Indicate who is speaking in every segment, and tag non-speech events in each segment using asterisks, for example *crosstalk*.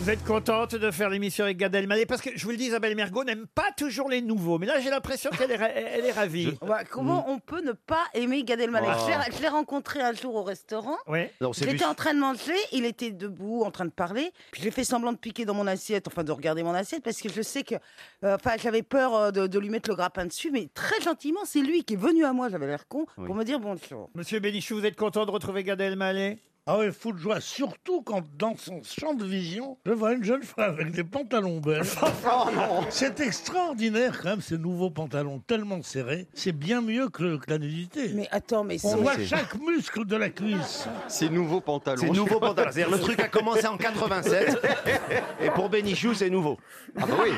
Speaker 1: Vous êtes contente de faire l'émission avec Gad Elmaleh parce que je vous le dis, Isabelle Mergo n'aime pas toujours les nouveaux, mais là j'ai l'impression qu'elle est, ra- elle est ravie.
Speaker 2: Bah, comment on peut ne pas aimer Gad Elmaleh
Speaker 1: Ah.
Speaker 2: Je l'ai- Je l'ai rencontré un jour au restaurant.
Speaker 1: Oui.
Speaker 2: J'étais en train de manger, il était debout en train de parler. Puis J'ai fait semblant de piquer dans mon assiette, enfin de regarder mon assiette, parce que je sais que, euh, enfin, j'avais peur euh, de, de lui mettre le grappin dessus, mais très gentiment, c'est lui qui est venu à moi. J'avais l'air con pour me dire bonjour.
Speaker 1: Monsieur Bénichou, vous êtes content de retrouver Gad Elmaleh
Speaker 3: Ah ouais, fou de joie, surtout quand dans son champ de vision, je vois une jeune femme avec des pantalons belges. c'est extraordinaire quand même, ces nouveaux pantalons tellement serrés. C'est bien mieux que, que la nudité.
Speaker 2: Mais attends, mais
Speaker 3: On
Speaker 2: c'est
Speaker 3: voit chaque muscle de la cuisse.
Speaker 4: Ces nouveaux pantalons.
Speaker 5: C'est nouveau pantalon. C'est-à-dire le truc a commencé
Speaker 4: *laughs*
Speaker 5: en 87 et pour Bénichou c'est nouveau.
Speaker 4: Ah bah oui.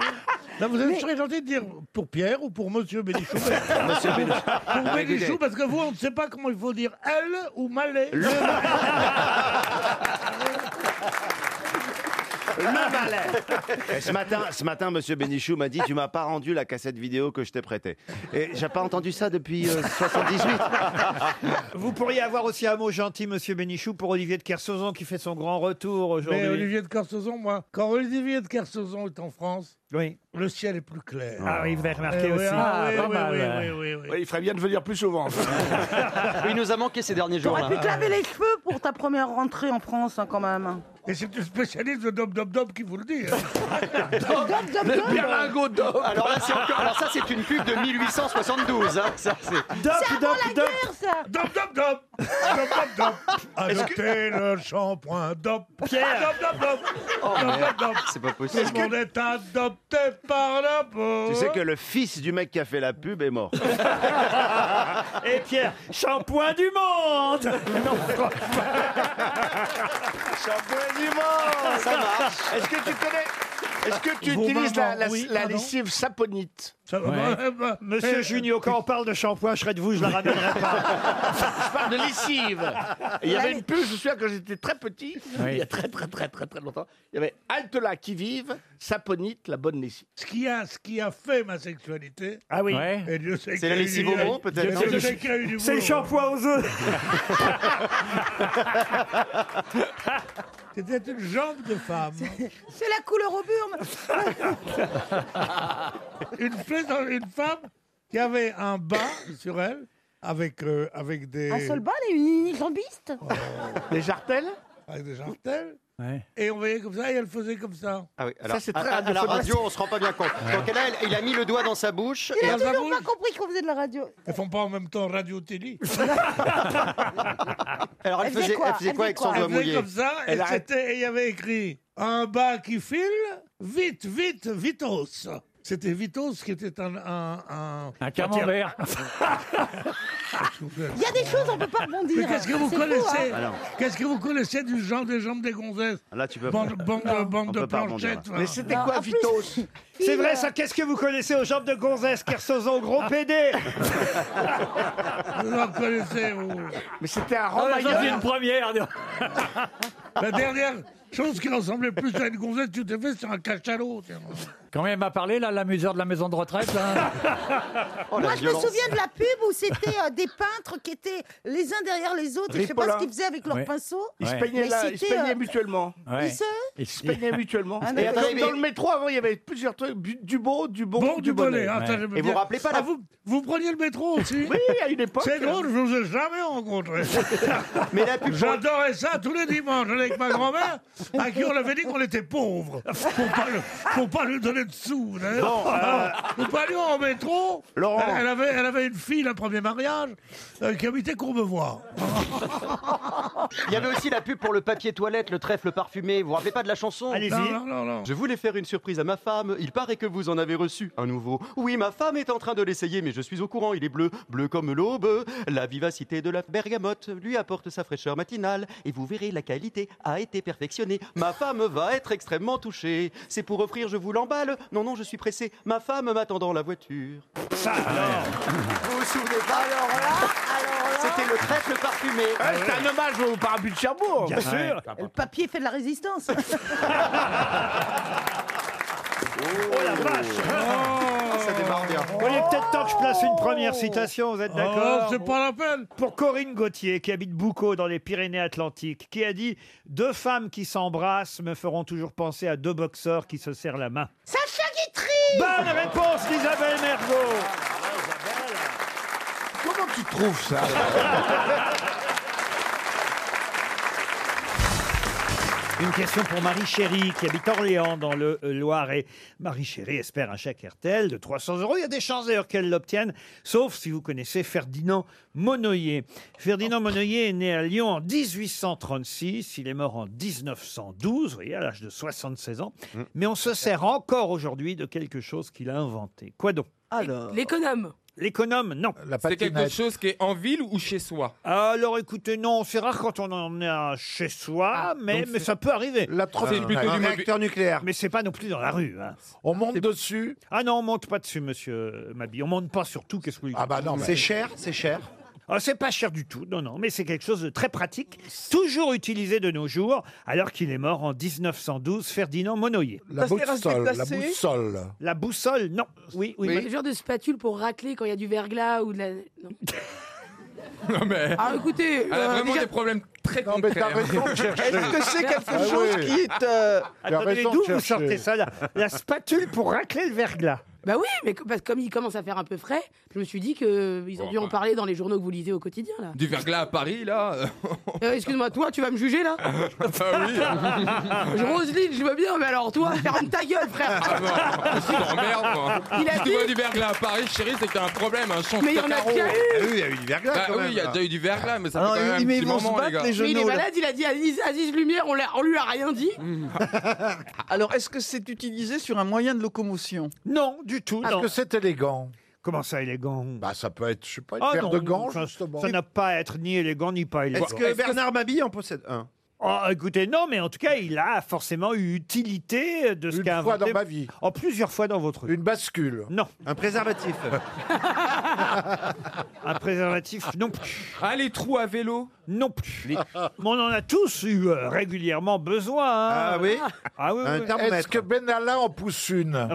Speaker 3: Là, vous êtes très gentil de dire pour Pierre ou pour Monsieur Bénichou.
Speaker 5: *laughs* Monsieur Bénichou.
Speaker 3: pour
Speaker 5: mais écoutez-
Speaker 3: Bénichou, parce que vous, on ne sait pas comment il faut dire elle ou malais. *laughs*
Speaker 5: Le balai. Et Eh, ce matin, ce matin, Monsieur Bénichou m'a dit tu m'as pas rendu la cassette vidéo que je t'ai prêtée. Et j'ai pas entendu ça depuis euh,
Speaker 6: *laughs*
Speaker 5: 78.
Speaker 1: Vous pourriez avoir aussi un mot gentil, monsieur Bénichou, pour Olivier de Kersauzon qui fait son grand retour
Speaker 3: Mais
Speaker 1: aujourd'hui.
Speaker 3: Olivier de Kersauzon, moi, quand Olivier de Kersauzon est en France,
Speaker 1: Oui.
Speaker 3: le ciel est plus clair.
Speaker 1: Ah oui, vous avez remarqué
Speaker 3: Eh oui,
Speaker 1: aussi.
Speaker 3: ah oui,
Speaker 1: pas
Speaker 3: oui,
Speaker 1: mal.
Speaker 3: oui, oui, oui, oui.
Speaker 6: Ouais, il ferait bien de venir plus souvent.
Speaker 4: Il nous a manqué ces derniers jours.
Speaker 2: T'aurais
Speaker 4: là.
Speaker 2: pu te laver les cheveux pour ta première rentrée en France, hein, quand même.
Speaker 3: Et c'est le spécialiste de Dom Dom Dom qui vous le dit. hein.
Speaker 5: *laughs*
Speaker 2: Dom, dom, dom.
Speaker 6: Berlingot d'or.
Speaker 4: Alors là, c'est encore. Alors ça, c'est une pub de 1872. hein. Ça, c'est-
Speaker 1: Dop, dop, dop.
Speaker 2: Ça.
Speaker 3: Dom Dom Dom Dom Dom Dom Adoptez le shampoing Dom
Speaker 1: Pierre.
Speaker 5: Oh,
Speaker 3: Dom Dom Dom
Speaker 6: Oh,
Speaker 3: Dom Dom Dom
Speaker 4: c'est pas possible.
Speaker 3: Tout le monde est adopté par la peau
Speaker 5: Tu sais que le fils du mec qui a fait la pub est mort.
Speaker 1: Et Pierre, shampoing
Speaker 3: *laughs*
Speaker 1: du monde Non, franchement.
Speaker 4: Ça marche.
Speaker 6: Est-ce que tu connais Est-ce que tu
Speaker 3: Vos
Speaker 6: utilises la,
Speaker 3: mamans,
Speaker 6: la-
Speaker 3: oui,
Speaker 6: la
Speaker 3: pardon
Speaker 6: lessive saponite
Speaker 3: Ça va, bah, bah,
Speaker 1: Monsieur
Speaker 3: eh,
Speaker 1: Junio, quand on parle de shampoing, je serais de vous, je la
Speaker 3: *laughs*
Speaker 1: ramènerai pas.
Speaker 3: Ah,
Speaker 6: Je parle de lessive. Et Il y avait une puce, je me souviens, quand j'étais très petit, il y a très très très très très longtemps, il y avait Altela qui vive, saponite, la bonne lessive.
Speaker 3: Ce qui a, ce qui a fait ma sexualité,
Speaker 1: Ah oui.
Speaker 3: et Dieu sait
Speaker 4: C'est la
Speaker 3: qu'il y a eu
Speaker 4: lessive
Speaker 3: du-
Speaker 4: au mot, peut-être,
Speaker 3: Dieu
Speaker 4: non
Speaker 3: sait qu'il y a eu du
Speaker 1: C'est le
Speaker 3: boulot.
Speaker 1: shampoing aux
Speaker 3: *laughs*
Speaker 1: œufs.
Speaker 3: C'était une jambe de femme,
Speaker 2: C'est la couleur au burn.
Speaker 3: *laughs* une, plaisan- une femme qui avait un bas sur elle avec, euh, avec des...
Speaker 2: Un seul bal et une unijambiste.
Speaker 6: Les jartelles
Speaker 3: avec des jartelles. Et on voyait comme ça, et elle faisait comme ça.
Speaker 4: Ah oui, alors,
Speaker 6: Ça, c'est très
Speaker 4: à- à- à la
Speaker 6: radiophonique.
Speaker 4: radio, on se rend pas bien compte. Donc là, elle- il a mis le doigt dans sa bouche.
Speaker 3: Et
Speaker 4: Et
Speaker 3: elle
Speaker 2: Toujours
Speaker 3: bouge.
Speaker 2: pas compris qu'on faisait de la radio.
Speaker 3: Elles font pas en même temps
Speaker 2: *laughs*
Speaker 3: radio-télé.
Speaker 4: alors, elle,
Speaker 2: Elle
Speaker 4: faisait,
Speaker 2: faisait quoi
Speaker 4: elle faisait
Speaker 2: Elle
Speaker 4: quoi
Speaker 2: faisait
Speaker 4: avec son
Speaker 2: quoi
Speaker 4: doigt
Speaker 3: Elle faisait
Speaker 4: mouillé
Speaker 3: comme ça, et
Speaker 6: Elle arrête.
Speaker 3: c'était- et il y avait écrit un bas qui file, vite, vite, vitos. C'était Vitos qui était un. Un, un...
Speaker 7: Un camembert.
Speaker 2: Il y a des choses, on peut pas rebondir.
Speaker 3: Mais qu'est-ce que vous
Speaker 2: C'est fou,
Speaker 3: connaissez
Speaker 2: hein.
Speaker 5: Alors.
Speaker 3: Qu'est-ce que vous connaissez du genre des jambes des gonzesses
Speaker 5: Là, tu peux. pas.
Speaker 3: Bande, bande, de- bande
Speaker 5: On
Speaker 3: de
Speaker 5: peut pas rebondir,
Speaker 3: planchettes.
Speaker 6: Mais
Speaker 3: voilà.
Speaker 6: c'était
Speaker 2: Non,
Speaker 6: quoi,
Speaker 2: en plus-
Speaker 6: Vitos
Speaker 1: C'est vrai, ça, qu'est-ce que vous connaissez aux jambes de gonzesse, Kersauzon, gros
Speaker 3: Ah.
Speaker 1: PD
Speaker 3: Vous en connaissez. vous.
Speaker 6: Mais c'était un
Speaker 7: Ah, ça, c'est
Speaker 6: ramailleur.
Speaker 7: une première.
Speaker 6: *laughs*
Speaker 3: La dernière chose qui ressemblait plus à une gonzesse, tu t'es fait sur un cachalot. tiens.
Speaker 7: Quand elle m'a parlé, là, l'amuseur de la maison de retraite, là,
Speaker 4: Oh, la
Speaker 2: Moi, je me
Speaker 4: violence.
Speaker 2: souviens de la pub où c'était euh, des peintres qui étaient les uns derrière les autres. Et je sais pas ce
Speaker 6: Ripollin.
Speaker 2: qu'ils faisaient avec leurs
Speaker 7: Ouais.
Speaker 2: pinceaux.
Speaker 6: Ils se
Speaker 7: Ouais.
Speaker 6: peignaient
Speaker 2: Mais
Speaker 6: là, ils se
Speaker 2: c'était,
Speaker 6: peignaient
Speaker 2: euh,
Speaker 6: mutuellement.
Speaker 7: ouais.
Speaker 2: Ils se-
Speaker 7: Il
Speaker 6: Ils se peignaient mutuellement.
Speaker 2: Ah,
Speaker 6: Et
Speaker 2: d'accord.
Speaker 6: comme dans le métro, avant, il y avait plusieurs trucs. bu- Du beau, du bon,
Speaker 3: Bon,
Speaker 6: du bonnet.
Speaker 3: hein, ça,
Speaker 7: Ouais.
Speaker 3: je me
Speaker 4: Et vous
Speaker 3: dis-
Speaker 4: rappelez pas la-
Speaker 3: Ah, vous, vous preniez le métro aussi
Speaker 6: Oui, à une époque.
Speaker 3: C'est drôle, je vous ai jamais rencontré.
Speaker 4: *laughs* Mais la pub.
Speaker 3: J'adorais ça tous les dimanches j'allais avec ma grand-mère, à qui on avait dit qu'on était pauvres, pour pas, le- pour pas lui donner de sous. d'ailleurs.
Speaker 4: euh,
Speaker 3: *laughs* Nous parlions en métro.
Speaker 5: Laurent.
Speaker 3: Elle, elle avait, elle avait une fille, un premier mariage, euh, qui habitait Courbevoie.
Speaker 4: Il y avait aussi la pub pour le papier toilette, le trèfle parfumé. Vous vous rappelez pas de la chanson
Speaker 1: Allez-y.
Speaker 3: Non, non, non, non.
Speaker 4: Je voulais faire une surprise à ma femme. Il paraît que vous en avez reçu un nouveau. Oui, ma femme est en train de l'essayer, mais je suis au courant. Il est bleu, bleu comme l'aube. La vivacité de la bergamote lui apporte sa fraîcheur matinale. Et vous verrez, la qualité a été perfectionnée. Ma femme va être extrêmement touchée. C'est pour offrir, je vous l'emballe. Non, non, je suis pressé. Ma femme m'attend dans la voiture. *laughs* Vous vous souvenez pas Alors C'était le trèfle parfumé.
Speaker 6: Ah, C'est un hommage au parapluie de Cherbourg.
Speaker 1: Bien sûr.
Speaker 2: Le papier fait de la résistance.
Speaker 1: Oh la vache.
Speaker 3: Oh,
Speaker 4: Ah,
Speaker 5: ça démarre bien.
Speaker 1: Bon, il est peut-être temps que je place une première citation, vous êtes d'accord
Speaker 3: Oh, c'est pas la peine.
Speaker 1: Pour Corinne Gauthier, qui habite Boucau dans les Pyrénées-Atlantiques, qui a dit « Deux femmes qui s'embrassent me feront toujours penser à deux boxeurs qui se serrent la main ».
Speaker 4: Sacha Guitry
Speaker 1: Bonne réponse d'Isabelle Mergo
Speaker 6: Comment tu trouves ça
Speaker 1: Une question pour Marie Chéry, qui habite Orléans, dans le euh, Loiret. Marie Chéry espère un chèque RTL de 300 euros. Il y a des chances d'ailleurs qu'elle l'obtienne, sauf si vous connaissez Ferdinand Monoyer. Ferdinand Monoyer est né à Lyon en 1836. Il est mort en 1912, vous voyez, à l'âge de 76 ans. Mais on se sert encore aujourd'hui de quelque chose qu'il a inventé. Quoi donc
Speaker 8: Alors,
Speaker 9: L'économe.
Speaker 1: L'économe, non.
Speaker 6: La
Speaker 10: C'est quelque
Speaker 6: patinette.
Speaker 10: chose qui est en ville ou chez soi
Speaker 1: Alors écoutez, non, c'est rare quand on en a chez soi, mais,
Speaker 10: donc
Speaker 1: mais
Speaker 10: c'est-
Speaker 1: ça peut arriver.
Speaker 6: La
Speaker 10: C'est
Speaker 6: trottinette.
Speaker 10: plutôt
Speaker 6: Un
Speaker 10: du
Speaker 6: réacteur nucléaire.
Speaker 1: Mais c'est pas non plus dans la rue. hein.
Speaker 6: On monte dessus.
Speaker 1: Ah non, on monte pas dessus, monsieur Mabi. On monte pas sur tout. Qu'est-ce que vous voulez
Speaker 6: Ah bah non, mais-
Speaker 1: C'est...
Speaker 6: C'est cher, c'est cher.
Speaker 1: c'est pas cher du tout, non, non. Mais c'est quelque chose de très pratique, toujours utilisé de nos jours, alors qu'il est mort en 1912, Ferdinand Monoyer.
Speaker 6: La
Speaker 9: Ça se reste
Speaker 6: boussole, la
Speaker 9: déplacé.
Speaker 6: boussole.
Speaker 1: La boussole, non. Oui, oui.
Speaker 9: Le genre de spatule pour racler quand il y a du verglas ou de la. Non.
Speaker 10: Non mais.
Speaker 9: Alors écoutez,
Speaker 10: Elle a
Speaker 9: euh,
Speaker 10: vraiment
Speaker 9: déjà-
Speaker 10: des problèmes très
Speaker 6: Non mais
Speaker 10: concrets. hein.
Speaker 6: t'as raison de chercher.
Speaker 4: Est-ce que c'est quelque
Speaker 6: Ah
Speaker 4: chose
Speaker 6: oui.
Speaker 4: qui est... euh,
Speaker 6: Il a
Speaker 1: Attendez,
Speaker 6: raison de
Speaker 1: d'où vous
Speaker 6: chercher.
Speaker 1: sortez ça là La spatule pour racler le verglas.
Speaker 9: bah oui, mais co- parce que comme il commence à faire un peu frais, je me suis dit que euh, ils ont
Speaker 10: Bon,
Speaker 9: dû en
Speaker 10: bah.
Speaker 9: parler dans les journaux que vous lisez au quotidien là.
Speaker 10: Du verglas à Paris, là. *laughs*
Speaker 9: Euh, Excuse-moi, toi, tu vas me juger là
Speaker 10: Bah oui.
Speaker 9: Je- Roselyne, je veux bien, mais alors toi, ferme ta gueule, frère.
Speaker 10: Ah non, je t'emmerde, moi.
Speaker 9: Il a
Speaker 10: Si tu
Speaker 9: dit-
Speaker 10: vois du verglas à Paris, chérie, c'est que t'as un problème, un champ
Speaker 9: Mais il y en a déjà eu.
Speaker 6: Ah oui, il y a eu du verglas
Speaker 10: Bah
Speaker 6: quand
Speaker 10: oui,
Speaker 6: même.
Speaker 10: il y a
Speaker 6: là.
Speaker 10: déjà eu du verglas, mais ça fait
Speaker 4: alors,
Speaker 10: quand même un
Speaker 4: mais
Speaker 10: petit
Speaker 4: ils vont se
Speaker 10: moment, les
Speaker 4: battre,
Speaker 10: gars.
Speaker 4: les
Speaker 9: Mais il est
Speaker 4: genoux. là.
Speaker 9: malade, il a dit Aziz, Aziz Lumière, on, l'a- on lui a rien dit.
Speaker 4: Alors, est-ce que c'est utilisé sur un moyen de locomotion
Speaker 1: Non, du tout.
Speaker 6: Est-ce
Speaker 1: non.
Speaker 6: que c'est élégant
Speaker 1: Comment ça, élégant
Speaker 6: Bah ça peut être, je sais pas, une
Speaker 1: Ah
Speaker 6: paire
Speaker 1: non,
Speaker 6: de gants
Speaker 1: ça,
Speaker 6: justement.
Speaker 1: ça n'a pas à être ni élégant ni pas élégant.
Speaker 5: Est-ce que Bernard Mabille en possède un
Speaker 1: Oh, écoutez, non, mais en tout cas, il a forcément eu utilité de ce
Speaker 6: Une
Speaker 1: qu'a
Speaker 6: fois
Speaker 1: inventé-
Speaker 6: dans ma vie.
Speaker 1: En plusieurs fois dans votre vie.
Speaker 6: Une bascule.
Speaker 1: Non,
Speaker 5: Un préservatif
Speaker 1: *laughs* un préservatif, non plus.
Speaker 10: Ah, les trous à vélo
Speaker 1: Non plus. Mais on en a tous eu euh, régulièrement besoin. hein.
Speaker 5: Ah oui
Speaker 1: Ah oui, oui,
Speaker 5: Un
Speaker 1: oui.
Speaker 6: Est-ce
Speaker 5: thermomètre.
Speaker 6: que Benalla en pousse une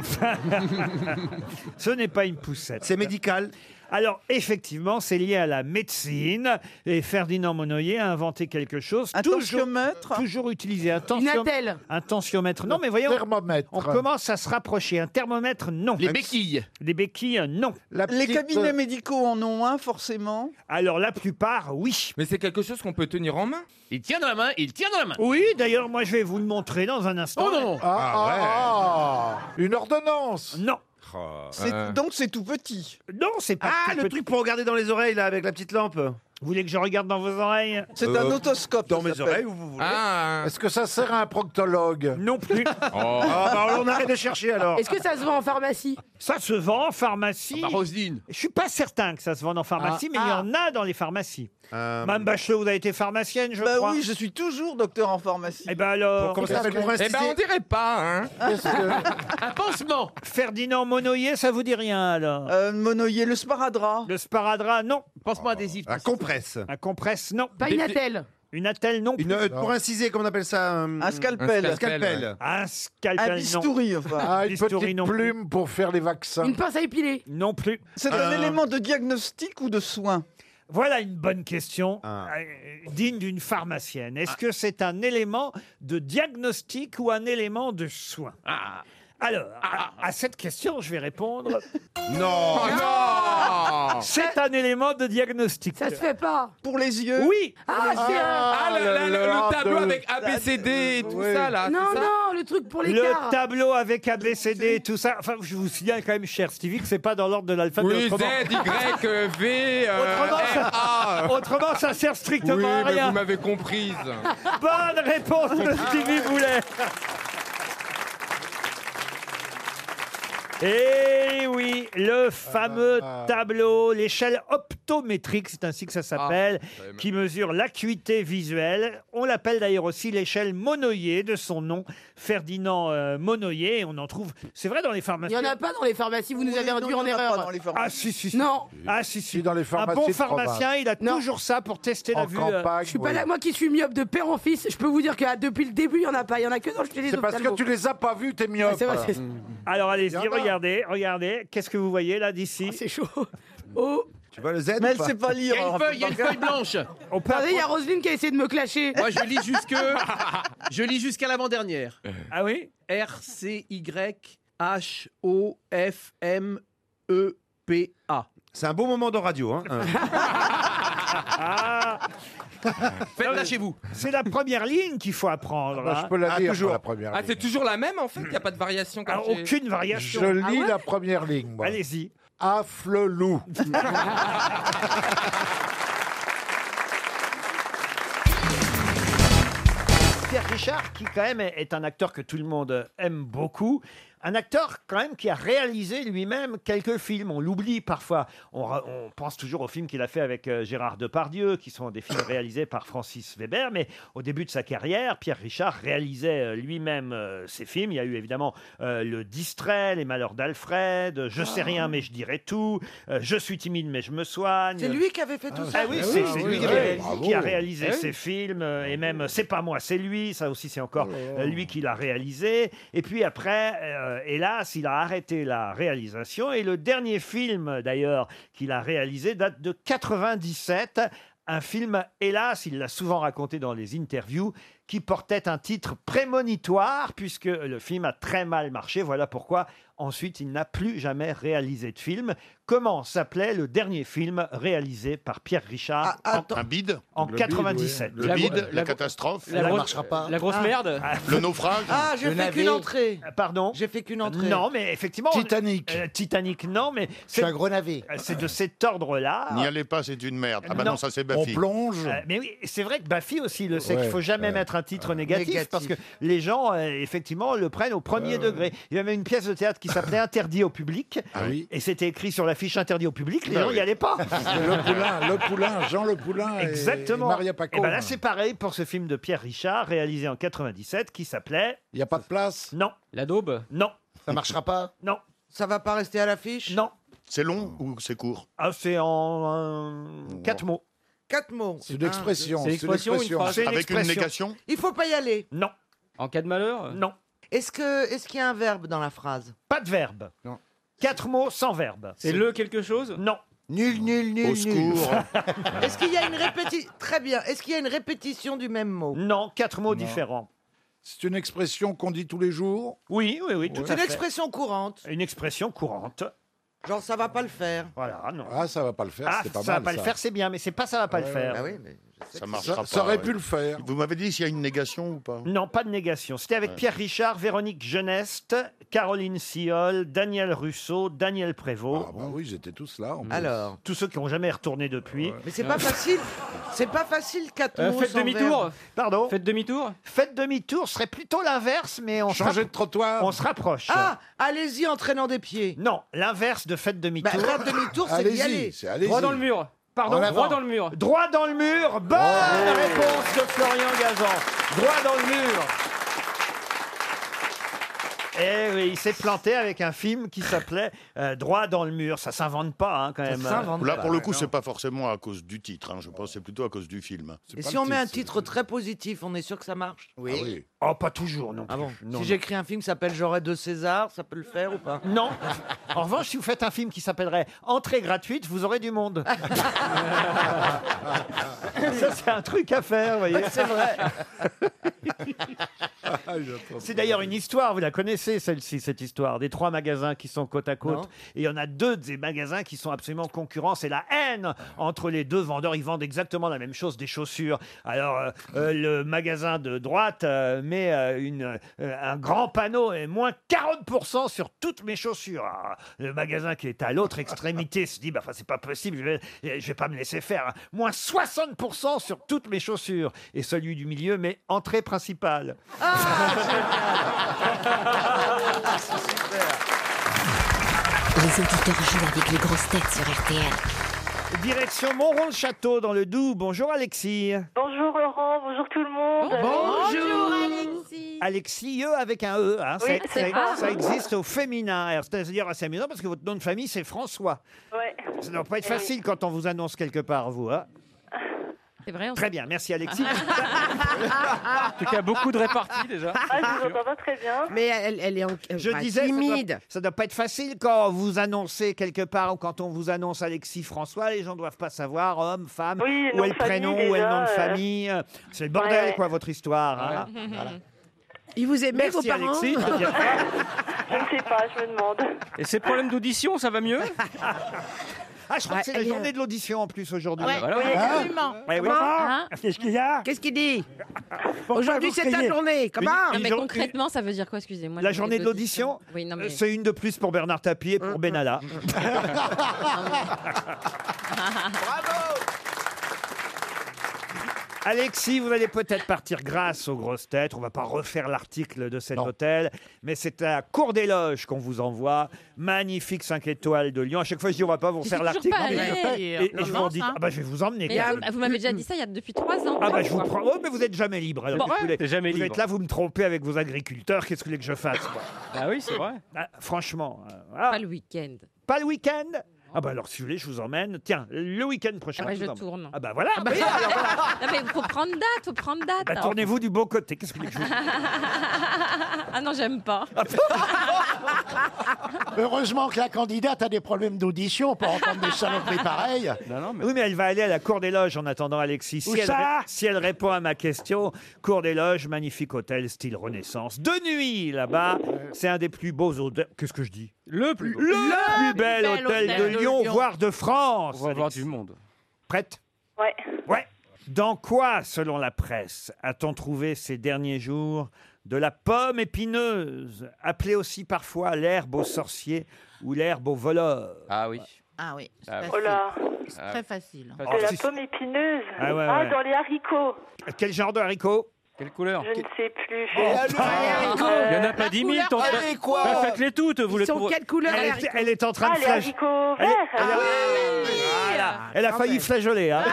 Speaker 1: *laughs* Ce n'est pas une poussette.
Speaker 5: C'est médical.
Speaker 1: Alors, effectivement, c'est lié à la médecine. Et Ferdinand Monnoyer a inventé quelque chose.
Speaker 4: Un
Speaker 1: toujours,
Speaker 4: tensiomètre
Speaker 1: toujours utilisé. Un,
Speaker 9: Une
Speaker 1: tensiom-
Speaker 9: attelle.
Speaker 1: un tensiomètre. Non, mais voyons,
Speaker 6: Thermomètre.
Speaker 1: on commence à se rapprocher. Un thermomètre, non.
Speaker 11: Les béquilles.
Speaker 1: Des béquilles, non.
Speaker 6: La
Speaker 4: Les
Speaker 6: petite- euh,
Speaker 4: cabinets médicaux en ont un, forcément.
Speaker 1: Alors, la plupart, oui.
Speaker 10: Mais c'est quelque chose qu'on peut tenir en main
Speaker 11: Il tient dans la main, il tient dans la main.
Speaker 1: Oui, d'ailleurs, moi, je vais vous le montrer dans un instant.
Speaker 11: Oh non
Speaker 6: Ah, ah, ah, Une ordonnance.
Speaker 1: Non,
Speaker 10: Oh,
Speaker 4: C'est- Donc, c'est tout petit.
Speaker 1: non, c'est pas...
Speaker 5: Ah,
Speaker 1: tout
Speaker 5: le
Speaker 1: petit.
Speaker 5: truc pour regarder dans les oreilles, là, avec la petite lampe.
Speaker 1: Vous voulez que je regarde dans vos oreilles
Speaker 4: C'est
Speaker 5: Euh,
Speaker 4: un otoscope.
Speaker 5: Dans
Speaker 4: ça
Speaker 5: mes
Speaker 4: s'appelle.
Speaker 5: oreilles, où vous voulez.
Speaker 10: Ah,
Speaker 6: Est-ce que ça sert à un proctologue
Speaker 1: Non
Speaker 6: *laughs*
Speaker 1: plus.
Speaker 10: oh.
Speaker 5: Ah, bah, on arrête de chercher alors.
Speaker 9: Est-ce que ça se vend en pharmacie
Speaker 1: Ça se vend en pharmacie.
Speaker 11: Bah, Roselyne.
Speaker 1: Je suis pas certain que ça se vende en pharmacie, mais il y
Speaker 9: Ah.
Speaker 1: en a dans les pharmacies.
Speaker 5: Euh,
Speaker 1: Madame Bachelot, vous avez été pharmacienne, je
Speaker 4: Bah
Speaker 1: crois.
Speaker 4: oui, je suis toujours docteur en pharmacie.
Speaker 1: Eh ben alors,
Speaker 5: Comment ça s'appelle pour
Speaker 10: Eh ben, on
Speaker 5: insister
Speaker 10: dirait pas, hein.
Speaker 6: Qu'est-ce que-
Speaker 11: Un pansement.
Speaker 1: Ferdinand Monoyer, ça vous dit rien alors
Speaker 4: Euh, Monoyer, le sparadrap.
Speaker 1: Le sparadrap, non.
Speaker 11: Pansement adhésif.
Speaker 5: La compresse.
Speaker 1: Un compresse, non.
Speaker 9: Pas une attelle.
Speaker 1: Une attelle, non.
Speaker 5: Une, euh, pour inciser, comment on appelle ça euh,
Speaker 4: Un scalpel.
Speaker 10: Un
Speaker 5: Un scalpel.
Speaker 1: Un
Speaker 4: Un
Speaker 1: scalpel, non.
Speaker 4: bistouri, enfin.
Speaker 6: Ah, une
Speaker 1: Bistouri
Speaker 6: petite
Speaker 1: non plus.
Speaker 6: plume pour faire les vaccins.
Speaker 9: Une pince à épiler.
Speaker 1: Non plus. Euh,
Speaker 4: C'est
Speaker 5: Un-
Speaker 4: un élément de diagnostic ou de soin
Speaker 1: Voilà une bonne question,
Speaker 5: Ah.
Speaker 1: euh, digne d'une pharmacienne. Est-ce que c'est un élément de diagnostic ou un élément de soin
Speaker 5: Ah.
Speaker 1: Alors, à, à cette question, je vais répondre.
Speaker 5: *laughs* Non.
Speaker 10: Oh non
Speaker 1: C'est un élément de diagnostic.
Speaker 9: Ça se fait pas.
Speaker 4: Pour les yeux
Speaker 1: Oui,
Speaker 9: Ah, c'est un.
Speaker 10: Ah, le,
Speaker 6: là
Speaker 10: le- le
Speaker 6: là,
Speaker 10: tableau
Speaker 5: Ah,
Speaker 6: de-
Speaker 10: avec ABCD et tout ça, là.
Speaker 9: Non,
Speaker 10: c'est ça
Speaker 9: non, le truc pour
Speaker 1: le
Speaker 9: l'écart.
Speaker 1: tableau avec ABCD et tout ça. Enfin, je vous signale quand même, cher Stevie, que c'est pas dans l'ordre de l'alphabet.
Speaker 10: Oui, Z,
Speaker 1: autrement, *laughs*
Speaker 10: Y, euh, V, euh,
Speaker 1: Autrement, ça-
Speaker 10: R, A.
Speaker 1: autrement,
Speaker 9: *laughs*
Speaker 1: ça sert
Speaker 10: Oui,
Speaker 1: strictement à
Speaker 10: mais vous
Speaker 1: rien. *laughs*
Speaker 10: m'avez comprise.
Speaker 1: *laughs* Bonne réponse de Stevie Boulet. Et Eh oui, le fameux tableau, l'échelle optométrique, c'est ainsi que ça s'appelle,
Speaker 10: Ah, j'avais même-
Speaker 1: qui mesure l'acuité visuelle. On l'appelle d'ailleurs aussi l'échelle Monoyer, de son nom, Ferdinand euh, Monoyer. Et On en trouve, c'est vrai, dans les
Speaker 9: Il
Speaker 1: pharmacies.
Speaker 9: y en a pas dans les pharmacies, vous nous
Speaker 4: Oui,
Speaker 9: avez
Speaker 4: non,
Speaker 9: induit
Speaker 4: il y
Speaker 9: en
Speaker 4: en a pas dans
Speaker 9: erreur.
Speaker 4: les pharmacies.
Speaker 1: Ah si, si, si.
Speaker 9: Non,
Speaker 1: Ah si, si.
Speaker 6: Si, dans les
Speaker 1: Un
Speaker 6: pharmacies
Speaker 1: bon
Speaker 6: de
Speaker 1: pharmacien, il a
Speaker 9: Non.
Speaker 1: toujours ça pour tester la
Speaker 6: En
Speaker 1: vue. euh,
Speaker 6: campagne.
Speaker 9: je suis pas
Speaker 6: oui.
Speaker 9: là, moi qui suis myope de père en fils, je peux vous dire que ah, depuis le début, il y en a pas. Il y en a que dans le les
Speaker 6: C'est parce que tu les as pas vus, t'es myope.
Speaker 9: Ah, C'est vrai, c'est ça.
Speaker 1: Mm. Alors allez-y,
Speaker 6: Il y en a.
Speaker 1: regardez, regardez. Qu'est-ce que vous voyez là
Speaker 9: Ah,
Speaker 1: d'ici C'est chaud. Oh. Tu vois le Z
Speaker 6: Mais ou elle pas sait pas lire, Il y a une alors, feuille, il y a une feuille blanche.
Speaker 1: On peut
Speaker 6: Regardez, il y a
Speaker 1: apprendre-
Speaker 6: Roselyne qui a essayé de me clasher.
Speaker 2: Moi, je lis
Speaker 9: *laughs*
Speaker 2: jusque. je lis jusqu'à l'avant-dernière.
Speaker 1: Ah oui
Speaker 2: R C Y H O F M E P A. Ah,
Speaker 5: C'est un beau moment de radio. Hein
Speaker 2: Faites-la chez vous.
Speaker 1: C'est la première ligne qu'il faut apprendre. hein.
Speaker 10: Ah, c'est toujours la même en fait Il n'y a pas de variation quand
Speaker 1: Alors,
Speaker 10: j'ai-
Speaker 1: aucune variation. Ah
Speaker 12: Je lis
Speaker 2: Ah
Speaker 12: la première ligne. moi.
Speaker 1: Allez-y.
Speaker 12: Affle
Speaker 5: *laughs*
Speaker 12: loup.
Speaker 1: Pierre Richard, qui quand même est un acteur que tout le monde aime beaucoup, un acteur quand même qui a réalisé lui-même quelques films. On l'oublie parfois. On, ra- on pense toujours aux films qu'il a fait avec euh, Gérard Depardieu, qui sont des films réalisés par Francis Weber. Mais au début de sa carrière, Pierre Richard réalisait euh, lui-même euh, ses films. Il y a eu évidemment euh, Le Distrait, Les Malheurs d'Alfred, Je sais
Speaker 13: Ah.
Speaker 1: rien mais je dirai tout, euh, Je suis timide mais je me soigne.
Speaker 13: C'est lui qui avait fait tout ça
Speaker 1: Ah oui,
Speaker 13: Ah
Speaker 1: c'est
Speaker 13: oui, oui,
Speaker 1: c'est
Speaker 13: oui,
Speaker 1: lui qui, a
Speaker 13: oui.
Speaker 1: réalisé-
Speaker 13: Bravo.
Speaker 1: qui a réalisé
Speaker 13: Eh oui.
Speaker 1: ses films euh, et même euh, C'est pas moi, c'est lui. Ça aussi, c'est encore euh, lui qui l'a réalisé. Et puis après, euh, hélas, il a arrêté la réalisation. Et le dernier film, d'ailleurs, qu'il a réalisé date de 97. Un film, hélas, il l'a souvent raconté dans les interviews, qui portait un titre prémonitoire, puisque le film a très mal marché. Voilà pourquoi ensuite il n'a plus jamais réalisé de film. Comment s'appelait le dernier film réalisé par Pierre Richard
Speaker 14: Ah,
Speaker 1: en-
Speaker 14: Un bide hein.
Speaker 1: En 97.
Speaker 14: Le bide, la, catastrophe.
Speaker 1: Ah.
Speaker 14: Le naufrage.
Speaker 1: entrée. Pardon J'ai fait qu'une entrée. Non, mais effectivement. Titanic. Titanic, non, mais. C'est un
Speaker 14: gros navet.
Speaker 1: C'est de cet ordre-là.
Speaker 14: N'y allez pas, c'est une merde. Ah bah non, ça c'est Baffy.
Speaker 1: Euh, mais oui, c'est vrai que Baffy aussi le sait,
Speaker 14: Ouais,
Speaker 1: qu'il faut jamais
Speaker 14: ouais.
Speaker 1: mettre un titre négatif,
Speaker 14: Négatif.
Speaker 1: parce que les gens, euh, effectivement, le prennent au premier degré. Il y avait une pièce de théâtre qui s'appelait Interdit au public, et c'était écrit sur l'affiche Interdit au public, les
Speaker 12: Bah
Speaker 1: gens n'y
Speaker 12: oui.
Speaker 1: allaient pas.
Speaker 12: Le Poulain, Le Poulain, Jean Le Poulain et-
Speaker 1: Exactement.
Speaker 12: et Maria Paco.
Speaker 1: Eh ben là, c'est pareil pour ce film de Pierre Richard, réalisé en 97, qui s'appelait. Il n'y a pas de place Non. La daube Non. Ça marchera pas Non. Ça va
Speaker 15: Ah,
Speaker 1: pas rester à l'affiche Non.
Speaker 14: C'est long ou c'est court
Speaker 1: Ah, c'est en 4 Euh, quatre mots.
Speaker 15: Quatre mots.
Speaker 1: C'est
Speaker 2: Ah,
Speaker 1: une expression,
Speaker 15: deux.
Speaker 1: c'est une expression. C'est une Avec une expression. négation
Speaker 15: Il faut pas y aller.
Speaker 1: Non.
Speaker 15: En cas de malheur
Speaker 1: Non.
Speaker 15: Est-ce que est-ce qu'il y a un verbe dans la phrase
Speaker 1: Pas de verbe. Non. Quatre mots sans verbe.
Speaker 15: C'est
Speaker 1: le quelque chose Non.
Speaker 15: Nul, nul, nul,
Speaker 1: Au
Speaker 15: nul.
Speaker 1: secours.
Speaker 15: *laughs* Est-ce qu'il y a une répétition Très bien. Est-ce qu'il y a une répétition du même mot
Speaker 1: Non, quatre mots
Speaker 12: Non.
Speaker 1: différents.
Speaker 12: C'est une expression qu'on dit tous les jours
Speaker 1: Oui, oui, oui, tout
Speaker 15: C'est
Speaker 1: à
Speaker 15: une
Speaker 1: fait.
Speaker 15: expression courante.
Speaker 1: Une expression courante.
Speaker 15: Genre ça va pas le faire.
Speaker 1: Voilà, non.
Speaker 12: Ah, ça va pas le faire,
Speaker 1: Ah,
Speaker 12: c'est pas
Speaker 1: ça Ah
Speaker 12: mal.
Speaker 1: va pas le faire, c'est bien, mais c'est pas ça va pas le faire.
Speaker 15: Ah
Speaker 14: Ça marchera pas.
Speaker 12: ça aurait pu
Speaker 14: le faire. Vous m'avez dit s'il y a une négation ou pas
Speaker 1: Non, pas de négation. C'était avec
Speaker 14: Ouais.
Speaker 1: Pierre Richard, Véronique Geneste, Caroline Siol, Daniel Russo, Daniel Prévost. Ah oui, ils étaient tous là.
Speaker 15: Alors.
Speaker 1: Tous ceux qui n'ont jamais retourné depuis.
Speaker 15: Mais c'est pas
Speaker 1: *laughs*
Speaker 15: facile. C'est pas facile quatre mots. sans verbe.
Speaker 1: Euh, Pardon Faites demi-tour Faites demi-tour serait plutôt l'inverse, mais on Changer de trottoir On se rapproche.
Speaker 15: Ah, allez-y en traînant des pieds.
Speaker 1: Non, l'inverse de Ah, faites demi-tour.
Speaker 15: Bah, faire demi-tour, c'est d'y Allez-y, aller. c'est allez-y.
Speaker 1: Droit dans le mur. Pardon
Speaker 15: En avant. Droit dans le mur.
Speaker 1: Droit dans le mur. Bonne réponse de Florian Gazan. Droit dans le mur. Eh oui, il s'est planté avec un film qui s'appelait euh, Droit dans le mur. Ça s'invente pas, hein, quand même.
Speaker 14: Là, pour le coup, c'est pas forcément à cause du titre. hein. Je pense que c'est plutôt à cause du film.
Speaker 15: Et si on met un titre très positif, on est sûr que ça marche
Speaker 14: Oui. Ah oui.
Speaker 1: Oh, pas toujours, non.
Speaker 15: Ah bon
Speaker 1: Non, non.
Speaker 15: Si j'écris un film qui s'appelle J'aurais deux Césars, ça peut le faire ou pas
Speaker 1: Non. En revanche, si vous faites un film qui s'appellerait Entrée gratuite, vous aurez
Speaker 15: *laughs*
Speaker 1: du monde. Ça, c'est un truc à faire, vous voyez.
Speaker 15: C'est vrai.
Speaker 1: C'est d'ailleurs une histoire, vous la connaissez celle-ci, cette histoire, des trois magasins qui sont côte à côte.
Speaker 15: Non.
Speaker 1: Et il y en a deux des magasins qui sont absolument concurrents. C'est la haine entre les deux vendeurs. Ils vendent exactement la même chose, des chaussures. Alors, euh, euh, le magasin de droite euh, met euh, une, euh, un grand panneau et moins 40% sur toutes mes chaussures. Alors, le magasin qui est à l'autre extrémité se dit, bah, enfin, c'est pas possible, je vais, je vais pas me laisser faire. hein. Moins 60% sur toutes mes chaussures. Et celui du milieu met entrée principale.
Speaker 16: Les auditeurs jouent avec les grosses têtes sur RTL.
Speaker 1: Direction Montron-le-Château dans le Doubs. Bonjour Alexis.
Speaker 17: Bonjour Laurent, bonjour tout le monde.
Speaker 2: Oh,
Speaker 1: Bonjour.
Speaker 17: Alexis.
Speaker 1: Alexis E avec un E. hein.
Speaker 17: Oui,
Speaker 1: ça,
Speaker 17: c'est
Speaker 1: ça-
Speaker 17: ça.
Speaker 1: ça existe au féminin. Alors, C'est-à-dire assez amusant parce que votre nom de famille c'est François.
Speaker 17: Ouais.
Speaker 1: Ça ne doit pas être
Speaker 17: Eh oui.
Speaker 1: facile quand on vous annonce quelque part, vous. hein. C'est vrai. Très bien, merci *laughs* Alexis.
Speaker 17: En
Speaker 1: tout cas, beaucoup de réparties, déjà.
Speaker 17: Ah, je vous entends pas très bien.
Speaker 1: Mais elle, est
Speaker 6: euh,
Speaker 1: Je
Speaker 17: enfin,
Speaker 1: disais, ça doit-
Speaker 17: timide.
Speaker 1: Ça doit pas être facile quand vous annoncez quelque part ou quand on vous annonce Alexis François, les gens doivent pas *laughs* savoir homme, femme, *laughs*
Speaker 17: Oui,
Speaker 1: où
Speaker 17: nom
Speaker 1: est
Speaker 17: de
Speaker 1: le prénom,
Speaker 17: famille,
Speaker 1: où est le
Speaker 17: déjà,
Speaker 1: nom de
Speaker 17: euh.
Speaker 1: famille. C'est le bordel,
Speaker 17: Ouais.
Speaker 1: quoi, votre histoire. hein. Voilà.
Speaker 6: Ils vous aiment
Speaker 1: Merci,
Speaker 6: vos parents
Speaker 18: *laughs*
Speaker 1: Alexis.
Speaker 17: Je ne sais pas, je me demande.
Speaker 19: Et ces problèmes d'audition, ça va mieux
Speaker 1: Ah, je crois
Speaker 19: Ouais,
Speaker 1: que c'est la
Speaker 19: elle est-
Speaker 1: journée de l'audition en plus aujourd'hui.
Speaker 19: Ouais, Ah, voilà. oui,
Speaker 1: Hein
Speaker 19: absolument.
Speaker 1: Ouais, ouais.
Speaker 19: Comment Hein
Speaker 1: Qu'est-ce qu'il y a
Speaker 6: Qu'est-ce qu'il dit
Speaker 1: *laughs* Pourquoi
Speaker 6: Aujourd'hui,
Speaker 1: vous
Speaker 6: c'est ta
Speaker 1: criez
Speaker 6: journée. Comment
Speaker 1: Une- une
Speaker 20: mais
Speaker 1: jour-
Speaker 20: concrètement, ça veut dire quoi, excusez-moi
Speaker 1: La journée de l'audition,
Speaker 20: Oui, non, mais.
Speaker 1: euh, c'est une de plus pour Bernard Tapie et pour Benalla. Alexis, vous allez peut-être partir grâce aux grosses têtes. On va pas refaire l'article de cet hôtel, mais c'est à Cour des Loges qu'on vous envoie. Magnifique 5 étoiles de Lyon. À chaque fois, je dis on va pas vous
Speaker 20: J'y
Speaker 1: refaire
Speaker 20: suis
Speaker 1: l'article.
Speaker 20: toujours pas euh, allée.
Speaker 1: Et, et je vous en dis,
Speaker 20: hein.
Speaker 1: ah bah, je vais vous emmener.
Speaker 20: Mais euh,
Speaker 1: quand
Speaker 20: vous,
Speaker 1: même.
Speaker 20: vous m'avez déjà dit ça il y a depuis trois ans.
Speaker 1: Ah bah je vous prends. Oh, mais vous êtes jamais libre. alors,
Speaker 20: Bon,
Speaker 1: qu'est-ce que vous
Speaker 20: ouais.
Speaker 1: voulez
Speaker 19: T'es jamais
Speaker 1: vous
Speaker 19: libre.
Speaker 1: êtes là, vous me trompez avec vos agriculteurs. Qu'est-ce que vous voulez que je fasse quoi
Speaker 19: Ah oui, c'est vrai.
Speaker 1: Ah, Franchement. Pas
Speaker 20: le week-end.
Speaker 1: Pas le week-end Ah bah alors si vous voulez, je vous emmène. Tiens, le week-end prochain.
Speaker 20: Ah ouais,
Speaker 1: vous
Speaker 20: je
Speaker 1: emmène.
Speaker 20: tourne.
Speaker 1: Ah bah voilà.
Speaker 20: Ah bah-
Speaker 1: Oui,
Speaker 20: *laughs*
Speaker 1: alors voilà.
Speaker 20: non, mais faut prendre date, faut prendre date.
Speaker 1: Bah, tournez-vous du bon côté. Qu'est-ce que vous voulez que je vous
Speaker 20: *laughs* ah non, j'aime pas.
Speaker 21: Heureusement que la candidate a des problèmes d'audition pour entendre des
Speaker 1: *laughs*
Speaker 21: saloperies pareilles.
Speaker 1: Oui, mais elle va aller à la Cour des Loges en attendant Alexis. Si,
Speaker 21: Où
Speaker 1: elle,
Speaker 21: ça
Speaker 1: ré- si elle répond à ma question, Cour des Loges, magnifique hôtel style Renaissance. De nuit, là-bas, c'est un des plus beaux hôtels. Qu'est-ce que je dis Le plus, le plus bel, hôtel, de, Lyon, voire de France. On va voir du monde. Prête
Speaker 17: Ouais.
Speaker 1: Ouais. Dans quoi, selon la presse, a-t-on trouvé ces derniers jours de la pomme épineuse, appelée aussi parfois l'herbe aux sorciers ou l'herbe aux voleurs Ah oui.
Speaker 18: Ah oui, c'est
Speaker 1: Ah oui.
Speaker 18: facile.
Speaker 1: Oh là.
Speaker 18: C'est
Speaker 1: Ah.
Speaker 18: très facile.
Speaker 1: Ah,
Speaker 17: De la
Speaker 1: si, si.
Speaker 17: pomme épineuse.
Speaker 1: Ah, ouais, ouais.
Speaker 17: dans les haricots.
Speaker 1: Quel genre de haricot Quelle couleur
Speaker 17: Je ne sais plus. Ah,
Speaker 19: Ah, Il n'y en a pas 10 000, tant
Speaker 17: Elle
Speaker 19: fait-
Speaker 17: est quoi
Speaker 19: bah, Faites-les toutes, vous les trouvez.
Speaker 1: elle, est- elle est en train
Speaker 17: Ah,
Speaker 1: de
Speaker 17: les
Speaker 1: flageller.
Speaker 17: haricots
Speaker 1: Elle, est-
Speaker 17: verts. Ah,
Speaker 1: elle a- elle a failli flageoler. hein.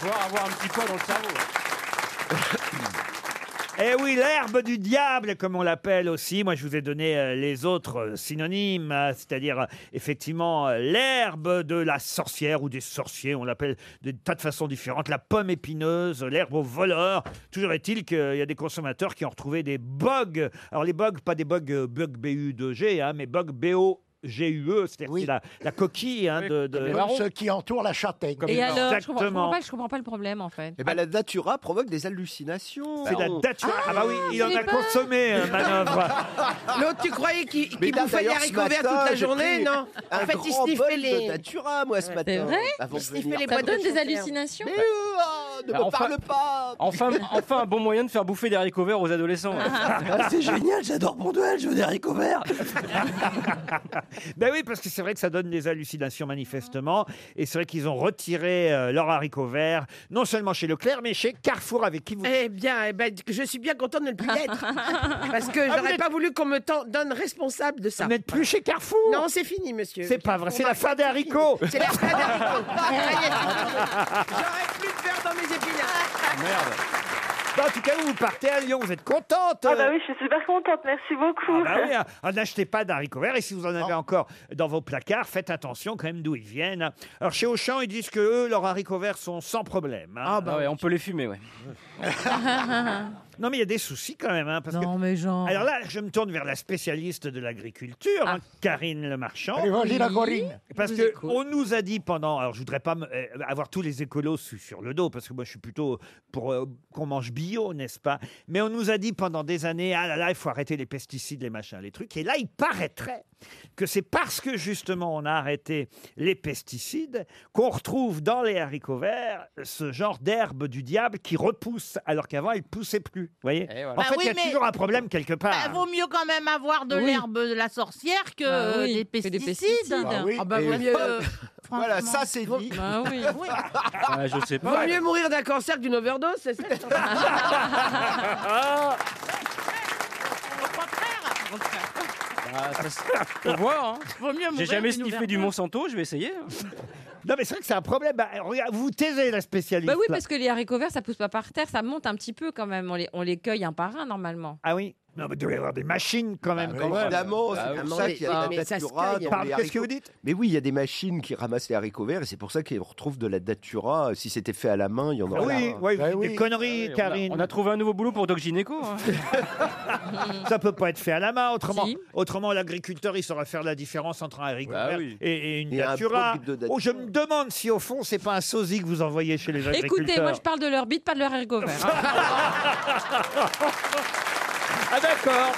Speaker 19: Voir avoir un petit poids dans le cerveau.
Speaker 1: Eh oui, l'herbe du diable, comme on l'appelle aussi. Moi, je vous ai donné euh, les autres euh, synonymes, euh, c'est-à-dire euh, effectivement euh, l'herbe de la sorcière ou des sorciers. On l'appelle de tas de façons différentes. La pomme épineuse, l'herbe au voleur. Toujours est-il qu'il y a des consommateurs qui ont retrouvé des bugs. Alors les bugs, pas des bugs euh, bugs B-U-G, hein, mais bugs B-O. GUE, E, c'est-à-dire c'est la, la coquille hein, de, de...
Speaker 21: Comme ceux qui entourent la châtaigne.
Speaker 20: Et alors, je comprends, je comprends
Speaker 1: Exactement.
Speaker 20: pas, je comprends pas le problème en fait.
Speaker 22: Eh ben, la datura provoque des hallucinations.
Speaker 1: C'est la datura. Ah, bah oui, il en
Speaker 20: j'ai
Speaker 1: a
Speaker 20: pas.
Speaker 1: consommé, euh, manœuvre.
Speaker 19: Ah.
Speaker 18: L'autre, tu croyais qu'il qu'il
Speaker 22: Mais là,
Speaker 18: bouffait des
Speaker 22: d'ailleurs, ce
Speaker 18: haricots verts
Speaker 22: matin,
Speaker 6: Ah,
Speaker 18: toute la
Speaker 22: j'ai
Speaker 18: journée,
Speaker 22: pris
Speaker 18: non
Speaker 22: un
Speaker 18: En fait, il
Speaker 22: grand
Speaker 18: sniffait
Speaker 22: bol
Speaker 18: les.
Speaker 22: de datura, moi, ce matin.
Speaker 18: C'est vrai
Speaker 22: Avant
Speaker 18: Il
Speaker 22: de
Speaker 18: sniffait
Speaker 22: venir.
Speaker 18: les
Speaker 22: Ça
Speaker 18: boîtes
Speaker 20: donne
Speaker 18: de
Speaker 20: des hallucinations
Speaker 22: Mais, euh, ah, ne
Speaker 19: Bah,
Speaker 22: me
Speaker 19: enfin-
Speaker 22: parle pas
Speaker 19: Enfin, enfin, un bon moyen de faire bouffer des haricots verts aux adolescents.
Speaker 22: Ah, c'est génial, j'adore mon duel, je veux des haricots verts.
Speaker 1: Ben oui, parce que c'est vrai que ça donne des hallucinations manifestement. Et c'est vrai qu'ils ont retiré euh, leur haricot vert, non seulement chez Leclerc, mais chez Carrefour avec qui vous...
Speaker 18: Eh bien, eh ben, je suis bien contente de ne plus
Speaker 1: *laughs*
Speaker 18: l'être. Parce
Speaker 1: Ah,
Speaker 18: que j'aurais pas voulu qu'on me t'en- donne responsable de ça. Vous n'êtes
Speaker 1: plus chez Carrefour
Speaker 18: Non, c'est fini, monsieur.
Speaker 1: C'est pas vrai, c'est la fin des haricots
Speaker 18: C'est la fin Ah, des
Speaker 9: *laughs*
Speaker 18: haricots.
Speaker 1: *laughs*
Speaker 18: J'aurais plus peur dans mes épinards.
Speaker 1: Merde en tout cas, vous partez à Lyon, vous êtes contente euh
Speaker 17: Ah bah oui, je suis super contente, merci beaucoup.
Speaker 1: Ah oui, hein. Ah, n'achetez pas d'haricots verts. Et si vous en avez encore dans vos placards, faites attention quand même d'où ils viennent. Alors chez Auchan, ils disent que eux, leurs haricots verts sont sans problème. Ah
Speaker 19: bah ouais, on peut les fumer, ouais.
Speaker 1: Non, mais il y a des soucis quand même. hein, parce que... Alors là, je me tourne vers la spécialiste de l'agriculture, hein, Karine Le Marchand.
Speaker 21: Allez, vas-y, la Corinne.
Speaker 1: Parce
Speaker 21: Je vous
Speaker 1: que
Speaker 21: écoute.
Speaker 1: on nous a dit pendant. Alors, je voudrais pas me- euh, avoir tous les écolos su- sur le dos, parce que moi, je suis plutôt pour euh, qu'on mange bio, n'est-ce pas Mais on nous a dit pendant des années ah là là, il faut arrêter les pesticides, les machins, les trucs. Et là, il paraîtrait que c'est parce que justement on a arrêté les pesticides qu'on retrouve dans les haricots verts ce genre d'herbe du diable qui repousse, alors qu'avant, elle poussait plus. Vous voyez En
Speaker 18: Bah
Speaker 1: fait, il
Speaker 18: oui,
Speaker 1: y a
Speaker 18: mais-
Speaker 1: toujours un problème quelque part.
Speaker 18: Bah, vaut mieux quand même avoir de
Speaker 1: Oui.
Speaker 18: l'herbe de la sorcière que
Speaker 20: Bah oui,
Speaker 18: euh, des
Speaker 20: que des
Speaker 18: pesticides.
Speaker 20: pesticides. Bah oui,
Speaker 18: Ah bah,
Speaker 20: et-
Speaker 18: vaut mieux, euh,
Speaker 22: Voilà,
Speaker 18: franchement.
Speaker 22: ça c'est dit.
Speaker 1: Bah
Speaker 18: Oui.
Speaker 19: Ah, je sais
Speaker 18: Vaut
Speaker 19: pas.
Speaker 18: mieux mourir d'un cancer que d'une overdose, c'est ça
Speaker 6: *laughs*
Speaker 19: Ah, ça, c'est- Faut voir, hein.
Speaker 18: Vaut mieux
Speaker 19: J'ai
Speaker 18: mourir
Speaker 19: jamais
Speaker 18: d'une
Speaker 19: sniffé du
Speaker 18: overdose.
Speaker 19: Monsanto, je vais essayer. hein.
Speaker 1: Non, mais c'est vrai que c'est un problème. Bah, regarde, vous taisez la spécialiste.
Speaker 20: *laughs* Bah oui,
Speaker 1: là.
Speaker 20: parce que les haricots verts, ça pousse pas par terre, ça monte un petit peu quand même. On les, on les cueille un par un normalement.
Speaker 1: Ah oui Non, mais il doit y avoir des machines quand
Speaker 5: Ah,
Speaker 1: même.
Speaker 22: Bah, évidemment, c'est pour ça qu'il y
Speaker 20: Ah,
Speaker 22: a de la datura.
Speaker 5: hein.
Speaker 22: dans les
Speaker 1: Pardon, Qu'est-ce que vous
Speaker 22: haricots.
Speaker 1: dites
Speaker 22: Mais oui, il y a des machines qui ramassent les haricots verts et c'est pour ça qu'on retrouve de la datura. Si c'était fait à la main, il y en
Speaker 3: Ah
Speaker 22: aurait. hein.
Speaker 1: oui,
Speaker 22: un.
Speaker 5: Bah
Speaker 1: ouais, vous dites des
Speaker 5: Ah
Speaker 1: conneries,
Speaker 22: on a-
Speaker 1: Karine.
Speaker 22: on a
Speaker 1: trouvé un nouveau boulot pour Doc Gynéco. *laughs* Ça peut pas être fait à la main. Autrement, autrement l'agriculteur, il saura faire la différence entre un haricot
Speaker 22: Bah
Speaker 1: vert
Speaker 22: oui.
Speaker 1: et, et une
Speaker 22: Et un
Speaker 1: datura.
Speaker 22: produit de datura.
Speaker 1: Oh, je me demande si au fond, c'est pas un sosie que vous envoyez chez les agriculteurs.
Speaker 20: Écoutez, moi je parle de leur bite, pas de leur hein. ergot
Speaker 19: *laughs*
Speaker 1: Ah d'accord,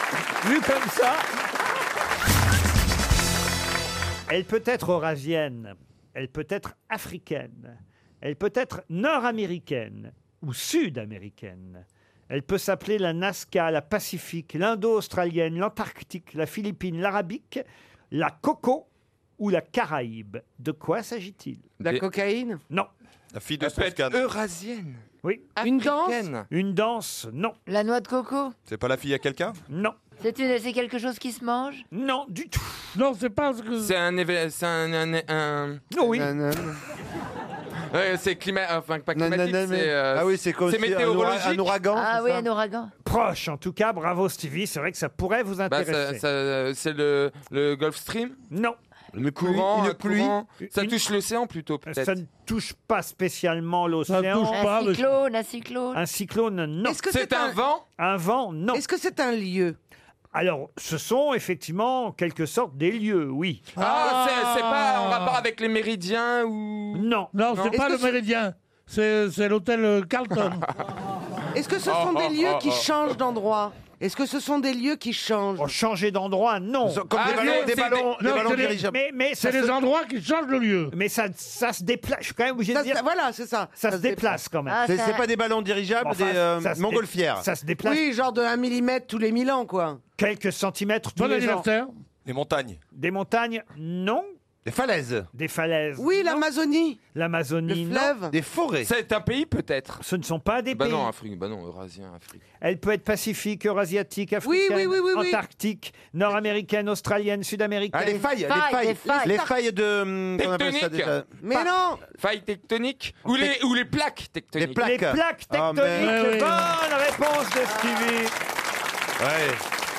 Speaker 1: vu comme ça. Elle peut être eurasienne, elle peut être africaine, elle peut être nord-américaine ou sud-américaine. Elle peut s'appeler la Nazca, la Pacifique, l'Indo-Australienne, l'Antarctique, la Philippine, l'Arabique, la Coco ou la Caraïbe. De quoi s'agit-il
Speaker 23: La Des- cocaïne
Speaker 1: Non.
Speaker 23: La fille de Toscane.
Speaker 1: Eurasienne Oui.
Speaker 23: Une Africaine. danse
Speaker 1: Une danse, non.
Speaker 24: La noix de coco
Speaker 23: C'est pas la fille à quelqu'un
Speaker 1: Non.
Speaker 24: C'est une- c'est quelque chose qui se mange
Speaker 1: Non, du tout.
Speaker 3: Non, c'est pas ce que.
Speaker 10: C'est un éve- C'est un. un, un-
Speaker 1: oui.
Speaker 10: Ouais, c'est climat. Enfin, pas
Speaker 5: Non, non,
Speaker 10: climatique.
Speaker 5: non, mais-
Speaker 10: c'est, euh,
Speaker 5: Ah oui, c'est comme
Speaker 10: C'est
Speaker 5: si un oura-
Speaker 10: météorologique.
Speaker 5: un ouragan,
Speaker 24: Ah oui, un ouragan.
Speaker 1: Proche, en tout cas, bravo Stevie, c'est vrai que ça pourrait vous
Speaker 10: Bah, ça-
Speaker 1: intéresser.
Speaker 10: ça, euh, c'est le, le Gulf Stream
Speaker 1: Non.
Speaker 10: Le courant,
Speaker 1: une
Speaker 10: un courant.
Speaker 1: pluie,
Speaker 10: Ça
Speaker 1: une-
Speaker 10: touche l'océan plutôt, peut-être.
Speaker 1: Euh, Ça ne touche pas spécialement l'océan.
Speaker 24: Un cyclone, un cyclone.
Speaker 1: Un cyclone, non.
Speaker 24: Est-ce que c'est C'est un un-
Speaker 10: vent
Speaker 1: Un vent, non. Est-ce que c'est un lieu Alors, ce sont effectivement, en quelque sorte, des lieux, oui.
Speaker 10: Ah, c'est- c'est pas en rapport avec les méridiens ou.
Speaker 1: Non.
Speaker 3: Non, c'est
Speaker 10: Est-ce
Speaker 3: pas
Speaker 10: que
Speaker 3: le
Speaker 10: c'est-
Speaker 3: Méridien. C'est c'est l'hôtel euh, Carlton.
Speaker 15: Est-ce que ce
Speaker 3: Oh,
Speaker 15: sont
Speaker 3: oh,
Speaker 15: des lieux
Speaker 3: oh,
Speaker 15: qui
Speaker 3: oh.
Speaker 15: changent d'endroit Est-ce que ce sont des lieux qui changent
Speaker 1: Changer d'endroit, non.
Speaker 5: Comme des ballons, des ballons, des ballons dirigeables.
Speaker 1: Mais, mais ça
Speaker 5: C'est les
Speaker 1: endroits qui changent le lieu. Mais ça, ça se déplace. Je suis quand même obligé
Speaker 5: Ça
Speaker 1: de dire.
Speaker 5: se-
Speaker 1: Voilà, c'est ça. Ça, se déplace quand même.
Speaker 5: Ah, C'est- ça- c'est pas des ballons dirigeables, des, euh,
Speaker 1: ça se dé-
Speaker 5: montgolfières.
Speaker 1: Ça se déplace.
Speaker 15: Oui, genre de 1 mm tous les 1000 ans, quoi.
Speaker 1: Quelques centimètres tous
Speaker 15: Bon
Speaker 1: les ans.
Speaker 15: anniversaire.
Speaker 23: Les montagnes.
Speaker 1: Des montagnes, non.
Speaker 5: Des falaises.
Speaker 1: Des falaises.
Speaker 15: Oui, l'Amazonie.
Speaker 1: L'Amazonie,
Speaker 15: Le
Speaker 1: non.
Speaker 15: fleuve. Des
Speaker 10: forêts. C'est un pays peut-être.
Speaker 1: Ce ne sont pas des
Speaker 10: bah
Speaker 1: pays.
Speaker 10: non, Afrique, bah non, Eurasien, Afrique.
Speaker 1: Elle peut être pacifique, eurasiatique,
Speaker 10: Oui,
Speaker 1: africaine,
Speaker 10: oui, oui, oui, oui.
Speaker 1: antarctique, nord-américaine, australienne, sud-américaine.
Speaker 5: Ah, les failles, les Failles, failles. les failles. Les failles de, hum, qu'on appelle ça
Speaker 10: Tectonique.
Speaker 5: déjà
Speaker 15: Mais non
Speaker 10: Faille tectonique ou les, ou les plaques tectoniques.
Speaker 5: Les plaques.
Speaker 1: Les plaques
Speaker 5: Ah,
Speaker 1: tectoniques.
Speaker 5: mais- Ouais, ouais.
Speaker 1: Bonne réponse de Stevie.
Speaker 5: Ah.
Speaker 10: Eh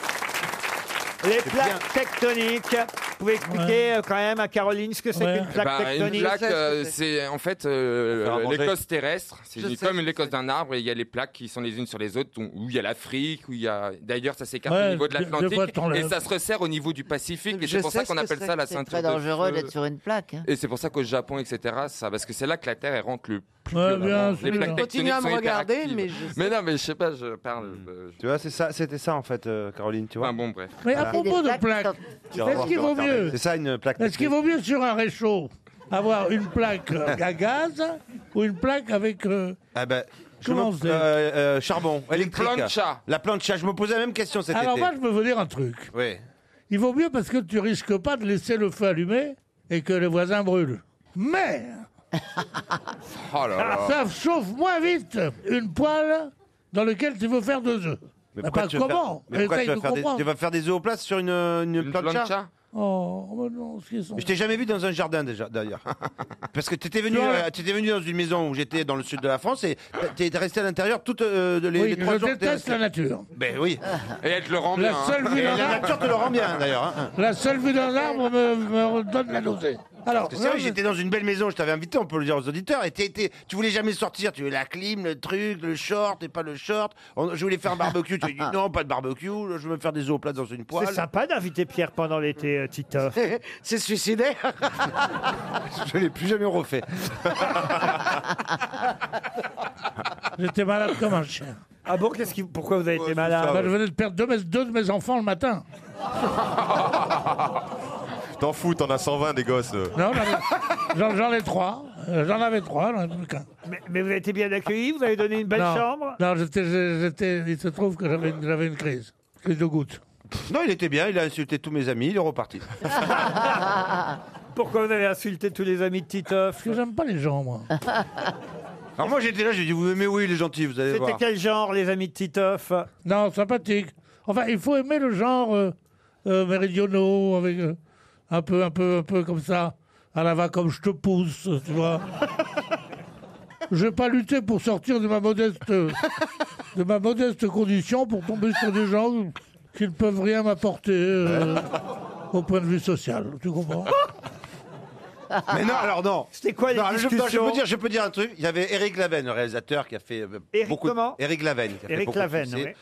Speaker 1: Les plaques tectoniques. Vous pouvez expliquer euh, quand même à Caroline ce que c'est qu'une plaque
Speaker 10: Bah, une
Speaker 1: tectonique
Speaker 10: plaque, euh, c'est en fait euh,
Speaker 23: Faire à manger.
Speaker 10: l'écosse terrestre. C'est
Speaker 23: Je
Speaker 10: une-
Speaker 23: sais,
Speaker 10: comme l'écosse d'un arbre et il y a les plaques qui sont les unes sur les autres, dont- où il y a l'Afrique, où il y a. D'ailleurs, ça s'écarte
Speaker 3: Ouais,
Speaker 10: au niveau de
Speaker 3: deux- deux fois
Speaker 10: l'Atlantique
Speaker 3: ton
Speaker 10: et
Speaker 3: lèvre.
Speaker 10: ça se resserre au niveau du Pacifique. Et
Speaker 24: Je
Speaker 10: c'est pour
Speaker 24: sais
Speaker 10: ça
Speaker 24: ce
Speaker 10: qu'on
Speaker 24: que
Speaker 10: appelle
Speaker 24: c'est.
Speaker 10: ça la
Speaker 24: C'est
Speaker 10: ceinture.
Speaker 24: très
Speaker 10: de
Speaker 24: dangereux
Speaker 10: feu.
Speaker 24: d'être sur une plaque. hein.
Speaker 10: Et c'est pour ça qu'au Japon, etc., ça, parce que c'est là que la Terre elle rentre le plus.
Speaker 24: Ouais,
Speaker 10: violemment.
Speaker 24: bien
Speaker 10: les
Speaker 24: sûr.
Speaker 10: plaques
Speaker 24: Je
Speaker 15: continue
Speaker 10: tectoniques
Speaker 15: à me
Speaker 10: sont
Speaker 15: regarder,
Speaker 10: hyperactives.
Speaker 15: mais je sais.
Speaker 10: Mais non, mais je sais pas, je parle.
Speaker 20: *laughs*
Speaker 10: euh,
Speaker 5: Tu vois, c'est ça, c'était ça en fait, euh, Caroline, tu vois.
Speaker 10: Ah bon, bref.
Speaker 3: Mais à propos de plaques,
Speaker 5: Tu vas
Speaker 3: est-ce
Speaker 5: voir,
Speaker 3: qu'il
Speaker 5: tu vas
Speaker 3: vaut
Speaker 5: retarder.
Speaker 3: mieux
Speaker 5: C'est ça une plaque.
Speaker 3: Est-ce qu'il vaut mieux sur un réchaud avoir une
Speaker 5: *laughs*
Speaker 3: plaque euh, à gaz ou une plaque avec. euh,
Speaker 5: Ah
Speaker 22: bah,
Speaker 5: ben, je
Speaker 3: Comment
Speaker 5: me-
Speaker 3: c'est
Speaker 5: euh, euh, charbon, électrique.
Speaker 3: plancha.
Speaker 5: La plancha. Je me posais la même question cet
Speaker 3: Alors
Speaker 5: été.
Speaker 3: moi, je veux vous dire un truc.
Speaker 5: Oui.
Speaker 3: Il vaut mieux parce que tu risques pas de laisser le feu allumé et que les voisins brûlent. Mais
Speaker 10: Oh là là.
Speaker 3: ça chauffe moins vite une poêle dans laquelle tu veux faire deux œufs.
Speaker 5: Mais
Speaker 3: Bah,
Speaker 5: pourquoi
Speaker 3: pas
Speaker 5: tu vas
Speaker 3: comment
Speaker 5: faire- mais pourquoi
Speaker 3: Essaye
Speaker 5: tu vas
Speaker 3: de
Speaker 5: faire des-
Speaker 3: comprendre.
Speaker 5: tu vas faire des zooplaces sur une, une, plancha,
Speaker 3: plancha Oh, mais non, ce qu'ils sont-
Speaker 5: Je t'ai jamais vu dans un jardin déjà,
Speaker 3: *laughs*
Speaker 5: d'ailleurs. Parce que tu étais venu,
Speaker 3: Tu vois
Speaker 5: euh, t'étais venu dans une maison où j'étais dans le sud de la France et tu étais resté à l'intérieur toutes euh, de- les,
Speaker 3: Oui,
Speaker 5: les trois
Speaker 3: je
Speaker 5: jours que t'es
Speaker 3: déteste
Speaker 5: resté.
Speaker 3: la nature.
Speaker 5: Ben oui.
Speaker 1: Ah.
Speaker 10: Et elle te le rend
Speaker 3: La
Speaker 10: bien. hein.
Speaker 3: seule vue
Speaker 5: Et
Speaker 3: d'un
Speaker 5: la
Speaker 3: arbre.
Speaker 5: nature te le rend bien d'ailleurs. hein.
Speaker 3: La seule vue d'un arbre me, me donne la nausée. Alors,
Speaker 5: Parce que c'est
Speaker 3: non,
Speaker 5: vrai, j'étais dans une belle maison, je t'avais invité, on peut le dire aux auditeurs, et t'es- t'es- tu voulais jamais sortir, tu veux la clim, le truc, le short, et pas le short. On- je voulais faire un barbecue, tu as
Speaker 3: *laughs*
Speaker 5: dit non, pas de barbecue, je veux me faire des eaux plates dans une poêle.
Speaker 1: C'est sympa d'inviter Pierre pendant l'été, euh, Titoff.
Speaker 15: C'est suicidaire.
Speaker 5: Je l'ai plus jamais refait.
Speaker 3: *laughs* J'étais malade comme un chien.
Speaker 1: Ah bon, qu'est-ce qui, pourquoi vous avez été
Speaker 3: Bah,
Speaker 1: malade
Speaker 3: je venais de perdre deux, mes- deux de mes enfants le matin.
Speaker 23: T'en fous, t'en as 120 des gosses. euh.
Speaker 3: Non, j'en avais- j'en j'en ai trois. Euh, J'en avais trois, j'en ai plus qu'un.
Speaker 1: mais, mais vous avez été bien accueilli, vous avez donné une belle
Speaker 3: non, *laughs*
Speaker 1: chambre
Speaker 3: Non, j'étais, j'étais- il se trouve que j'avais une, j'avais une crise. Crise de goutte.
Speaker 5: Non, il était bien, il a insulté tous mes amis, il est reparti.
Speaker 1: Pourquoi vous avez insulté tous les amis de Titoff
Speaker 3: Parce que j'aime pas les gens, moi.
Speaker 5: Alors moi j'étais là, j'ai dit, vous aimez, oui, les gentils, vous allez
Speaker 1: C'était
Speaker 5: voir.
Speaker 1: quel genre, les amis de Titoff
Speaker 3: Non, sympathique. Enfin, il faut aimer le genre euh, euh, méridionaux, avec euh, un peu, un peu, un peu comme ça. À la va comme je te pousse, euh, tu
Speaker 1: *laughs*
Speaker 3: vois. Je vais pas lutter pour sortir de ma modeste, de ma modeste condition pour tomber sur des gens qu'ils peuvent rien m'apporter euh, au point de vue social. Tu comprends
Speaker 5: Mais non, alors non.
Speaker 1: C'était quoi les
Speaker 5: Non, je, non, je
Speaker 1: discussions
Speaker 5: peux dire, je peux dire un truc. Il y avait Eric Laven, le réalisateur, qui a fait euh,
Speaker 1: Éric
Speaker 5: beaucoup.
Speaker 1: comment
Speaker 5: Eric Laven. Qui a fait
Speaker 1: Éric
Speaker 5: beaucoup de
Speaker 1: Laven,
Speaker 5: succès.
Speaker 1: oui.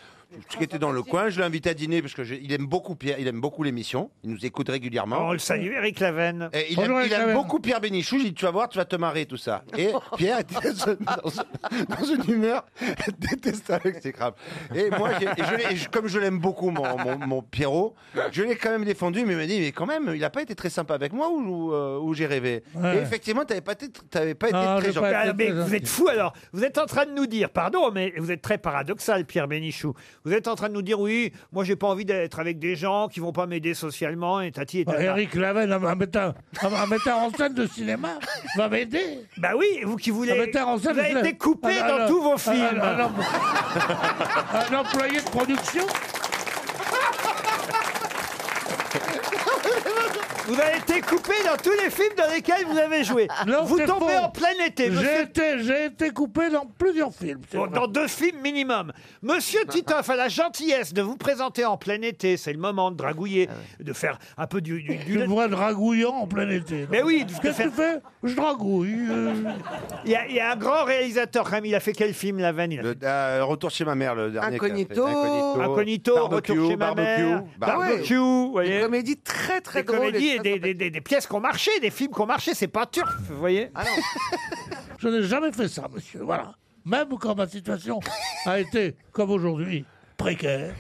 Speaker 5: Qui était dans le coin, je l'ai invité à dîner parce que je- il aime beaucoup Pierre, il aime beaucoup l'émission, il nous écoute régulièrement.
Speaker 3: Oh,
Speaker 1: On Oh, le salue, Eric Laven.
Speaker 5: Et Eh, il aime, il aime beaucoup Pierre Bénichou. J'ai dit, tu vas voir, tu vas te marrer, tout ça. Et *laughs* Pierre était dans, une- dans une humeur *laughs* détestable, c'est grave. Et moi, j'ai- et je l'ai- et je- comme je l'aime beaucoup, mon, mon, mon Pierrot, je l'ai quand même défendu, mais il m'a dit, mais quand même, il n'a pas été très sympa avec moi ou, ou, euh, ou j'ai rêvé.
Speaker 1: Ouais.
Speaker 5: Et effectivement, tu n'avais pas été, t'avais pas été très gentil.
Speaker 1: Ah, mais vous êtes fou alors. Vous êtes en train de nous dire, pardon, mais vous êtes très paradoxal, Pierre Bénichou. Vous êtes en train de nous dire, oui, moi j'ai pas envie d'être avec des gens qui vont pas m'aider socialement et tati et
Speaker 3: Bah,
Speaker 1: tata.
Speaker 3: Eric Laven, un, un metteur, un- un metteur en scène de cinéma, va m'aider.
Speaker 1: Bah oui, vous qui voulez.
Speaker 3: Un metteur en scène
Speaker 1: Vous avez
Speaker 3: de-
Speaker 1: été coupé
Speaker 3: Un-
Speaker 1: dans
Speaker 3: un-
Speaker 1: tous vos
Speaker 3: un-
Speaker 1: films.
Speaker 3: Un, un empl- un employé de production
Speaker 1: Vous avez été coupé dans tous les films dans lesquels vous
Speaker 3: *laughs*
Speaker 1: avez joué. vous
Speaker 3: c'est
Speaker 1: tombez
Speaker 3: faux.
Speaker 1: en plein été.
Speaker 3: J'ai
Speaker 1: monsieur.
Speaker 3: été, j'ai été coupé dans plusieurs films. c'est
Speaker 1: Bon,
Speaker 3: vrai.
Speaker 1: dans deux films minimum. Monsieur Titoff a la gentillesse de vous présenter en plein été. C'est le moment de
Speaker 5: Ah
Speaker 1: dragouiller, de faire un peu du. du,
Speaker 3: Tu me vois dragouillant en plein été.
Speaker 1: Mais oui,
Speaker 3: Qu'est-ce que tu fais Je dragouille. euh.
Speaker 1: Il y, a, il y a un grand réalisateur, quand même. Il a fait quel film, La Veine
Speaker 5: Le- euh, retour chez ma mère, le dernier. qu'il a fait.
Speaker 1: Incognito. Incognito,
Speaker 5: Barbecue,
Speaker 1: Retour chez ma
Speaker 5: Barbecue,
Speaker 1: mère.
Speaker 5: Barbecue.
Speaker 1: Barbecue, vous voyez. Des
Speaker 4: comédies très, très
Speaker 1: des Comédies et des, des- des- des pièces qui ont marché, des films qui ont marché. C'est pas turf, vous voyez.
Speaker 3: *laughs* Je n'ai jamais fait ça, monsieur. Voilà. Même quand ma situation a été, comme aujourd'hui, précaire.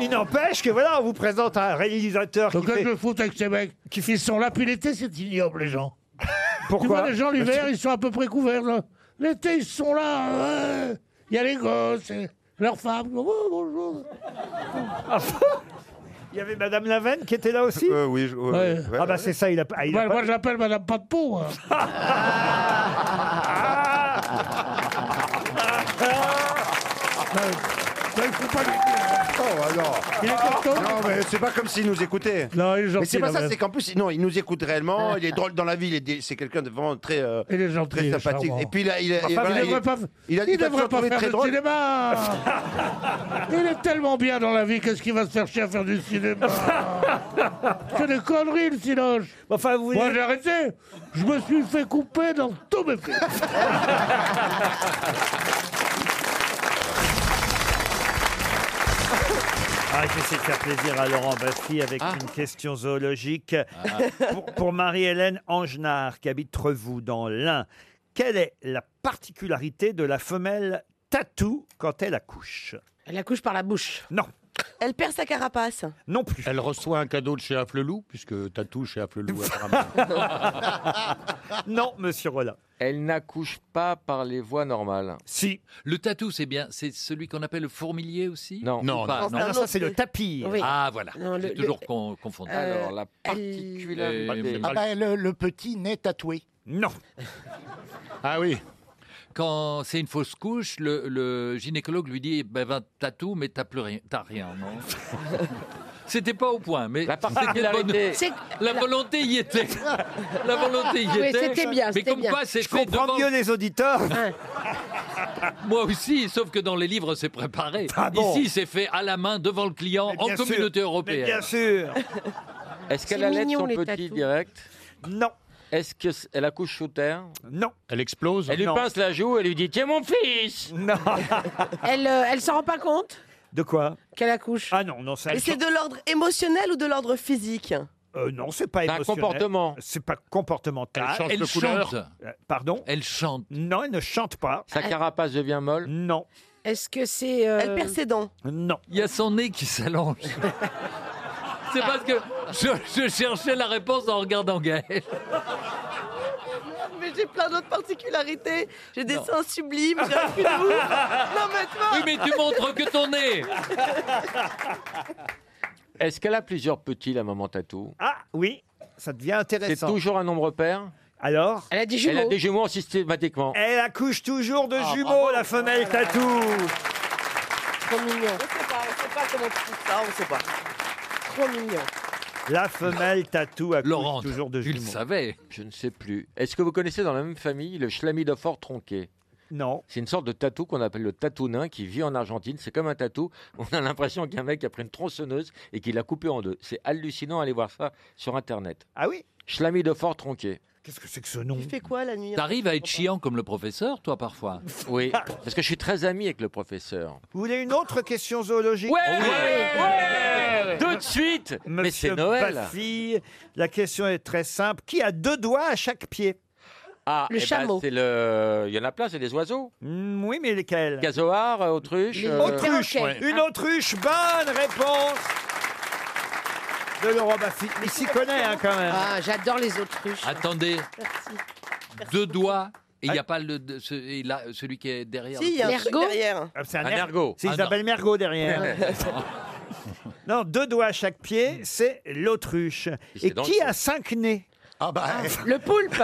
Speaker 1: Il n'empêche que voilà, on vous présente un réalisateur
Speaker 3: Donc
Speaker 1: qui
Speaker 3: là,
Speaker 1: fait...
Speaker 3: je me fous avec ces mecs. Qui ils sont là, puis l'été, c'est ignoble, les
Speaker 1: *laughs*
Speaker 3: gens. tu
Speaker 1: Pourquoi
Speaker 3: vois, les gens, l'hiver, ils sont à peu près couverts. là. L'été, ils sont là. euh, Il y a les gosses, et leurs femmes. Oh, bonjour.
Speaker 1: Ah, Il y avait Madame Laven qui était là aussi
Speaker 5: Oui,
Speaker 3: Euh, Ouais.
Speaker 1: Ah bah c'est ça, il a, ah, il a
Speaker 3: Moi,
Speaker 1: pas...
Speaker 3: Ben,
Speaker 1: Ah,
Speaker 3: moi, je l'appelle Madame Pas de Peau.
Speaker 1: *laughs*
Speaker 3: hein. Non, Ben, il faut pas lui
Speaker 1: Oh,
Speaker 3: dire. hein.
Speaker 1: bah
Speaker 3: Il est content.
Speaker 5: Non, mais c'est pas comme s'il nous écoutait.
Speaker 3: Non, il est gentil,
Speaker 5: mais c'est pas
Speaker 3: la
Speaker 5: ça,
Speaker 3: veuve.
Speaker 5: c'est qu'en plus, non, il nous
Speaker 3: *laughs*
Speaker 5: écoute réellement, il est drôle dans la vie, il est dé- c'est quelqu'un de vraiment très, euh,
Speaker 3: Il est gentil, il
Speaker 5: très
Speaker 3: est
Speaker 5: sympathique.
Speaker 3: charmant.
Speaker 5: Et puis là, il, a- et
Speaker 3: Enfin,
Speaker 5: voilà,
Speaker 3: Bah, il devrait
Speaker 5: il-
Speaker 3: pas,
Speaker 5: il a
Speaker 3: il
Speaker 5: dit
Speaker 3: devrait pas faire
Speaker 5: très
Speaker 3: de
Speaker 5: drôle.
Speaker 6: *laughs*
Speaker 3: cinéma. il est tellement bien dans la vie, qu'est-ce qu'il va se faire chier à faire du
Speaker 6: *laughs*
Speaker 3: cinéma C'est des conneries, le Cinoche.
Speaker 1: Enfin, vous
Speaker 3: Moi, j'ai arrêté. Je me suis fait couper dans tous mes films.
Speaker 1: Ah, je vais essayer de faire plaisir à Laurent Baffi avec
Speaker 25: Ah.
Speaker 1: une question zoologique. Pour, pour Marie-Hélène Angenard, qui habite Trevoux, dans l'Ain, quelle est la particularité de la femelle tatou quand elle accouche
Speaker 4: Elle accouche par la bouche.
Speaker 1: Non,
Speaker 4: Elle perd sa carapace.
Speaker 1: non plus.
Speaker 7: Elle reçoit un cadeau de chez Afflelou, puisque Tatou chez Afflelou, apparemment.
Speaker 1: *laughs* non, monsieur Rolla.
Speaker 7: Elle n'accouche pas par les voies normales.
Speaker 1: Si.
Speaker 7: Le tatou, c'est bien. C'est celui qu'on appelle le fourmilier aussi Non,
Speaker 1: Ou pas Non, non, ça c'est le tapir.
Speaker 7: Oui. Ah, voilà.
Speaker 4: Non, le-
Speaker 7: J'ai toujours con- confondu. Alors, la
Speaker 4: particularité.
Speaker 21: Ah bah, le, le petit nez tatoué.
Speaker 1: Non.
Speaker 7: *laughs* Ah oui. Quand c'est une fausse couche, le, le gynécologue lui dit ben, ben, t'as tout, mais t'as plus rien. T'as rien,
Speaker 1: *laughs*
Speaker 7: non C'était pas au point, mais la
Speaker 4: particularité- C'est- Ah
Speaker 7: la volonté
Speaker 4: *laughs*
Speaker 7: y était. La volonté y
Speaker 4: Oui,
Speaker 7: était.
Speaker 4: c'était bien,
Speaker 7: Mais
Speaker 4: c'était
Speaker 7: comme
Speaker 4: bien. Hein.
Speaker 7: quoi, c'est
Speaker 4: Je
Speaker 7: fait
Speaker 4: comprends
Speaker 7: devant-
Speaker 1: mieux les auditeurs.
Speaker 7: *laughs* Moi aussi, sauf que dans les livres, c'est préparé.
Speaker 1: Ah bon
Speaker 7: Ici, c'est fait à la main devant le client
Speaker 1: Mais
Speaker 7: en
Speaker 1: bien sûr,
Speaker 7: communauté
Speaker 1: mais
Speaker 7: européenne.
Speaker 1: bien sûr.
Speaker 25: Est-ce qu'elle
Speaker 7: C'est
Speaker 25: allait
Speaker 7: mignon,
Speaker 25: son
Speaker 7: les
Speaker 25: petit
Speaker 7: tatous.
Speaker 25: direct
Speaker 1: Non.
Speaker 25: Est-ce qu'elle accouche sous terre
Speaker 1: Non.
Speaker 25: Elle explose Elle lui
Speaker 1: Non.
Speaker 25: pince la joue, elle lui dit Tiens mon fils *laughs*
Speaker 1: Non
Speaker 4: *laughs* Elle, euh, elle s'en rend pas compte
Speaker 1: De quoi
Speaker 4: qu'elle accouche.
Speaker 1: Ah non, non, ça.
Speaker 4: Et c'est de l'ordre émotionnel ou de l'ordre physique
Speaker 1: Euh, non, c'est pas
Speaker 25: C'est un
Speaker 1: émotionnel.
Speaker 25: comportement.
Speaker 1: C'est pas comportemental.
Speaker 25: Elle change Elle de couleur. chante.
Speaker 1: Euh, Pardon
Speaker 7: Elle chante.
Speaker 1: Non, elle ne chante pas.
Speaker 25: Sa carapace devient molle
Speaker 1: Non.
Speaker 4: Est-ce que c'est. euh, Elle perd ses dents.
Speaker 1: Non.
Speaker 7: Il y a son nez
Speaker 25: *laughs*
Speaker 7: qui s'allonge. C'est parce que je, je cherchais la réponse en regardant Gaël.
Speaker 4: Mais j'ai plein d'autres particularités. J'ai des seins sublimes, j'ai un cul de *laughs* ouf. Non, mais toi
Speaker 7: Oui, mais tu montres que ton nez.
Speaker 25: Est-ce qu'elle a plusieurs petits, la maman Tatou
Speaker 1: Ah oui, ça devient
Speaker 25: C'est
Speaker 1: intéressant.
Speaker 25: toujours un nombre pair
Speaker 1: Alors
Speaker 25: Elle a
Speaker 1: des jumeaux.
Speaker 25: Elle a des jumeaux systématiquement.
Speaker 1: Elle accouche toujours de
Speaker 25: Ah,
Speaker 1: jumeaux,
Speaker 25: bravo.
Speaker 1: la femelle tatou.
Speaker 4: Trop mignon. On sait pas, on sait pas comment tu trouves ça, on sait pas. Trop mignon.
Speaker 1: La femelle tatou accouche
Speaker 25: Laurent,
Speaker 1: toujours de
Speaker 25: tu le
Speaker 1: jumeaux.
Speaker 25: savais. Je ne sais plus. Est-ce que vous connaissez dans la même famille le chlamydophore tronqué
Speaker 1: Non.
Speaker 25: C'est une sorte de tatou qu'on appelle le tatou nain qui vit en Argentine. C'est comme un tatou. On a l'impression qu'un mec a pris une tronçonneuse et qu'il l'a coupé en deux. C'est hallucinant. Allez voir ça sur Internet.
Speaker 1: Ah oui
Speaker 25: Schlamy de Fort Tronqué.
Speaker 1: Qu'est-ce que c'est que ce nom
Speaker 4: Tu fais quoi la nuit
Speaker 25: T'arrives à être chiant comme le professeur, toi, parfois. Oui, parce que je suis très ami avec le
Speaker 1: *laughs*
Speaker 25: professeur.
Speaker 1: Vous voulez une autre question zoologique
Speaker 25: Ouais Ouais Tout de suite Mais c'est
Speaker 1: Monsieur
Speaker 25: Noël
Speaker 1: Baffi, la question est très simple. Qui a deux doigts à chaque pied
Speaker 25: Ah, eh ben, c'est le... Il y en a plein, c'est des oiseaux.
Speaker 1: Mm, oui, mais lesquels
Speaker 25: Casoar, euh, autruche. euh,
Speaker 1: Autruche, une autruche, bonne réponse de Laurent Baffi. Il s'y connaît hein, quand même.
Speaker 6: Ah, j'adore les autruches.
Speaker 7: Attendez,
Speaker 6: Merci.
Speaker 7: deux doigts et il n'y a pas le, de- ce- et là, celui qui est derrière.
Speaker 4: Si, il y a un truc derrière.
Speaker 1: Ah, C'est
Speaker 7: Un
Speaker 1: er-
Speaker 7: ergot.
Speaker 1: C'est
Speaker 7: Ah,
Speaker 1: Isabelle
Speaker 7: non.
Speaker 25: *laughs*
Speaker 1: Mergot derrière. non, deux doigts à chaque pied, c'est l'autruche. Et
Speaker 25: dans
Speaker 1: qui a cinq nez
Speaker 12: Ah bah
Speaker 25: eh.
Speaker 1: le poulpe.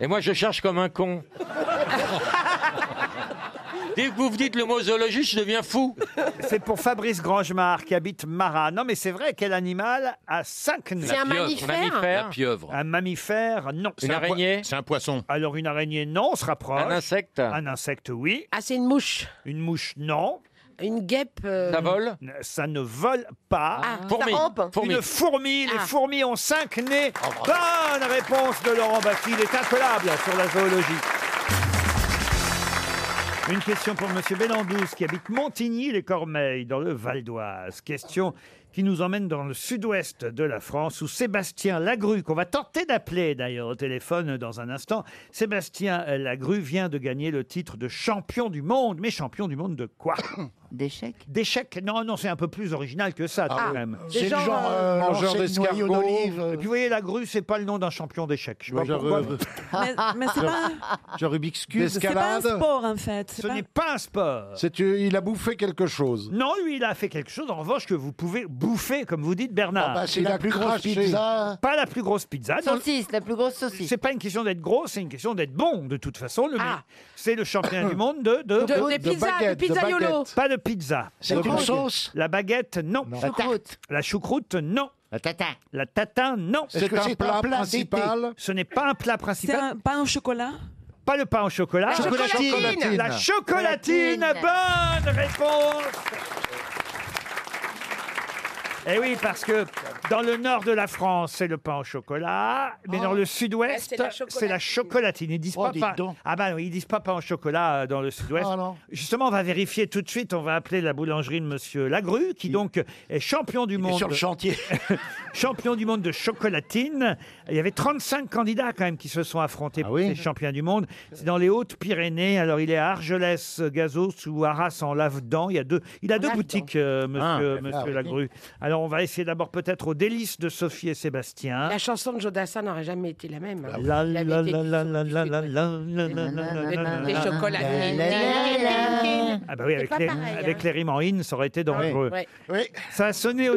Speaker 25: Et moi, je cherche comme un con. Dès que vous vous dites le mot zoologiste, je deviens fou.
Speaker 1: *laughs* C'est pour Fabrice Grangemar qui habite Marat. Non, mais c'est vrai, quel animal a cinq nez
Speaker 25: C'est La un pieuvre. mammifère Mammifère. La pieuvre.
Speaker 1: Un mammifère, non.
Speaker 25: Une araignée
Speaker 1: C'est un poisson. Alors, une araignée, non, on se rapproche.
Speaker 25: Un insecte
Speaker 1: Un insecte, oui. Ah, c'est une mouche Une mouche, non.
Speaker 18: Une guêpe. euh,
Speaker 1: Ça vole Ça ne vole pas.
Speaker 18: Ah, Fourmi. ça rampe Fourmi.
Speaker 1: Une fourmi. Les
Speaker 18: Ah.
Speaker 1: fourmis ont cinq nez. Bonne réponse de Laurent Baffi. Il est incollable sur la zoologie. Une question pour Monsieur Bélandouze qui habite Montigny-les-Cormeilles dans le Val d'Oise. Question qui nous emmène dans le sud-ouest de la France où Sébastien Lagru, qu'on va tenter d'appeler d'ailleurs au téléphone dans un instant, Sébastien euh, Lagru vient de gagner le titre de champion du monde. Mais champion du monde de quoi
Speaker 24: *coughs* D'échecs
Speaker 1: D'échecs Non, non, c'est un peu plus original que ça
Speaker 24: Ah,
Speaker 1: quand même.
Speaker 24: c'est le genre, euh,
Speaker 12: mangeur lancé de noyaux d'escargots. d'olive.
Speaker 1: Et puis vous voyez, Lagru, c'est pas le nom d'un champion d'échecs. Je sais
Speaker 12: Ouais,
Speaker 1: pas
Speaker 12: j'avais-
Speaker 1: pourquoi.
Speaker 13: Mais, mais c'est pas,
Speaker 12: Genre euh, Rubik's Cube.
Speaker 13: c'est pas un sport en fait. c'est
Speaker 1: Ce
Speaker 13: pas-
Speaker 1: n'est pas un sport.
Speaker 12: C'est, euh, il a bouffé quelque chose.
Speaker 1: Non, lui, il a fait quelque chose, en revanche, que vous pouvez bouffer, comme vous dites, Bernard.
Speaker 12: Ah bah, c'est Il la a plus grosse craché. pizza.
Speaker 1: Pas la plus grosse pizza. non.
Speaker 24: Saucisse, la plus grosse saucisse.
Speaker 1: C'est pas une question d'être gros, c'est une question d'être bon, de toute façon. Le C'est le championnat du monde de...
Speaker 24: De-
Speaker 1: De,
Speaker 24: de- des de pizzas, baguettes, de de pizzaiolo. baguettes.
Speaker 1: Pas de pizza.
Speaker 24: C'est La une baguette. sauce
Speaker 1: La baguette, non.
Speaker 24: La Choucroute. tarte.
Speaker 1: La choucroute, non.
Speaker 24: La tatin.
Speaker 1: La tatin, non.
Speaker 12: Est-ce C'est que un c'est un plat plat principal d'été
Speaker 1: Ce n'est pas un plat
Speaker 13: C'est
Speaker 1: principal.
Speaker 13: un pain au chocolat
Speaker 1: Pas le pain au chocolat.
Speaker 13: La chocolatine. Chocolatine.
Speaker 1: La chocolatine.
Speaker 13: Chocolatine.
Speaker 1: Bonne réponse. Eh oui, parce que dans le nord de la France, c'est le pain au chocolat, mais
Speaker 18: Oh.
Speaker 1: dans le
Speaker 18: Ah,
Speaker 1: sud-ouest,
Speaker 18: c'est la
Speaker 1: c'est la chocolatine. Ils disent
Speaker 18: Oh,
Speaker 1: pas
Speaker 18: dites
Speaker 1: pain.
Speaker 18: donc.
Speaker 1: Ah bah non, ils disent pas pain au chocolat euh, dans le sud-ouest.
Speaker 18: Ah, non.
Speaker 1: Justement, on va vérifier tout de suite. On va appeler la boulangerie de Monsieur Lagru, qui donc est champion du monde.
Speaker 21: sur le chantier.
Speaker 1: *laughs* champion du monde de chocolatine. Il y avait 35 candidats quand même qui se sont affrontés
Speaker 18: Ah
Speaker 1: pour ces champions du monde. C'est dans les Hautes-Pyrénées. Alors il est à Argelès-Gazos ou Arras en Lavedan. Il y a deux, il a deux boutiques, euh, Monsieur,
Speaker 18: Ah,
Speaker 1: monsieur
Speaker 18: ah oui.
Speaker 1: Lagru. Alors on va essayer d'abord peut-être aux délices de Sophie et Sébastien.
Speaker 18: La chanson de Jodassin n'aurait jamais été la
Speaker 7: Bah
Speaker 18: même.
Speaker 1: La la la la la la la la la la la la la
Speaker 18: Des
Speaker 1: la.
Speaker 18: chocolatines.
Speaker 1: Ah bah oui,
Speaker 18: C'est
Speaker 1: avec
Speaker 18: pas
Speaker 1: les,
Speaker 18: pareil,
Speaker 1: avec
Speaker 18: hein.
Speaker 1: les rimes en in, ça aurait été dangereux.
Speaker 18: Ouais.
Speaker 1: Ça a sonné aux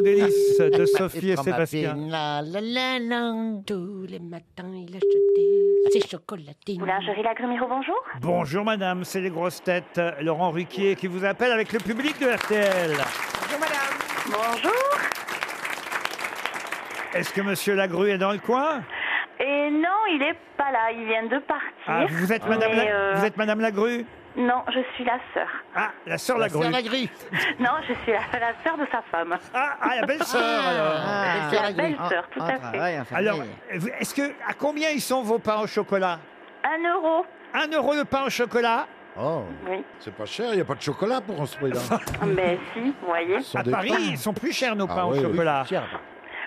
Speaker 18: *laughs*
Speaker 1: délices de Sophie et
Speaker 18: prend ma
Speaker 1: Sébastien.
Speaker 18: La, la, la, la. Tous les matins, il achetait ses chocolatines.
Speaker 17: Boulangerie Lagrimiro, bonjour.
Speaker 1: Bonjour madame, c'est les grosses têtes. Laurent Ruquier qui vous appelle avec le public de RTL.
Speaker 17: Bonjour madame. Bonjour.
Speaker 1: Est-ce que monsieur Lagru est dans le coin
Speaker 17: Et non, il est pas là, il vient de partir.
Speaker 1: Ah, vous êtes madame,
Speaker 17: Mais,
Speaker 1: La-
Speaker 17: euh,
Speaker 1: vous êtes madame Lagru
Speaker 17: Non, je suis la sœur.
Speaker 1: Ah, la sœur Lagru.
Speaker 17: *laughs* Non, je suis la, la sœur de sa femme.
Speaker 1: Ah, ah, la belle sœur Ah, alors.
Speaker 17: Ah. La belle sœur, tout à fait.
Speaker 1: Alors, est-ce que à combien ils sont vos pains au chocolat
Speaker 17: Un euro.
Speaker 1: Un euro le pain au chocolat
Speaker 12: Oh.
Speaker 17: Oui. Ah,
Speaker 12: C'est pas cher, il n'y a pas de chocolat pour ce prix-là.
Speaker 17: Mais si, vous voyez.
Speaker 12: sont
Speaker 1: À
Speaker 12: des
Speaker 1: Paris,
Speaker 12: pains.
Speaker 1: ils sont plus chers nos
Speaker 12: Ah
Speaker 1: pains
Speaker 12: oui,
Speaker 1: au
Speaker 12: oui,
Speaker 1: chocolat.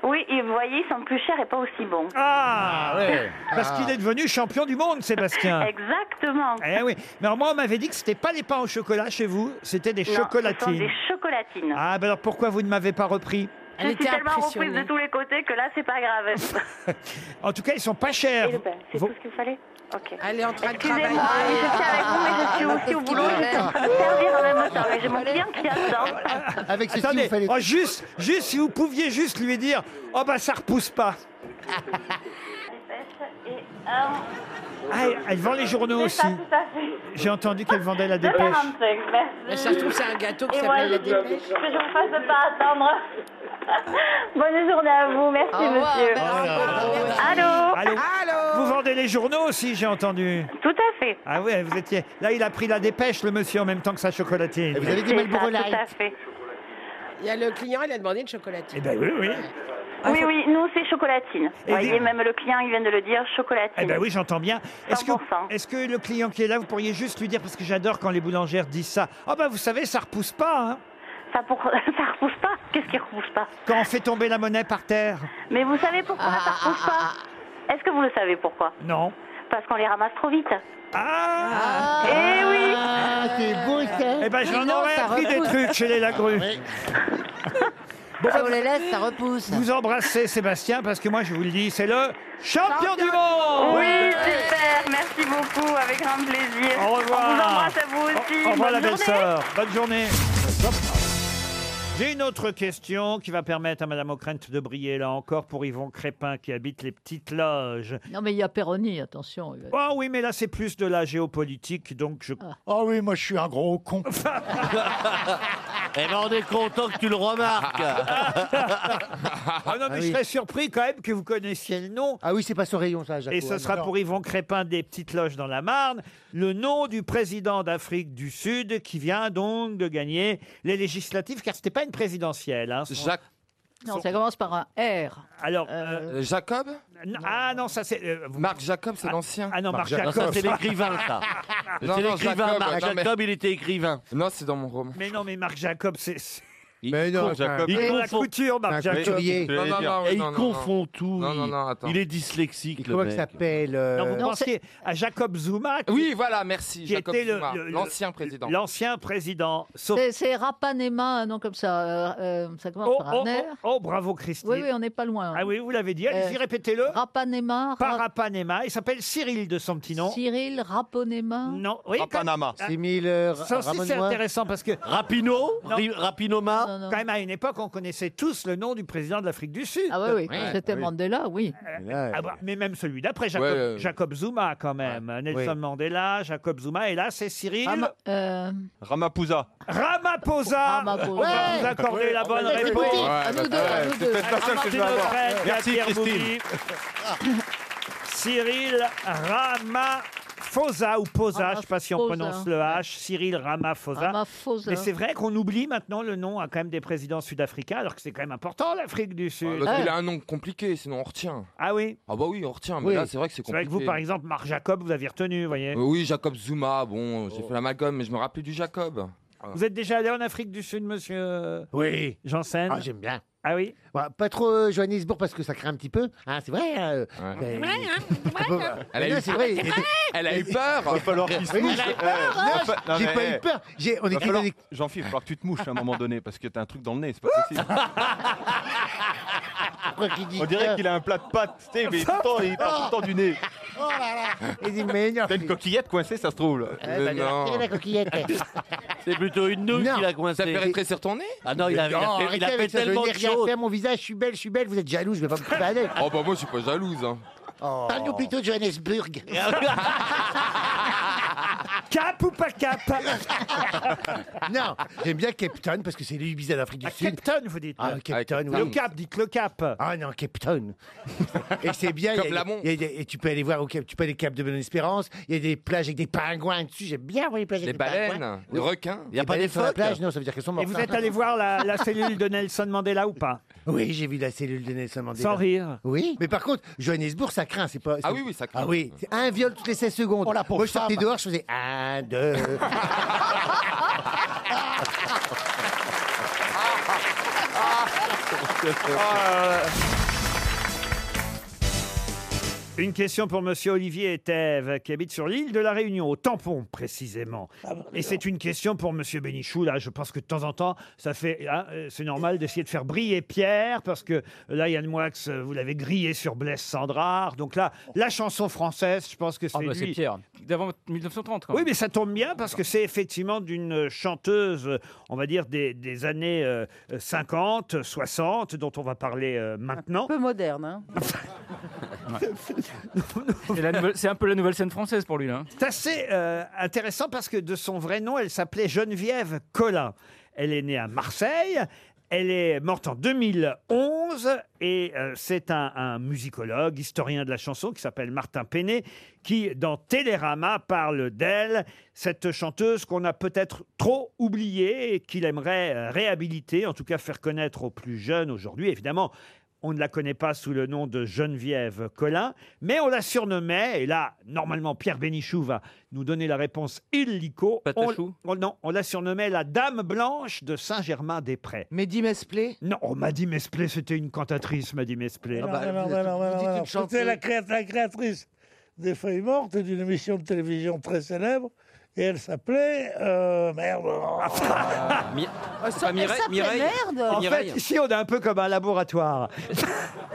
Speaker 17: Oui, et vous voyez, ils sont plus chers et pas aussi bons.
Speaker 1: Ah,
Speaker 12: ouais.
Speaker 1: Parce qu'il est devenu champion du
Speaker 17: *laughs*
Speaker 1: monde, Sébastien.
Speaker 17: Exactement.
Speaker 1: Eh oui. Mais alors moi, on m'avait dit que c'était pas les pains au chocolat chez vous, c'était des
Speaker 17: Non, ce sont
Speaker 1: chocolatines.
Speaker 17: des chocolatines.
Speaker 1: Ah, ben alors pourquoi vous ne m'avez pas repris
Speaker 17: je suis tellement reprise de tous les côtés que là, c'est pas grave.
Speaker 1: *laughs* En tout cas, ils sont pas chers.
Speaker 17: Eh ben, c'est
Speaker 1: Vos-
Speaker 17: tout ce qu'il fallait Ok.
Speaker 18: Elle est en train de
Speaker 17: Excusez-moi,
Speaker 18: travailler.
Speaker 17: mais je suis avec vous, mais je suis aussi au boulot, je suis en train de servir en même temps, mais j'ai mon client qui attend.
Speaker 1: Avec Attendez, oh, juste, juste si vous pouviez juste lui dire, oh bah ça repousse pas. Ah, elle, elle vend les journaux
Speaker 17: C'est ça,
Speaker 1: aussi.
Speaker 17: tout à fait.
Speaker 1: J'ai entendu qu'elle vendait la dépêche.
Speaker 17: 45, merci.
Speaker 18: Mais ça se trouve, c'est un gâteau qui
Speaker 17: Et
Speaker 18: s'appelle
Speaker 17: moi,
Speaker 18: la dépêche.
Speaker 17: Que je ne fasse pas attendre. *laughs* Bonne journée à vous, merci
Speaker 1: Au revoir,
Speaker 17: monsieur.
Speaker 1: merci.
Speaker 17: Allô
Speaker 1: Allô Vous vendez les journaux aussi, j'ai entendu.
Speaker 17: Tout à fait.
Speaker 1: Ah ouais, vous étiez. Là, il a pris la dépêche, le monsieur, en même temps que sa chocolatine.
Speaker 17: C'est ça, Tout à fait.
Speaker 9: Il y a le client, il a demandé une chocolatine.
Speaker 1: Eh ben oui, Eh oui.
Speaker 17: Oui, oui, nous c'est chocolatine. Vous voyez, même le client, il vient de le dire, chocolatine.
Speaker 1: Eh ben oui, j'entends bien. Est-ce que, est-ce que le client qui est là, vous pourriez juste lui dire, parce que j'adore quand les boulangères disent ça. Ah bah vous savez, ça repousse pas. Hein.
Speaker 17: *laughs* Ça, repousse pas Qu'est-ce qui repousse pas
Speaker 1: Quand on fait tomber la monnaie par terre.
Speaker 17: Mais vous savez pourquoi
Speaker 13: Ah,
Speaker 17: ça repousse pas Est-ce que vous le savez pourquoi
Speaker 1: Non.
Speaker 17: Parce qu'on les ramasse trop vite.
Speaker 1: Ah
Speaker 17: Eh oui
Speaker 26: Ah, c'est beau ça.
Speaker 1: Eh ben j'en aurais appris des trucs chez les Lagru.
Speaker 26: Ah
Speaker 1: Bon, ben,
Speaker 27: on les laisse, ça repousse.
Speaker 1: Vous embrassez Sébastien parce que moi je vous le dis, c'est le champion, du monde.
Speaker 17: Oui, super, merci beaucoup, avec grand plaisir.
Speaker 1: Au revoir.
Speaker 17: On vous embrasse à vous aussi.
Speaker 1: Au revoir la
Speaker 17: Bonne
Speaker 1: belle
Speaker 17: journée.
Speaker 1: sœur. Bonne journée. J'ai une autre question qui va permettre à Madame O'Krent de briller là encore pour Yvon Crépin qui habite les petites loges.
Speaker 21: Non, mais il y a Perroni, attention.
Speaker 17: Euh.
Speaker 1: Oh oui, mais là c'est plus de la géopolitique, donc je.
Speaker 17: Ah.
Speaker 26: Oh oui, moi je suis un gros
Speaker 1: *laughs*
Speaker 26: con.
Speaker 6: Eh ben, on est content que tu le remarques.
Speaker 1: Ah non, mais
Speaker 6: Ah
Speaker 1: je
Speaker 6: oui.
Speaker 1: serais surpris quand même que vous connaissiez le nom.
Speaker 6: Ah oui, c'est pas ce rayon, ça, Jaco.
Speaker 1: Et ce
Speaker 6: Ah,
Speaker 1: sera
Speaker 6: non.
Speaker 1: pour Yvon Crépin des Petites Loges dans la Marne, le nom du président d'Afrique du Sud qui vient donc de gagner les législatives, car c'était pas une présidentielle. hein. Son-
Speaker 21: Non, ça commence par un R.
Speaker 1: Alors, Euh, Jacob Ah non, ça c'est. Marc Jacob, c'est l'ancien. Ah non, Marc,
Speaker 6: Non,
Speaker 1: Jacob.
Speaker 6: ça,
Speaker 1: *laughs*
Speaker 6: c'est l'écrivain, ça. C'est
Speaker 1: Non, non,
Speaker 6: l'écrivain,
Speaker 1: Jacob,
Speaker 6: Marc
Speaker 1: non, mais-
Speaker 6: Jacob, il était écrivain. Non, c'est dans mon roman.
Speaker 1: Mais non, mais Marc Jacob, c'est. c'est-
Speaker 6: Mais
Speaker 1: non, Jacob. Il confond- Un couturier. Non, non, non, oui,
Speaker 6: Et il
Speaker 1: non, non,
Speaker 6: confond
Speaker 1: non.
Speaker 6: tout.
Speaker 1: Non,
Speaker 6: il-
Speaker 1: non, non, attends.
Speaker 6: Il est dyslexique, le Comment il mec. s'appelle euh,
Speaker 1: Non, vous pensiez à Jacob Zuma qui-
Speaker 6: Oui,
Speaker 28: voilà, merci,
Speaker 1: qui
Speaker 28: Jacob
Speaker 1: était le-
Speaker 28: Zuma,
Speaker 1: le- le-
Speaker 28: l'ancien président.
Speaker 1: L'ancien président. Sauf...
Speaker 21: C'est- C'est Rapanema, un nom comme ça. euh, euh, ça commence
Speaker 1: Oh,
Speaker 21: par
Speaker 1: oh,
Speaker 21: un R.
Speaker 1: oh, oh, bravo Christine.
Speaker 21: Oui, oui, on n'est pas loin.
Speaker 1: Ah oui, vous l'avez dit, allez-y,
Speaker 21: Euh,
Speaker 1: répétez-le.
Speaker 21: Rapanema.
Speaker 1: Par Rapanema. Il s'appelle Cyril de son petit nom.
Speaker 21: Cyril Raponema.
Speaker 1: Non, oui. quand- Ah,
Speaker 6: Simile
Speaker 1: Ça aussi, c'est intéressant parce que.
Speaker 6: Rapino
Speaker 1: Non.
Speaker 6: Ri- Rapinoma
Speaker 21: non.
Speaker 1: Quand même, à une époque, on connaissait tous le nom du président de l'Afrique du Sud.
Speaker 21: Ah oui, oui, quand c'était Mandela, oui.
Speaker 1: Ah bah, mais même celui d'après, Jacob,
Speaker 21: Ouais, ouais.
Speaker 1: Jacob Zuma quand même. Nelson
Speaker 21: Oui.
Speaker 1: Mandela, Jacob Zuma, et là c'est Cyril
Speaker 21: Ah, ma- euh,
Speaker 20: Ramaphosa.
Speaker 1: Ramaphosa.
Speaker 21: Ramaphosa.
Speaker 1: On va
Speaker 21: Ouais.
Speaker 1: vous accorder la bonne
Speaker 21: Ouais,
Speaker 1: réponse.
Speaker 21: écoutez, à nous deux, à nous deux.
Speaker 1: Martine Aubert, Pierre Bouvier. *laughs* Cyril Ramaphosa ou Posa, je ne sais pas si on
Speaker 21: Ramaphosa.
Speaker 1: prononce le H, Cyril Ramaphosa.
Speaker 21: Ramaphosa.
Speaker 1: Mais c'est vrai qu'on oublie maintenant le nom à quand même des présidents sud-africains, alors que c'est quand même important l'Afrique du Sud.
Speaker 10: L'autre, il Bah, a un nom compliqué, sinon on retient.
Speaker 1: Ah oui
Speaker 10: Ah bah oui, on retient, mais
Speaker 1: Oui.
Speaker 10: là, c'est vrai que c'est
Speaker 1: C'est vrai
Speaker 10: compliqué.
Speaker 1: que vous, par exemple, Marc Jacob, vous aviez retenu, vous voyez.
Speaker 10: Euh, Oui, Jacob Zuma, bon, j'ai fait la l'amalgame, mais je me rappelais du Jacob.
Speaker 20: Ah.
Speaker 1: Vous êtes déjà allé en Afrique du Sud, monsieur euh,
Speaker 6: Oui.
Speaker 1: Janssen
Speaker 6: Ah, j'aime bien.
Speaker 1: Ah oui
Speaker 6: Pas trop euh, Johannesburg parce que ça craint un petit peu. Hein, c'est vrai. hein, euh, euh,
Speaker 20: bah.
Speaker 10: Elle a
Speaker 6: Non,
Speaker 10: eu-
Speaker 6: c'est vrai.
Speaker 10: Elle- elle a eu peur.
Speaker 6: Va falloir
Speaker 10: qu'il se
Speaker 6: Oui,
Speaker 10: mouche.
Speaker 6: j'ai-
Speaker 10: Eh,
Speaker 20: euh,
Speaker 6: hein. Non,
Speaker 10: va fa- non,
Speaker 6: J'ai
Speaker 10: mais,
Speaker 6: pas
Speaker 10: eh,
Speaker 6: eu peur. J'ai- On
Speaker 20: Va
Speaker 6: écrivait
Speaker 20: falloir-
Speaker 6: des-
Speaker 20: Jean-Philippe, il va falloir que tu te mouches à un moment donné, parce que t'as un truc dans le nez, c'est
Speaker 6: *laughs*
Speaker 20: pas possible.
Speaker 6: Ah,
Speaker 20: On dirait qu'il a un plat de pâtes, tu sais, mais tout le temps, il part tout le temps du nez.
Speaker 6: Oh là là. *laughs* Il dit, mais non.
Speaker 20: T'as une coquillette coincée, ça se trouve. là.
Speaker 6: Eh ben, tirez la coquillette. C'est plutôt une nouille Non. qu'il a coincée. Ça fait rentrer sur
Speaker 10: ton nez
Speaker 6: Ah non, il a, il a Non, fait, il arrêtez a fait avec ça, je veux tellement de dire, regarde, choses. regarde mon visage, je suis belle, je suis belle, vous êtes jaloux, je vais pas me promener.
Speaker 10: *laughs* Oh bah moi, je suis pas jalouse. hein.
Speaker 6: Parle-nous plutôt de Johannesburg. *laughs*
Speaker 1: Cap ou pas cap
Speaker 6: *laughs* Non, j'aime bien Cape Town parce que c'est l'Ubiza d'Afrique du Sud.
Speaker 1: Cape Town, vous dites
Speaker 6: Ah,
Speaker 1: là.
Speaker 6: Cape Town,
Speaker 1: Le
Speaker 6: oui.
Speaker 1: Cap, dites le Cap.
Speaker 6: Ah non, Cape Town. et c'est bien. il y a-
Speaker 10: Comme Lamont.
Speaker 6: il y a- Et tu peux aller voir au Cap, tu peux aller au Cap de Bonne-Espérance. Il y a des plages avec des pingouins dessus. J'aime bien voir les plages avec
Speaker 10: Les
Speaker 6: des
Speaker 10: baleines,
Speaker 6: pingouins.
Speaker 10: les
Speaker 6: Bah Oui.
Speaker 10: requins.
Speaker 6: Il n'y a pas des sur la plage, non, ça veut dire qu'elles sont
Speaker 1: Et
Speaker 6: mortes.
Speaker 1: vous êtes allé voir la, la cellule de Nelson Mandela ou
Speaker 10: *laughs*
Speaker 1: pas
Speaker 6: Oui, j'ai vu la cellule de Nelson Mandela.
Speaker 1: Sans rire.
Speaker 6: Oui, mais par contre, Johannesburg, ça craint, c'est pas.
Speaker 10: Ah
Speaker 6: c'est-
Speaker 10: oui, oui, ça craint.
Speaker 6: Ah oui, c'est un viol toutes les 16 secondes. Moi, je sortais dehors, je faisais Ah. un, deux.
Speaker 1: Oh, euh. Une question pour Monsieur Olivier Etève, qui habite sur l'île de la Réunion, au tampon précisément. Et c'est une question pour Monsieur Bénichou. Là, je pense que de temps en temps, ça fait, hein, euh, c'est normal d'essayer de faire briller Pierre, parce que là, Yann Moix, euh, vous l'avez grillé sur Blaise Sandrard. Donc là, la chanson française, je pense que c'est
Speaker 19: Ah bah c'est
Speaker 1: lui.
Speaker 19: Pierre. D'avant 1930 quand
Speaker 1: Oui,
Speaker 19: même.
Speaker 1: mais ça tombe bien parce que c'est effectivement d'une chanteuse, euh, on va dire, des, des années euh, 50, 60, dont on va parler euh, maintenant.
Speaker 27: peu moderne,
Speaker 1: *laughs*
Speaker 27: hein. *laughs*
Speaker 19: C'est la nouvelle- C'est un peu la nouvelle scène française pour lui là. hein.
Speaker 1: C'est assez euh, intéressant parce que de son vrai nom, elle s'appelait Geneviève Collin. Elle est née à Marseille. Elle est morte en 2011 et euh, c'est un, un musicologue, historien de la chanson qui s'appelle Martin Péné qui, dans Télérama, parle d'elle, cette chanteuse qu'on a peut-être trop oubliée et qu'il aimerait euh, réhabiliter, en tout cas faire connaître aux plus jeunes aujourd'hui. Évidemment, on ne la connaît pas sous le nom de Geneviève Collin, mais on la surnommait, et là, normalement, Pierre Bénichou va nous donner la réponse illico. On, on- non, on la surnommait la Dame Blanche de Saint-Germain-des-Prés. Mehdi Mesplé Non, oh, Maddy Mesplé, c'était une cantatrice, Maddy Mesplé.
Speaker 25: Ah
Speaker 3: Alors,
Speaker 25: bah,
Speaker 3: alors, alors, alors, alors, C'était la, créat- la créatrice des Feuilles Mortes, d'une émission de télévision très célèbre, et elle s'appelait. euh, merde. *laughs*
Speaker 25: ça- Mireille- elle s'appelait Ah, Mireille. merde.
Speaker 1: En fait,
Speaker 25: Mireille.
Speaker 1: ici, on est un peu comme un laboratoire.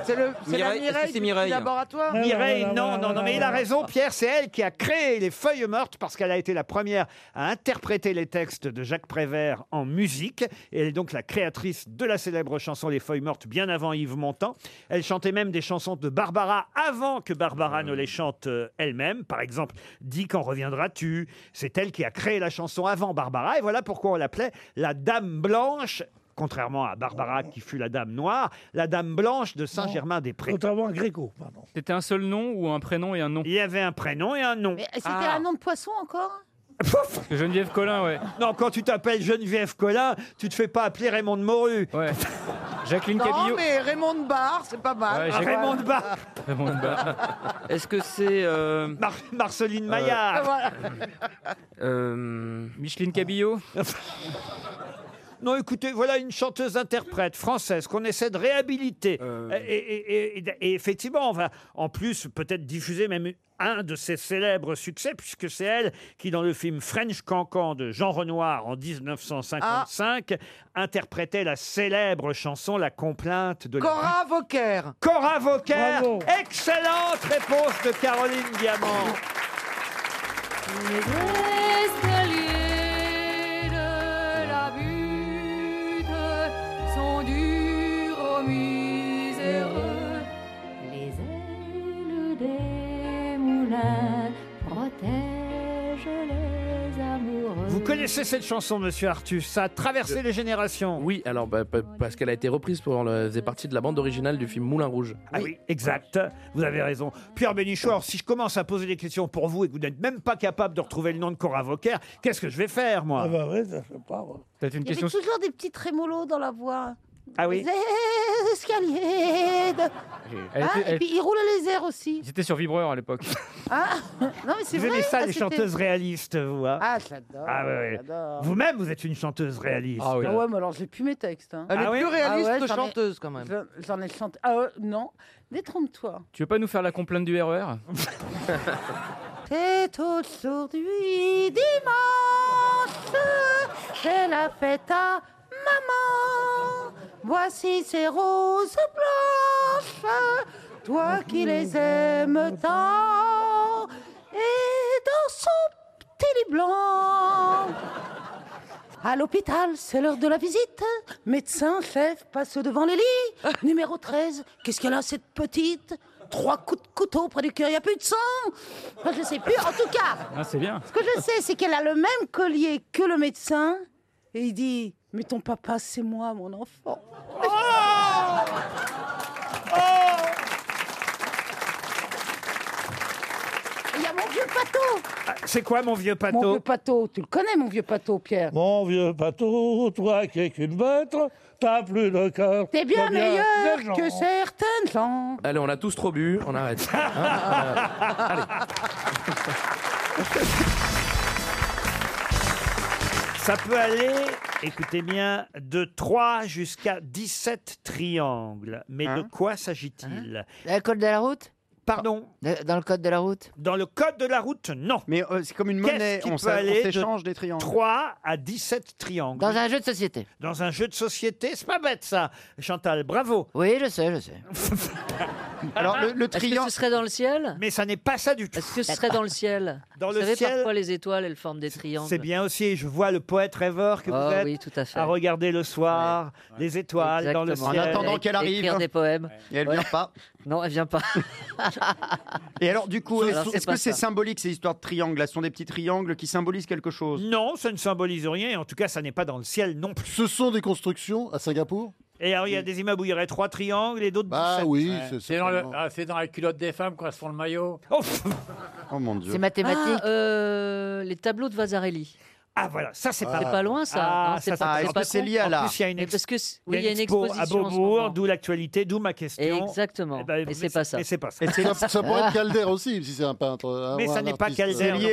Speaker 15: C'est le c'est la
Speaker 1: Mireille, est-ce que
Speaker 15: Mireille
Speaker 1: c'est
Speaker 15: du
Speaker 1: Mireille
Speaker 15: petit laboratoire
Speaker 1: Mireille, non, non, non, mais
Speaker 15: Ah.
Speaker 1: il a raison, Pierre, c'est elle qui a créé les feuilles mortes parce qu'elle a été la première à interpréter les textes de Jacques Prévert en musique. Et elle est donc la créatrice de la célèbre chanson Les feuilles mortes bien avant Yves Montand. Elle chantait même des chansons de Barbara avant que Barbara ne les chante euh, elle-même. Par exemple, Dis quand reviendras-tu C'est elle qui a créé la chanson avant Barbara. Et voilà pourquoi on l'appelait la Dame Blanche. Contrairement à Barbara qui fut la dame noire, la dame blanche de Saint-Germain-des-Prés.
Speaker 3: Contrairement à Gréco, pardon.
Speaker 1: C'était un seul nom ou un prénom et un nom
Speaker 19: Il
Speaker 1: y avait un prénom et un nom.
Speaker 2: Mais c'était
Speaker 1: Ah.
Speaker 2: un nom de poisson encore
Speaker 1: Geneviève Collin, ouais. Non, quand tu t'appelles Geneviève Collin, tu te fais pas appeler Raymond de Morue. *laughs* Ouais. Jacqueline
Speaker 15: Non, mais Raymond de Barre, c'est pas mal.
Speaker 1: Ouais, j'ai- Raymond de Barre.
Speaker 19: Ah, bah.
Speaker 16: Est-ce que c'est. euh,
Speaker 1: Marceline
Speaker 16: Maillard.
Speaker 15: Euh, Voilà.
Speaker 16: euh,
Speaker 1: Micheline Cabillot *laughs* Non, écoutez, voilà une chanteuse-interprète française qu'on essaie de réhabiliter. Et, et- et- et- et effectivement, on va en plus peut-être diffuser même un de ses célèbres succès, puisque c'est elle qui, dans le film French Cancan de Jean Renoir en 1955, interprétait la célèbre chanson La complainte de la-
Speaker 15: Cora Vauquer.
Speaker 1: Cora Vauquer. Excellente réponse de Caroline Diamant.
Speaker 20: de la butte sont durs aux miséreux. Les ailes des moulins protègent les amoureux.
Speaker 1: Vous connaissez cette chanson, monsieur Artus Ça a traversé les générations.
Speaker 16: Euh, Oui, alors bah, pa- parce qu'elle a été reprise pour le, faisait partie de la bande originale du film Moulin Rouge.
Speaker 1: Ah oui, exact. Vous avez raison. Pierre Bénichou, alors si je commence à poser des questions pour vous et que vous n'êtes même pas capable de retrouver le nom de Cora Vauquer, qu'est-ce que je vais faire, moi
Speaker 3: Ah bah ouais, ça, je sais pas. moi.
Speaker 1: une
Speaker 2: Il y avait toujours des petits trémolos dans la voix.
Speaker 1: Ah oui.
Speaker 2: Les escaliers de-
Speaker 19: Elle
Speaker 2: Ah,
Speaker 19: était-
Speaker 2: Et
Speaker 19: elle-
Speaker 2: puis il roulait les airs aussi.
Speaker 19: Ils étaient sur vibreur à l'époque.
Speaker 2: Ah, non mais c'est
Speaker 1: Vous
Speaker 2: vrai.
Speaker 1: aimez
Speaker 9: bah,
Speaker 1: ça,
Speaker 2: ah,
Speaker 1: les
Speaker 2: c'était-
Speaker 1: chanteuses réalistes, vous hein
Speaker 2: Ah, j'adore.
Speaker 1: Ah ouais, ouais.
Speaker 2: j'adore.
Speaker 1: Vous-même, vous êtes une chanteuse réaliste.
Speaker 2: Ah ouais, mais alors j'ai plus mes textes. hein.
Speaker 19: Elle est Ah ouais plus réaliste
Speaker 2: Ah ouais,
Speaker 19: que
Speaker 2: j'en ai-
Speaker 19: chanteuse, quand même.
Speaker 2: j'en- J'en ai chanté. Ah ouais, non, détrompe-toi.
Speaker 19: Tu veux pas nous faire la complainte du E RER
Speaker 2: C'est aujourd'hui dimanche, c'est la fête à maman. Voici ces roses blanches, toi qui les aimes tant. Et dans son petit lit blanc. À l'hôpital, c'est l'heure de la visite. Médecin, chef, passe devant le lit. Numéro 13, qu'est-ce qu'elle a cette petite Trois coups de couteau près du cœur, il n'y a plus de sang Enfin, Je ne sais plus, en tout cas.
Speaker 19: Ah, c'est bien.
Speaker 2: Ce que je sais, c'est qu'elle a le même collier que le médecin. Et il dit, mais ton papa, c'est moi, mon enfant. Il y a mon vieux pâteau.
Speaker 1: Ah, C'est quoi, mon vieux pâteau
Speaker 2: Mon vieux pâteau, tu le connais, mon vieux pâteau, Pierre.
Speaker 3: Mon vieux pâteau, toi qui es qu'une bête, t'as plus de cœur.
Speaker 2: T'es bien
Speaker 3: comme des gens.
Speaker 2: meilleur que certaines gens.
Speaker 16: Allez, on a tous trop bu, on arrête.
Speaker 20: Ah, Hein
Speaker 6: Ah.
Speaker 2: *laughs*
Speaker 1: Ça peut aller, écoutez bien, de 3 jusqu'à 17 triangles. Mais
Speaker 2: Hein
Speaker 1: de quoi s'agit-il
Speaker 24: Le code de la route
Speaker 1: Pardon
Speaker 24: Dans le code de la route
Speaker 1: Dans le code de la route, non.
Speaker 24: Mais c'est comme une
Speaker 1: Qu'est-ce qui peut aller de 3 à 17 triangles.
Speaker 24: Dans un jeu de société.
Speaker 1: Dans un jeu de société, c'est pas bête ça. Chantal, bravo. *laughs*
Speaker 24: Oui, je sais, je sais.
Speaker 5: Alors, le- le
Speaker 1: triangle-
Speaker 5: Est-ce que ce serait dans le ciel
Speaker 1: Mais ça n'est pas ça du tout.
Speaker 5: Est-ce que ce serait dans le ciel
Speaker 1: Dans
Speaker 5: Vous
Speaker 1: le
Speaker 5: savez,
Speaker 1: ciel-
Speaker 5: parfois les étoiles, elles forment des triangles.
Speaker 1: C'est bien aussi, je vois le poète rêveur que
Speaker 5: Oh
Speaker 1: vous êtes
Speaker 5: oui, tout à fait.
Speaker 1: regarder le soir, les étoiles dans le
Speaker 5: Exactement.
Speaker 1: ciel.
Speaker 5: Écrire des poèmes.
Speaker 1: Et elle vient
Speaker 5: pas. Non, elle
Speaker 21: *laughs*
Speaker 5: vient pas.
Speaker 1: Et alors, du
Speaker 5: coup,
Speaker 1: est-ce-
Speaker 5: Alors,
Speaker 1: est-ce
Speaker 5: pas
Speaker 1: que c'est
Speaker 5: ça.
Speaker 1: symbolique ces histoires de triangles Là, ce sont des petits triangles qui symbolisent quelque chose Non, ça ne symbolise rien. et En tout cas, ça n'est pas dans le ciel non plus.
Speaker 12: Ce sont des constructions à Singapour
Speaker 1: Et alors, il y a des immeubles où il y aurait trois triangles et d'autres.
Speaker 12: Bah
Speaker 1: dix-sept.
Speaker 12: oui,
Speaker 6: C'est dans, le- ah, c'est dans la culotte des femmes quoi, elles se font le maillot.
Speaker 12: Oh mon Dieu.
Speaker 5: Ah, euh, les tableaux de Vasarely.
Speaker 1: Ah voilà, ça c'est
Speaker 5: c'est
Speaker 1: pas
Speaker 5: pas, loin ça.
Speaker 1: Ah,
Speaker 5: Non, c'est
Speaker 1: ça,
Speaker 5: pas-
Speaker 1: c'est
Speaker 5: c'est
Speaker 1: pas
Speaker 5: pas
Speaker 1: con.
Speaker 5: con.
Speaker 1: En plus, il y a une,
Speaker 5: Mais
Speaker 1: ex-
Speaker 5: parce que c- oui,
Speaker 1: il y a une expo à
Speaker 5: exposition en ce
Speaker 1: Beaubourg,
Speaker 5: moment.
Speaker 1: d'où l'actualité, d'où ma question.
Speaker 5: Exactement.
Speaker 1: Eh ben,
Speaker 5: et c'est pas ça.
Speaker 1: Et c'est pas ça.
Speaker 12: ça, ça pourrait
Speaker 24: Ah.
Speaker 1: *laughs*
Speaker 12: être Calder aussi, si c'est un peintre. un-
Speaker 1: Mais
Speaker 12: un
Speaker 1: ça n'est pas
Speaker 12: artiste.
Speaker 1: Calder.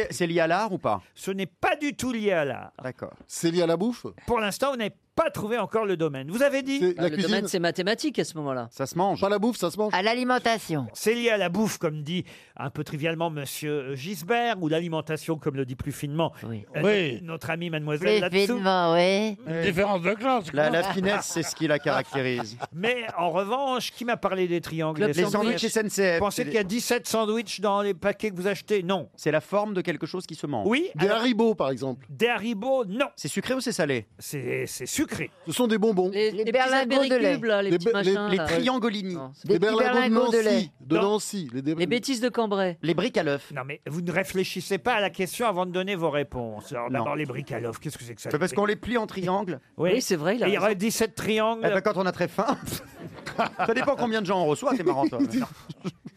Speaker 6: à l'art ou pas
Speaker 1: Ce n'est pas du tout lié à l'art.
Speaker 6: D'accord.
Speaker 12: C'est lié à la bouffe
Speaker 1: Pour l'instant, vous n'avez pas trouvé encore le domaine. Vous avez dit
Speaker 5: Ah, le domaine, c'est mathématique à ce moment-là.
Speaker 6: Ça se mange.
Speaker 12: Pas la bouffe, ça se mange.
Speaker 5: À l'alimentation.
Speaker 1: C'est lié à la bouffe, comme dit un peu trivialement Monsieur Gisbert, ou l'alimentation, comme le dit plus finement euh,
Speaker 6: Oui.
Speaker 1: notre amie
Speaker 24: Plus
Speaker 1: Mademoiselle là-dessous.
Speaker 24: finement, oui.
Speaker 1: Différence de classe.
Speaker 6: La,
Speaker 1: quoi.
Speaker 6: la finesse, c'est
Speaker 1: *laughs*
Speaker 6: ce qui la caractérise.
Speaker 1: Mais en revanche, qui m'a parlé des triangles
Speaker 6: Club
Speaker 1: des
Speaker 6: Les sandwichs SNCF.
Speaker 1: Vous Pensez
Speaker 6: C'est
Speaker 1: qu'il y a 17 sandwichs dans les paquets que vous achetez Non.
Speaker 6: C'est la forme de quelque chose qui se mange.
Speaker 1: Oui. Des
Speaker 12: haribots, par exemple.
Speaker 1: Des haribots, non.
Speaker 6: C'est sucré ou c'est salé
Speaker 1: C'est sucré.
Speaker 12: Ce sont des bonbons.
Speaker 5: Les, les, berlingots de lait. Là, les, petits machins,
Speaker 6: les
Speaker 5: là.
Speaker 6: triangolini.
Speaker 5: Non, c'est
Speaker 12: Des
Speaker 5: des petits
Speaker 12: berlingots de Nancy. De
Speaker 1: Dans-
Speaker 12: Nancy. Les, dé-
Speaker 5: Les bêtises de Cambrai.
Speaker 6: Les briques à l'œuf.
Speaker 1: Non, mais vous ne réfléchissez pas à la question avant de donner vos réponses. Alors d'abord, les briques à l'offre, qu'est-ce que c'est que ça
Speaker 6: C'est Bah, parce qu'on les plie en triangle.
Speaker 1: *laughs* Oui, Oui, c'est vrai, il a
Speaker 6: Et
Speaker 1: raison. 17 triangles.
Speaker 6: Eh ben, quand on a très faim. *laughs* ça dépend combien de gens on reçoit, c'est
Speaker 1: *laughs*
Speaker 6: marrant toi.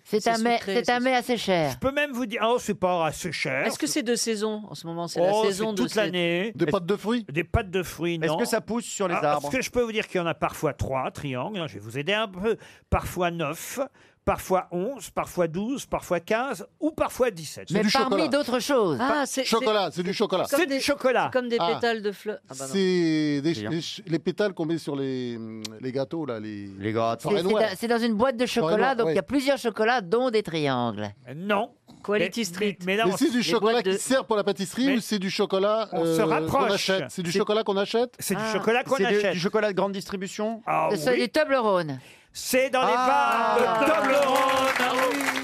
Speaker 24: C'est un mets,
Speaker 5: sucré,
Speaker 24: c'est
Speaker 5: c'est
Speaker 24: un mets assez cher.
Speaker 1: Je peux même vous dire, oh, c'est pas assez cher.
Speaker 5: Est-ce que c'est de saison en ce moment C'est
Speaker 1: Oh,
Speaker 5: la
Speaker 1: c'est
Speaker 5: saison de
Speaker 1: toute
Speaker 5: ces-
Speaker 1: l'année.
Speaker 12: Des pâtes de fruits
Speaker 1: Des pâtes de fruits, non.
Speaker 6: Est-ce que ça pousse sur les
Speaker 1: Ah,
Speaker 6: arbres
Speaker 1: Est-ce que je peux vous dire qu'il y en a parfois trois triangles hein, Je vais vous aider un peu. Parfois neuf, parfois onze, parfois douze, parfois quinze ou parfois dix-sept.
Speaker 24: Mais parmi d'autres choses.
Speaker 5: Ah, c'est-
Speaker 12: Chocolat, c'est du chocolat.
Speaker 1: C'est du chocolat.
Speaker 5: Comme des
Speaker 12: Ah.
Speaker 5: pétales de fleurs. Ah, bah non.
Speaker 12: C'est des- les, les pétales qu'on met sur les, les gâteaux, là. Les,
Speaker 6: les gâteaux.
Speaker 24: C'est- C'est dans- c'est dans une boîte de chocolat,
Speaker 12: Noir,
Speaker 24: donc
Speaker 12: oui.
Speaker 24: il y a plusieurs chocolats, dont des triangles.
Speaker 1: Euh, Non.
Speaker 5: Quality Street.
Speaker 1: Mais
Speaker 12: Mais c'est du
Speaker 5: Les
Speaker 12: chocolat
Speaker 5: boîtes de-
Speaker 12: qui sert pour la pâtisserie
Speaker 1: Mais-
Speaker 12: ou c'est du chocolat
Speaker 1: On
Speaker 12: euh,
Speaker 1: se rapproche.
Speaker 12: qu'on achète C'est du
Speaker 1: C'est-
Speaker 12: chocolat qu'on achète
Speaker 1: C'est
Speaker 24: Ah.
Speaker 1: du chocolat qu'on
Speaker 6: C'est de-
Speaker 1: achète.
Speaker 6: du chocolat de grande distribution
Speaker 1: Ah
Speaker 24: C'est celui
Speaker 1: oui.
Speaker 24: du Toblerone. Ah,
Speaker 1: C'est dans les bars de Toblerone.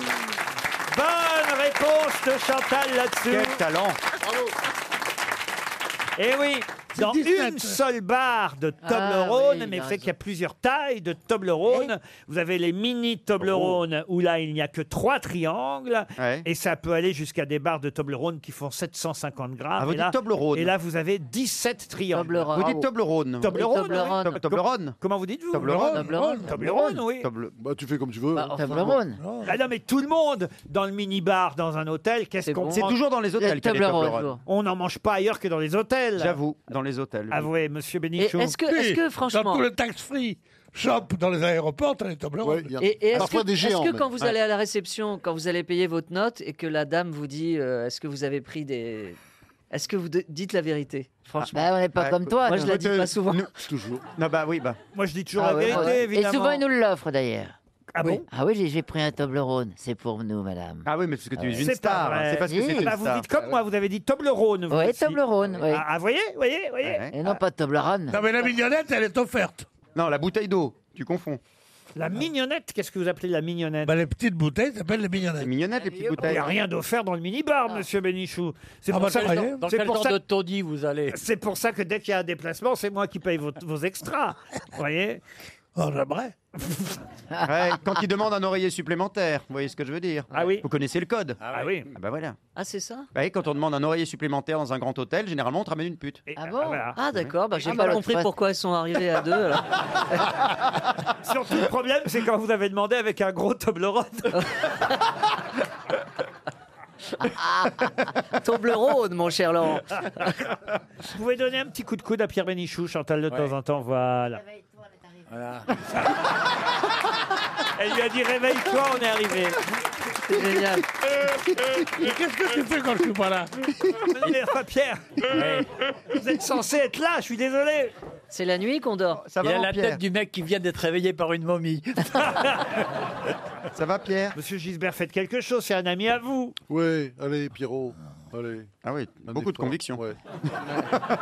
Speaker 1: Bonne réponse de Chantal là-dessus.
Speaker 6: Quel talent
Speaker 1: Et oui, dans une seule barre de Toblerone,
Speaker 6: Ah oui,
Speaker 1: mais
Speaker 6: il
Speaker 1: vous savez
Speaker 6: a raison. Eh
Speaker 1: qu'il y a plusieurs tailles de Toblerone. Vous avez les mini Toblerone où là il n'y a que trois triangles
Speaker 6: Oh. Ouais.
Speaker 1: et ça peut aller jusqu'à des barres de Toblerone qui font 750 grammes.
Speaker 6: Ah, vous
Speaker 1: et
Speaker 6: dites
Speaker 1: là,
Speaker 6: Toblerone.
Speaker 1: Et là vous avez 17 triangles.
Speaker 6: Vous dites Toblerone.
Speaker 1: Toblerone,
Speaker 6: Oui, Toblerone.
Speaker 1: oui.
Speaker 6: Toblerone.
Speaker 1: Comment vous dites-vous
Speaker 6: Toblerone.
Speaker 1: Toblerone, Toblerone, oui.
Speaker 6: Toble-
Speaker 12: Bah, tu fais comme tu veux. hein.
Speaker 24: Toblerone.
Speaker 6: Oh.
Speaker 1: Ah non, mais tout le monde dans le mini-bar, dans un hôtel, qu'est-ce qu'on
Speaker 6: C'est
Speaker 1: mange
Speaker 6: toujours dans les hôtels qu'il y a les Toblerone.
Speaker 1: On n'en mange pas ailleurs que dans les hôtels.
Speaker 6: J'avoue, dans les hôtels.
Speaker 1: Avouez, Ah, monsieur Bénichou.
Speaker 5: Est-ce que, est-ce que
Speaker 3: Dans
Speaker 5: franchement,
Speaker 3: tout le tax-free shop, dans les aéroports, t'as les Toblerones.
Speaker 5: et, et est-ce
Speaker 12: Parfois
Speaker 5: que,
Speaker 12: des
Speaker 5: est-ce
Speaker 12: géants,
Speaker 5: que
Speaker 12: même.
Speaker 5: quand vous
Speaker 12: Ouais.
Speaker 5: allez à la réception, quand vous allez payer votre note et que la dame vous dit, euh, est-ce que vous avez pris des, est-ce que vous de- dites la vérité Franchement,
Speaker 24: Bah, on n'est pas
Speaker 6: Ouais,
Speaker 24: comme
Speaker 6: écoute,
Speaker 24: toi.
Speaker 5: moi je
Speaker 24: nous.
Speaker 5: la dis pas souvent.
Speaker 12: Toujours.
Speaker 6: Non, bah oui, bah.
Speaker 1: Moi, je dis toujours
Speaker 24: Ah
Speaker 1: la
Speaker 24: ouais,
Speaker 1: vérité,
Speaker 24: ouais.
Speaker 1: évidemment.
Speaker 24: Et souvent, ils nous l'offrent d'ailleurs.
Speaker 1: Ah bon
Speaker 24: Ah oui, j'ai- j'ai pris un Toblerone. C'est pour nous, madame.
Speaker 6: Ah oui, mais parce que tu es une
Speaker 1: Euh, C'est pas
Speaker 6: star. hein.
Speaker 1: vrai.
Speaker 6: C'est parce que
Speaker 24: Oui.
Speaker 6: c'est
Speaker 1: Ah
Speaker 6: une
Speaker 1: bah, vous
Speaker 6: star.
Speaker 1: dites comme moi, vous avez dit Toblerone. vous
Speaker 24: Oui,
Speaker 1: aussi.
Speaker 24: Toblerone. oui.
Speaker 1: Ah, ah, voyez, voyez, voyez.
Speaker 24: Et non pas de Toblerone.
Speaker 3: Non, mais la mignonnette, elle est offerte.
Speaker 6: Non, la bouteille d'eau, tu confonds.
Speaker 1: La mignonnette, qu'est-ce que vous appelez la mignonnette
Speaker 3: Bah, les petites bouteilles s'appellent les
Speaker 6: Les
Speaker 3: mignonnettes.
Speaker 6: mignonnettes, les petites
Speaker 1: Il
Speaker 6: bouteilles.
Speaker 1: n'y a rien d'offert dans le minibar, monsieur Bénichou. C'est
Speaker 3: Ah
Speaker 1: pour,
Speaker 3: bah,
Speaker 1: ça
Speaker 3: ça y est.
Speaker 1: que-
Speaker 6: Ah. Dans
Speaker 1: c'est
Speaker 6: quel
Speaker 1: pour
Speaker 6: genre
Speaker 1: ça
Speaker 6: de
Speaker 1: que-
Speaker 6: taudis vous allez
Speaker 1: c'est pour ça que dès qu'il y a un déplacement, c'est moi qui paye vos, vos extras. Vous voyez
Speaker 3: Oh,
Speaker 1: *laughs*
Speaker 3: j'aimerais.
Speaker 6: Ouais, Quand ils demandent un oreiller supplémentaire, vous voyez ce que je veux dire
Speaker 1: Ah oui.
Speaker 6: Vous connaissez le code
Speaker 1: Ah oui.
Speaker 6: Ah bah voilà.
Speaker 5: Ah c'est ça
Speaker 6: Bah oui, quand on demande un oreiller supplémentaire dans un grand hôtel, généralement on te ramène une pute.
Speaker 1: Et-
Speaker 24: Ah bon
Speaker 1: voilà.
Speaker 5: Ah d'accord, bah, j'ai
Speaker 24: Ah, bah,
Speaker 5: pas
Speaker 24: l'autre
Speaker 5: compris
Speaker 24: fois-
Speaker 5: pourquoi ils sont arrivés à deux.
Speaker 1: *laughs*
Speaker 5: alors.
Speaker 1: Surtout le problème, c'est quand vous avez demandé avec un gros Toblerone.
Speaker 5: *laughs* Toblerone, mon cher Laurent.
Speaker 1: Vous pouvez donner un petit coup de coude à Pierre Bénichou, Chantal, de temps en temps, voilà. Elle lui a dit réveille-toi, on est arrivé.
Speaker 5: C'est génial.
Speaker 3: Mais qu'est-ce que tu fais quand je suis pas là
Speaker 1: Non, mais enfin, Pierre, vous êtes censé être là, je suis désolé.
Speaker 5: C'est la nuit qu'on dort.
Speaker 6: Ça
Speaker 5: Il
Speaker 6: va,
Speaker 5: a
Speaker 6: mon
Speaker 5: la
Speaker 6: Pierre
Speaker 5: tête
Speaker 6: du...
Speaker 5: du-
Speaker 6: mec qui vient d'être réveillé par une momie. Ça va Pierre
Speaker 1: Monsieur Gisbert, faites quelque chose, c'est un ami à vous.
Speaker 12: Oui, allez, Pierrot.
Speaker 6: Ah oui, beaucoup de conviction. Ah,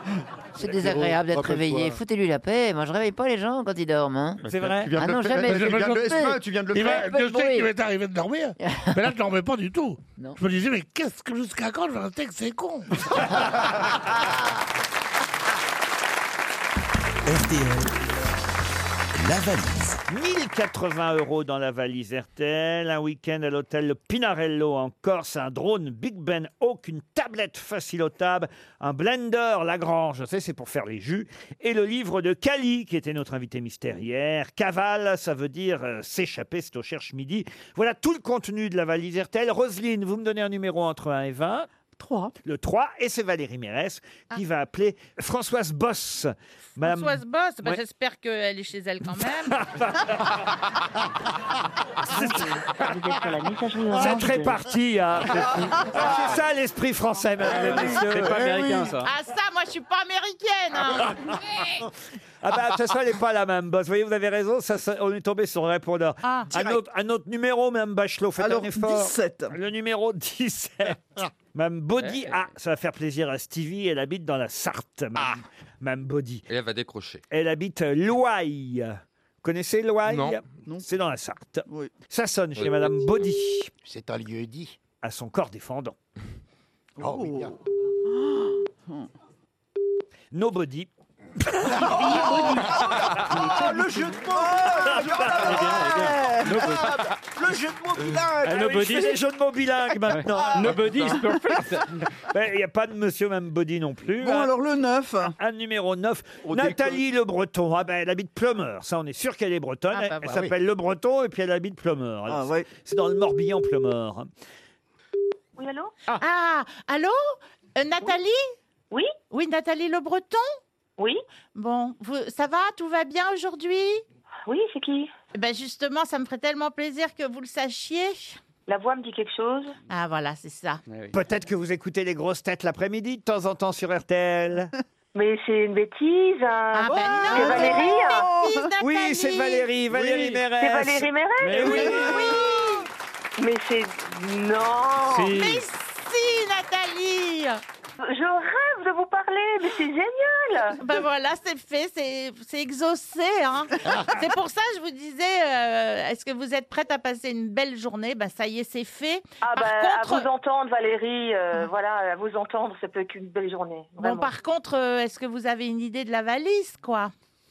Speaker 24: C'est désagréable d'être réveillé. Foutez-lui la paix. Moi, je réveille pas les gens quand ils dorment. hein.
Speaker 6: C'est vrai Tu viens de
Speaker 24: Ah
Speaker 6: le
Speaker 24: non,
Speaker 6: faire.
Speaker 24: jamais.
Speaker 6: Tu viens de le-
Speaker 24: fais.
Speaker 6: Esma, tu viens de le
Speaker 3: Il va-
Speaker 24: Fais pas de
Speaker 3: je sais
Speaker 24: bruit.
Speaker 3: qu'il m'est arrivé de
Speaker 5: *laughs*
Speaker 3: dormir, mais là je dormais pas du tout. Je me disais mais qu'est-ce que jusqu'à quand je vais rester que c'est con
Speaker 1: La valise. 1080 euros dans la valise RTL, un week-end à l'hôtel Le Pinarello en Corse, un drone Big Ben Hawk, une tablette facile au table, un blender Lagrange, je sais, c'est pour faire les jus, et le livre de Cali, qui était notre invité mystère hier. Cavale, ça veut dire euh, s'échapper, c'est au cherche midi. Voilà tout le contenu de la valise RTL. Roselyne, vous me donnez un numéro entre 1 et 20 3. Le 3, et c'est Valérie Mérès qui va appeler Françoise Boss. Madame-
Speaker 13: Ah. Françoise Boss, bah,
Speaker 1: Ouais.
Speaker 13: j'espère qu'elle est chez elle quand même.
Speaker 18: *laughs*
Speaker 1: C'est très parti, hein. C'est ça l'esprit français, mesdames et messieurs. Eh
Speaker 19: C'est pas américain, ça.
Speaker 13: ah ça, moi je suis pas américaine. hein.
Speaker 18: *laughs*
Speaker 1: Ah bah, ça, ça, elle n'est pas la même, boss. Vous voyez, vous avez raison, ça, ça- on est tombé sur le répondeur.
Speaker 13: Ah.
Speaker 1: un,
Speaker 13: Direct.
Speaker 1: autre, un autre numéro, même Bachelot, faites
Speaker 4: Alors,
Speaker 1: un effort.
Speaker 4: 17.
Speaker 1: Le numéro 17. Mme Body, ah, ça va faire plaisir à Stevie, elle habite dans la Sarthe, Mme, Body.
Speaker 10: Et elle va décrocher.
Speaker 1: Elle habite Loailles. Vous connaissez Loailles
Speaker 10: Non.
Speaker 1: C'est dans la Sarthe. Ça sonne chez Madame Body. C'est un lieu dit. À son corps défendant.
Speaker 21: Oh, oui, bien.
Speaker 1: Oh. Nobody.
Speaker 4: Oh, le jeu de mots putain,
Speaker 1: Il
Speaker 4: Ah, Le jeu de
Speaker 1: est bien, il est bien. Nobody.
Speaker 4: mots bilingue
Speaker 1: Ah, nobody. Je fais les jeux de mots bilingues maintenant.
Speaker 4: Nobody is
Speaker 1: perfect. *laughs* Il n'y a pas de monsieur même body non plus. hein.
Speaker 4: Bon, alors le 9.
Speaker 1: Un numéro 9. Nathalie Le Breton. Ah ben, elle habite Plumeur. Ça, on est sûr qu'elle est bretonne.
Speaker 4: Ah,
Speaker 1: elle
Speaker 4: bah,
Speaker 1: elle
Speaker 4: voilà.
Speaker 1: s'appelle Le Breton et puis elle habite Plumeur.
Speaker 4: Ah
Speaker 1: Alors, c'est- C'est dans le Morbihan, Plumeur.
Speaker 13: Oui, allô ah. allô Euh, Nathalie Oui Oui, Nathalie Le Breton Oui. Bon, vous- ça va Tout va bien aujourd'hui Oui, c'est qui Ben justement, ça me ferait tellement plaisir que vous le sachiez. La voix me dit quelque chose. Ah voilà, c'est ça.
Speaker 1: Peut-être que vous écoutez les grosses têtes l'après-midi de temps en temps sur RTL.
Speaker 13: Mais c'est une bêtise. Ah ben non,
Speaker 1: C'est Valérie,
Speaker 13: une bêtise, Nathalie.
Speaker 1: Oui, c'est Valérie, Valérie Mérès.
Speaker 13: C'est Valérie Mérès
Speaker 1: Mais oui.
Speaker 13: Mais c'est... Non
Speaker 1: Si.
Speaker 13: Mais si, Nathalie Je rêve de vous parler, mais c'est génial Ben voilà, c'est fait, c'est- c'est exaucé. hein. c'est pour ça que je vous disais, euh, est-ce que vous êtes prête à passer une belle journée Ben ça y est, c'est fait.
Speaker 17: Ah
Speaker 13: Par
Speaker 17: bah,
Speaker 13: contre-
Speaker 17: à vous entendre, Valérie, euh, voilà, à vous entendre, ça peut être qu'une belle journée.
Speaker 13: Bon, par contre, euh, est-ce que vous avez une idée de la valise, quoi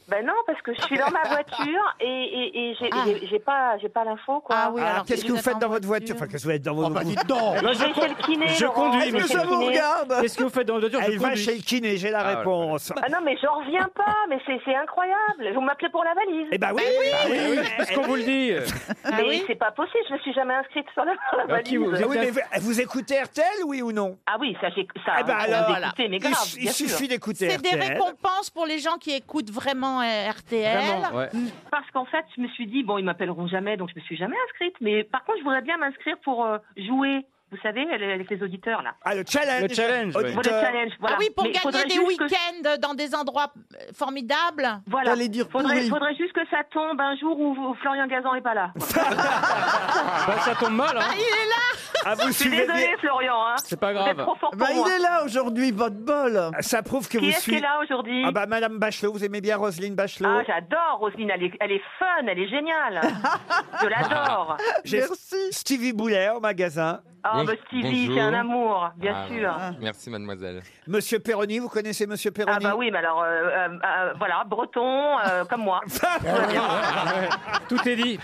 Speaker 17: Ben non, parce que je suis dans ma voiture et, et, et j'ai
Speaker 13: Ah.
Speaker 17: j'ai- j'ai pas, j'ai pas l'info, quoi.
Speaker 13: Ah oui,
Speaker 1: Alors, qu'est-ce que vous faites dans votre voiture Enfin, qu'est-ce que vous faites dans votre voiture
Speaker 17: Oh, Bah, je Je vais con- chez le kiné, je Laurent. conduis, Je vais mais- chez le kiné.
Speaker 1: Qu'est-ce que vous faites dans votre voiture Elle va chez le kiné, j'ai la réponse.
Speaker 17: Ah non, mais j'en reviens pas, mais c'est c'est incroyable. Vous m'appelez pour la valise.
Speaker 1: Eh ben oui, Bah oui, oui, parce qu'on vous le *laughs* dit. Euh,
Speaker 13: Ah
Speaker 17: Mais c'est pas possible, je me suis jamais inscrite sur la, la valise.
Speaker 1: Ah oui, mais vous, vous écoutez RTL, oui ou non
Speaker 17: Ah oui, ça, j'ai- ça
Speaker 1: Eh ben
Speaker 17: on
Speaker 1: alors,
Speaker 17: a
Speaker 1: voilà.
Speaker 17: écouté, mais
Speaker 1: Il
Speaker 17: grave,
Speaker 1: su- il
Speaker 17: bien sûr.
Speaker 1: suffit d'écouter
Speaker 13: C'est des récompenses pour les gens qui écoutent vraiment euh, RTL.
Speaker 17: Vraiment, Parce qu'en fait, je me suis dit, bon, ils m'appelleront jamais, donc je me suis jamais inscrite. Mais par contre, je voudrais bien m'inscrire pour euh, jouer, vous savez, avec Euh, les auditeurs, là.
Speaker 1: Ah, le
Speaker 17: Le
Speaker 1: challenge
Speaker 17: challenge, oui.
Speaker 1: Auditeur.
Speaker 17: Le challenge, voilà.
Speaker 13: Ah oui, pour
Speaker 17: Mais il faudrait
Speaker 13: gagner des
Speaker 17: juste que-
Speaker 13: week-ends dans des endroits euh, formidables.
Speaker 17: Voilà. faudrait, faudrait juste que ça tombe un jour où, où Florian Gazan est pas
Speaker 1: *laughs*
Speaker 17: là.
Speaker 19: ça tombe mal,
Speaker 17: Ah,
Speaker 19: hein.
Speaker 13: Il est là
Speaker 1: Ah, vous
Speaker 17: je suis
Speaker 1: suivez
Speaker 17: désolée,
Speaker 1: bien.
Speaker 17: Florian. hein.
Speaker 19: C'est pas
Speaker 17: Vous êtes
Speaker 19: grave.
Speaker 17: trop fort pour
Speaker 4: Bah,
Speaker 17: moi.
Speaker 4: il est là aujourd'hui, votre bol.
Speaker 1: Ça prouve que
Speaker 17: Qui
Speaker 1: vous
Speaker 17: est-ce qui
Speaker 1: suivez.
Speaker 17: est là aujourd'hui
Speaker 1: Ah bah Madame Bachelot, vous aimez bien Roselyne Bachelot
Speaker 17: Ah, j'adore Roselyne, elle est, elle est fun, elle
Speaker 4: *laughs*
Speaker 17: est géniale. je
Speaker 1: Ah,
Speaker 17: l'adore.
Speaker 1: *laughs* J'ai Stevie Boulet au magasin.
Speaker 17: Ah,
Speaker 10: Bon-
Speaker 17: bah Stevie,
Speaker 10: bonjour.
Speaker 17: c'est un amour, bien
Speaker 10: Ah,
Speaker 17: sûr.
Speaker 10: oui. Merci, mademoiselle.
Speaker 1: Monsieur Perroni, vous connaissez Monsieur
Speaker 17: Ah
Speaker 1: Perroni
Speaker 17: bah oui, mais alors, euh, euh, euh, voilà, breton, euh, comme
Speaker 1: *laughs*
Speaker 17: moi. Tout va bien.
Speaker 19: Tout est dit.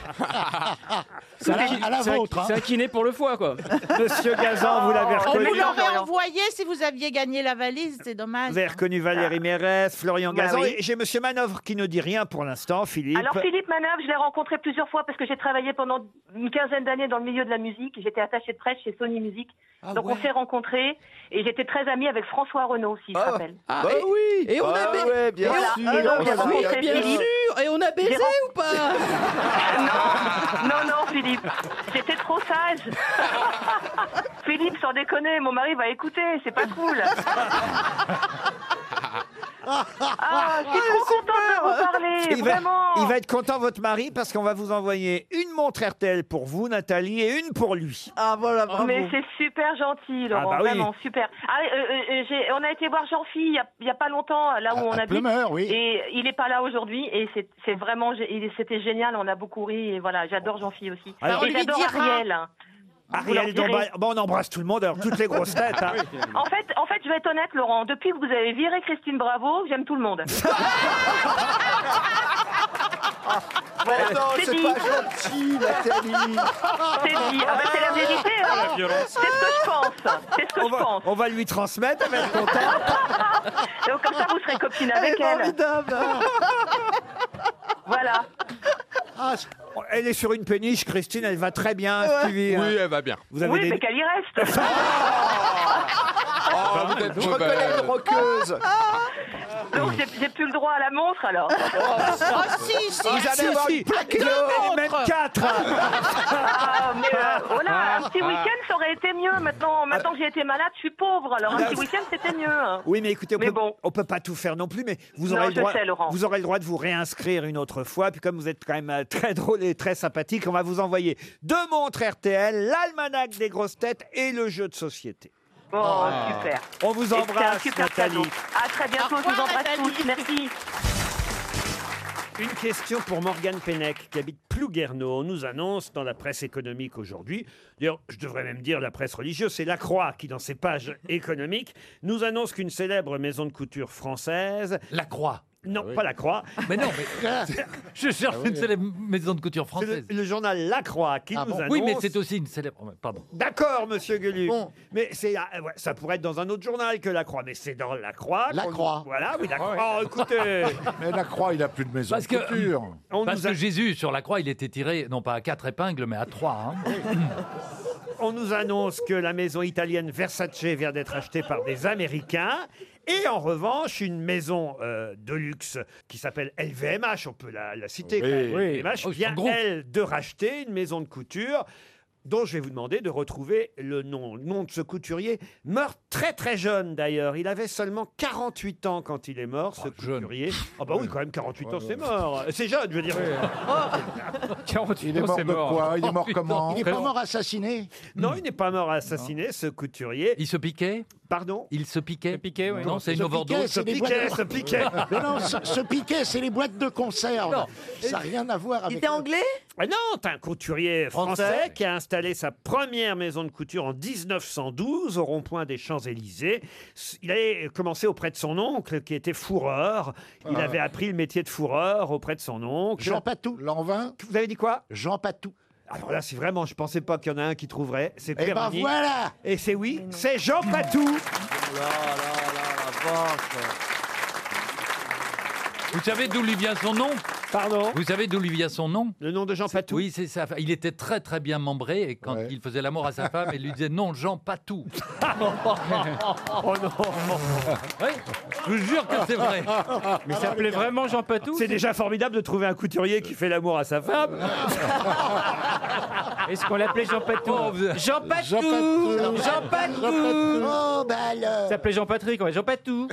Speaker 19: C'est
Speaker 21: À la-
Speaker 19: un ki-
Speaker 21: à la
Speaker 19: c'est un-
Speaker 21: vôtre, hein.
Speaker 19: C'est un kiné pour le foie, quoi.
Speaker 1: Monsieur Gazan, vous l'avez
Speaker 17: Oh,
Speaker 13: On vous
Speaker 1: reconnu.
Speaker 13: l'aurait envoyé si vous aviez gagné la valise, c'est dommage.
Speaker 1: Vous avez reconnu Valérie Mérès, Florian
Speaker 17: Ah, Bah
Speaker 1: Gazan
Speaker 17: oui.
Speaker 1: et j'ai Monsieur Manœuvre qui ne dit rien pour l'instant, Philippe.
Speaker 17: Alors Philippe Manœuvre, je l'ai rencontré plusieurs fois parce que j'ai travaillé pendant une quinzaine d'années dans le milieu de la musique. J'étais attachée de presse chez Sony Music.
Speaker 4: Ah
Speaker 17: Donc
Speaker 4: ouais.
Speaker 17: on s'est rencontrés et j'étais très amie avec François Renaud, si je te rappelle.
Speaker 4: Ah, et, oui Et on a
Speaker 6: Ah
Speaker 4: baisé
Speaker 6: ouais, bien
Speaker 4: et on-
Speaker 6: sûr.
Speaker 4: et donc,
Speaker 6: Ah
Speaker 4: on a-
Speaker 6: oui,
Speaker 4: bien
Speaker 6: bien
Speaker 4: sûr. Et on a baisé ou pas
Speaker 17: Non, non, Philippe, *laughs* j'étais trop sage.
Speaker 4: *laughs* *laughs*
Speaker 17: Philippe, sans déconner, mon mari va écouter, c'est pas cool. Ah, je suis trop contente de vous parler,
Speaker 1: Il va,
Speaker 17: vraiment.
Speaker 1: il va être content, votre mari, parce qu'on va vous envoyer une montre RTL pour vous, Nathalie, et une pour lui.
Speaker 29: Ah voilà,
Speaker 17: Mais c'est super gentil, Laurent,
Speaker 1: Ah, bah oui.
Speaker 17: vraiment super. Ah, euh, euh, j'ai- on a été voir Jean-Phi il y a- il y, a pas longtemps, là où
Speaker 6: À-
Speaker 17: on
Speaker 6: à
Speaker 17: habite.
Speaker 6: Pleumeur, oui.
Speaker 17: Et il est pas là aujourd'hui, et c'est- c'est vraiment, gé- il- c'était génial, on a beaucoup ri, et voilà, j'adore Jean-Phi aussi.
Speaker 1: Alors, on
Speaker 17: et
Speaker 1: lui
Speaker 17: j'adore
Speaker 1: dira.
Speaker 17: Ariel. Vous leur
Speaker 1: Ariel
Speaker 17: direz. Ah,
Speaker 1: Dombal, oh, bon, on embrasse tout le monde, alors toutes
Speaker 17: *laughs*
Speaker 1: les grosses têtes. hein.
Speaker 17: En fait, en fait, je vais être honnête, Laurent. Depuis que vous avez viré Christine Bravo, j'aime tout le monde. Voilà,
Speaker 20: Mais non, c'est
Speaker 17: dit.
Speaker 20: pas gentil, Nathalie.
Speaker 17: C'est dit. Ah ben, c'est la vérité. hein.
Speaker 20: La violence.
Speaker 17: C'est ce que je pense. C'est ce que je pense.
Speaker 1: On va lui transmettre, elle va être contente.
Speaker 17: Donc, comme ça, vous serez copine avec
Speaker 1: Elle est
Speaker 17: elle. *laughs* Voilà.
Speaker 1: Elle est sur une péniche, Christine, elle va très bien, Stevie.
Speaker 10: Oui,
Speaker 1: hein.
Speaker 10: elle va bien.
Speaker 1: Vous avez
Speaker 17: oui,
Speaker 1: des-
Speaker 17: mais qu'elle y
Speaker 1: *laughs*
Speaker 17: reste.
Speaker 10: Ah, vous êtes
Speaker 1: Je reconnais
Speaker 10: mauvaise.
Speaker 1: une
Speaker 17: roqueuse. Donc, j'ai- j'ai plus le droit à la montre, alors.
Speaker 1: Oh,
Speaker 20: Ah,
Speaker 15: Oh,
Speaker 20: si, si, Vous allez si, avoir si. une plaque Deux d'or.
Speaker 1: même
Speaker 20: montres.
Speaker 1: quatre. Ah.
Speaker 17: Ah, mais euh, voilà, un petit week-end, ça aurait été mieux. Maintenant, maintenant que j'ai été malade, je suis pauvre. Alors, un petit week-end, c'était mieux. hein.
Speaker 1: Oui, mais écoutez, on peut, on peut pas tout faire non plus, mais vous
Speaker 17: Non,
Speaker 1: aurez, le
Speaker 17: je
Speaker 1: droit,
Speaker 17: sais, Laurent.
Speaker 1: vous aurez le droit de vous réinscrire une autre fois. Puis comme vous êtes quand même euh, *laughs* très drôle et très sympathique, on va vous envoyer deux montres RTL, l'almanach des grosses têtes et le jeu de société.
Speaker 17: Bon,
Speaker 1: Ah.
Speaker 17: Oh, super.
Speaker 1: On vous
Speaker 17: Et c'était
Speaker 1: embrasse,
Speaker 17: un super
Speaker 1: Nathalie.
Speaker 17: cadeau. À très bientôt, je vous embrasse tous. Merci.
Speaker 30: Une question pour Morgane Pennec, qui habite Plouguerneau. On nous annonce dans la presse économique aujourd'hui, d'ailleurs, je devrais même dire la presse religieuse, c'est La Croix qui, dans ses *laughs* pages économiques, nous annonce qu'une célèbre maison de couture française. La Croix non, pas la Croix. *laughs* Ah Mais non,
Speaker 7: Je cherche
Speaker 25: Ah
Speaker 7: une célèbre maison de couture française.
Speaker 1: Le, journal La Croix qui
Speaker 7: Ah
Speaker 1: nous
Speaker 7: bon
Speaker 1: annonce.
Speaker 7: Oui, mais c'est Ah aussi une célèbre. Pardon.
Speaker 1: D'accord, monsieur Gueulu. Mais c'est ah, ouais, ça pourrait être dans un autre journal que La Croix, mais c'est dans La Croix.
Speaker 6: La
Speaker 1: qu'on-
Speaker 6: Croix. Ah
Speaker 1: Voilà, oui, La
Speaker 7: Ah
Speaker 1: Croix. Oh,
Speaker 7: *laughs*
Speaker 1: écoutez.
Speaker 6: *laughs* Mais la croix, il a plus de maison
Speaker 7: Parce que, euh,
Speaker 6: de couture.
Speaker 7: parce que Jésus, sur la croix, il était tiré, non pas à quatre épingles, mais à trois. hein.
Speaker 1: On nous annonce que la maison italienne Versace vient d'être achetée par des Américains. Et en revanche, une maison euh, de luxe qui s'appelle LVMH, on peut la, la citer,
Speaker 30: Oui.
Speaker 1: quand même,
Speaker 30: Oui.
Speaker 1: LVMH,
Speaker 30: Oh, ils sont
Speaker 1: vient,
Speaker 30: gros.
Speaker 1: elle, de racheter une maison de couture dont je vais vous demander de retrouver le nom. Le nom de ce couturier meurt très très jeune d'ailleurs. Il avait seulement 48 ans quand il est mort,
Speaker 30: *laughs*
Speaker 1: ce couturier. Ah bah oui, quand même, 48 ans,
Speaker 30: Ouais,
Speaker 1: c'est
Speaker 30: ouais.
Speaker 1: mort. C'est jeune, je veux dire.
Speaker 6: hein. Il est mort de quoi Il est mort comment Il est
Speaker 1: est
Speaker 6: pas mort assassiné
Speaker 1: non, il n'est pas mort assassiné, ce couturier.
Speaker 7: Il se piquait
Speaker 1: Pardon
Speaker 7: Il se piquait
Speaker 1: piquait,
Speaker 7: oui. Non, c'est une
Speaker 6: Ce piquet,
Speaker 7: overdose.
Speaker 6: c'est
Speaker 7: Se
Speaker 6: des
Speaker 7: piquait,
Speaker 6: boîtes de-
Speaker 7: se piquait.
Speaker 6: *laughs* Mais non, ce, ce piquet, c'est les boîtes de conserve.
Speaker 1: Non.
Speaker 6: Ça n'a rien à voir avec.
Speaker 1: Ah Non, t'as un couturier français,
Speaker 6: Français.
Speaker 1: qui a installé sa première maison de couture en 1912 au rond-point des Champs-Élysées. S- Il avait commencé auprès de son oncle qui était fourreur. Il
Speaker 6: Ah.
Speaker 1: avait appris le métier de fourreur auprès de son oncle.
Speaker 6: Jean Patou. L'envin.
Speaker 1: Vous avez dit quoi
Speaker 6: Jean Patou.
Speaker 1: Alors là, c'est vraiment, je pensais pas qu'il y en a un qui trouverait. C'est
Speaker 6: Eh ben
Speaker 1: Perroni.
Speaker 6: voilà
Speaker 1: Et c'est oui, c'est Jean Patou
Speaker 7: Oh Vous savez d'où lui vient son nom
Speaker 1: Pardon
Speaker 7: Vous savez d'où lui vient son nom
Speaker 1: Le nom de Jean Patou
Speaker 7: Oui, c'est ça. Il était très très bien membré et quand il faisait l'amour à sa femme, il lui disait non, Jean Patou.
Speaker 1: *laughs* oh non
Speaker 7: Oui, je vous jure que c'est
Speaker 1: *laughs*
Speaker 7: vrai.
Speaker 1: Mais ça plaît vraiment Jean Patou C'est déjà formidable de trouver un couturier qui fait l'amour à sa femme. *laughs* Est-ce qu'on l'appelait Jean Patou
Speaker 31: Jean Patou Oh, Jean Patou Jean Patou Il s'appelait Jean-Patrick, ouais, Jean Patou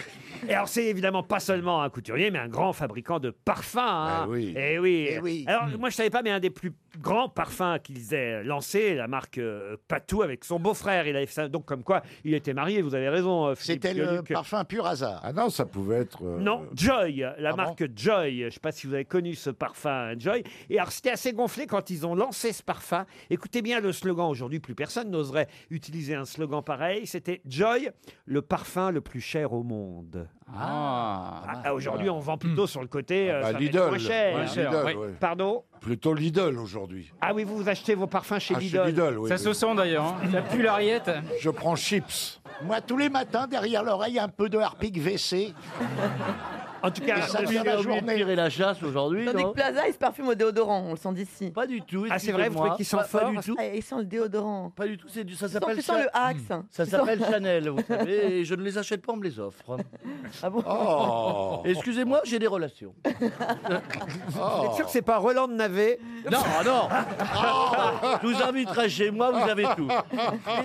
Speaker 1: Et alors, c'est évidemment pas seulement un couturier, mais un grand fabricant de parfums. hein.
Speaker 6: Ah oui.
Speaker 1: Eh oui.
Speaker 6: Eh oui.
Speaker 1: Alors, moi, je savais pas, mais un des plus grands parfums qu'ils aient lancé, la marque euh, Patou, avec son beau-frère. Il avait fait ça, donc, comme quoi, il était marié, vous avez raison. euh,
Speaker 6: C'était le euh, parfum pur hasard. Ah non, ça pouvait être.
Speaker 1: Non, Joy, la marque Joy. Je ne sais pas si vous avez connu ce parfum hein, Joy. Et alors, c'était assez gonflé quand ils ont lancé ce parfum. Écoutez bien le slogan. Aujourd'hui, plus personne n'oserait utiliser un slogan pareil. C'était Joy, le parfum le plus cher au monde.
Speaker 6: Ah,
Speaker 1: Ah, Aujourd'hui, on vend plutôt sur le côté. euh,
Speaker 6: bah,
Speaker 1: ça va être
Speaker 6: Lidl,
Speaker 1: moins cher.
Speaker 6: ouais, Lidl,
Speaker 1: Oui.
Speaker 6: ouais.
Speaker 1: Pardon
Speaker 6: Plutôt Lidl aujourd'hui.
Speaker 1: Ah oui, vous, vous achetez vos parfums chez
Speaker 6: Ah, chez
Speaker 1: Lidl.
Speaker 6: Lidl, oui, Ça oui. se sent,
Speaker 31: d'ailleurs,
Speaker 1: Ah,
Speaker 31: hein. Ça pue l'ariette.
Speaker 6: Je prends chips. Moi, tous les matins, derrière l'oreille, un peu de harpic WC.
Speaker 7: En tout cas,
Speaker 23: Et ça
Speaker 7: le-
Speaker 23: devient la journée.
Speaker 7: tirer
Speaker 23: la chasse aujourd'hui.
Speaker 7: non
Speaker 23: Tandis que Plaza, il se parfume au déodorant, on le sent d'ici. Pas du tout.
Speaker 7: Ah, c'est vrai, vous
Speaker 23: excusez-moi.
Speaker 7: trouvez qu'il sent
Speaker 23: Pas- pas
Speaker 7: fort
Speaker 23: du tout. Ah, il sent le déodorant. Pas du tout, c'est du, ça Hmm. s'appelle Tu sens Cha- le Axe. Ça Tu sens- s'appelle Chanel, *laughs* vous savez, et je ne les achète pas, on me les offre. Ah bon Oh. Excusez-moi, j'ai des relations.
Speaker 7: Vous êtes sûr que c'est pas Roland de Navet
Speaker 23: Non,
Speaker 1: ah
Speaker 23: non Je vous inviterai chez moi, vous avez tout.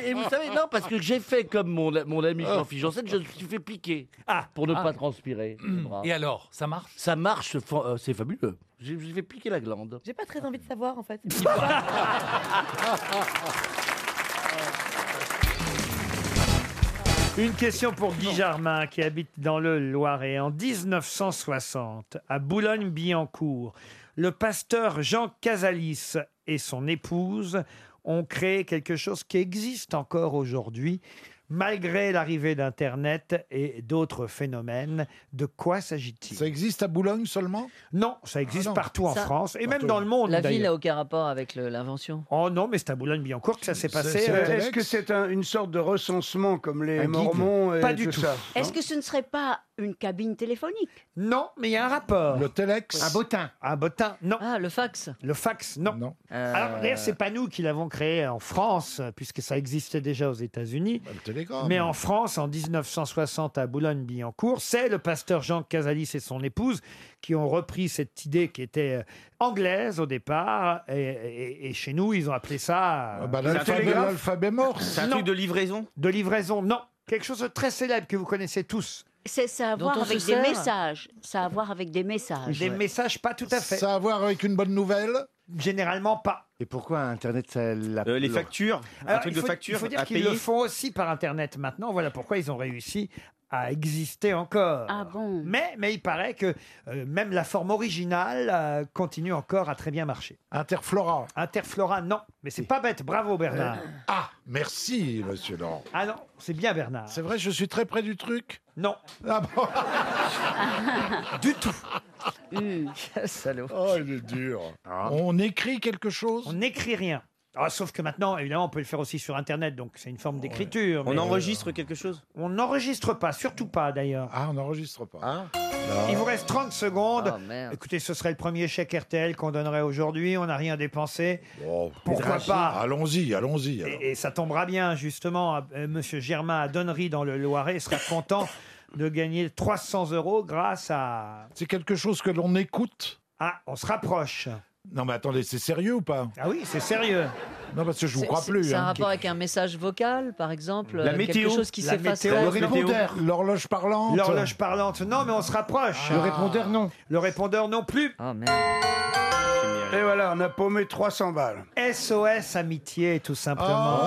Speaker 23: Et, et vous savez, non, parce que j'ai fait comme mon, mon ami Jean-Philippe Janssen, je me suis fait piquer pour ne
Speaker 18: Ah.
Speaker 23: pas transpirer.
Speaker 1: Mm.
Speaker 18: Et alors, ça marche
Speaker 23: Ça marche, fa- euh, c'est fabuleux. Je je vais piquer la glande.
Speaker 24: J'ai pas très envie de savoir en fait.
Speaker 1: Une question pour Guy Jarmin qui habite dans le Loiret. En 1960, à Boulogne-Billancourt, le pasteur Jean Casalis et son épouse ont créé quelque chose qui existe encore aujourd'hui, malgré l'arrivée d'Internet et d'autres phénomènes. De quoi s'agit-il Ça existe à Boulogne seulement Ah Non, ça existe partout en
Speaker 5: Ça-
Speaker 1: France et même dans le monde.
Speaker 5: La ville
Speaker 1: d'ailleurs.
Speaker 5: n'a aucun rapport avec le- l'invention.
Speaker 1: Oh non, mais c'est à Boulogne-Billancourt que ça s'est passé.
Speaker 5: c'est un
Speaker 1: Euh,
Speaker 5: Telex
Speaker 14: Est-ce que c'est un- une sorte de recensement comme les
Speaker 1: Un guide
Speaker 14: Mormons et
Speaker 1: Pas du tout.
Speaker 14: ça
Speaker 22: Est-ce que ce ne serait pas une cabine téléphonique
Speaker 1: Non, mais il y a un rapport. Le
Speaker 14: telex.
Speaker 1: Un bottin. Un bottin, non.
Speaker 5: Ah, le fax.
Speaker 1: Le fax, non. Euh, Alors, d'ailleurs, c'est pas nous qui l'avons créé en France, puisque ça existait déjà aux États-Unis.
Speaker 21: Bah,
Speaker 1: Mais en France, en 1960, à Boulogne-Billancourt, c'est le pasteur Jean Casalis et son épouse qui ont repris cette idée qui était euh, anglaise au départ. Et, et- et chez nous, ils ont appelé ça. euh,
Speaker 21: bah, l'alphabet- l'alphabet morse. C'est un truc de
Speaker 1: livraison De livraison, non. Quelque chose de très célèbre que vous connaissez tous.
Speaker 22: C'est ça à
Speaker 1: Dont
Speaker 22: voir
Speaker 1: on se
Speaker 22: avec des
Speaker 1: sert.
Speaker 22: messages. Ça a à voir avec des messages.
Speaker 1: Des messages pas tout à fait.
Speaker 21: Ça a à voir avec une bonne nouvelle
Speaker 1: Généralement pas.
Speaker 6: Et pourquoi Internet, ça l'a-
Speaker 21: Euh, les
Speaker 6: l'a-
Speaker 21: factures,
Speaker 6: Alors,
Speaker 1: Alors, il faut- Il faut dire qu'ils le font aussi par Internet maintenant. Voilà pourquoi ils ont réussi à exister encore. mais, mais il paraît que euh, même la forme originale euh, continue encore à très bien marcher. Interflora. Interflora, non. Mais c'est pas bête. Bravo, Bernard.
Speaker 21: Ah, merci, monsieur Laurent.
Speaker 1: Ah non, c'est bien, Bernard.
Speaker 21: C'est vrai, je suis très près du truc
Speaker 1: Non.
Speaker 21: Ah
Speaker 1: *laughs*
Speaker 21: bon
Speaker 1: Du tout.
Speaker 21: *laughs* Quel salaud. Oh, il est dur. On écrit quelque chose
Speaker 1: Ah. On n'écrit rien. Ah, sauf que maintenant, évidemment, on peut le faire aussi sur Internet, donc c'est une forme d'écriture. mais- euh,
Speaker 6: quelque chose
Speaker 1: On n'enregistre pas, surtout pas d'ailleurs.
Speaker 21: Ah, on n'enregistre pas.
Speaker 1: Il vous reste 30 secondes.
Speaker 21: Ah, merde.
Speaker 1: Écoutez, ce serait le premier chèque RTL qu'on donnerait aujourd'hui. On n'a rien dépensé.
Speaker 5: Oh,
Speaker 1: Pourquoi
Speaker 21: Draghi.
Speaker 1: pas
Speaker 21: Allons-y, allons-y. alors.
Speaker 1: Et, et ça tombera bien, justement. Euh, Monsieur Germain à Donnery, dans le Loiret, sera content de gagner 300 euros grâce à.
Speaker 21: C'est quelque chose que l'on écoute
Speaker 1: Ah, on se rapproche.
Speaker 21: Non, mais attendez, c'est sérieux ou pas
Speaker 1: Ah oui, c'est sérieux.
Speaker 21: Non, parce que je vous
Speaker 5: C'est-
Speaker 21: crois
Speaker 5: c'est-
Speaker 21: plus.
Speaker 5: C'est un
Speaker 21: hein.
Speaker 5: rapport avec un message vocal, par exemple
Speaker 21: La
Speaker 5: euh,
Speaker 21: météo.
Speaker 5: Quelque chose qui
Speaker 21: La
Speaker 5: s'efface.
Speaker 21: météo. Le répondeur.
Speaker 1: L'horloge parlante. L'horloge parlante. Non, mais on se rapproche.
Speaker 14: Le répondeur,
Speaker 1: non. Le répondeur, non plus.
Speaker 14: Et voilà, on a paumé 300 balles.
Speaker 1: SOS Amitié, tout simplement.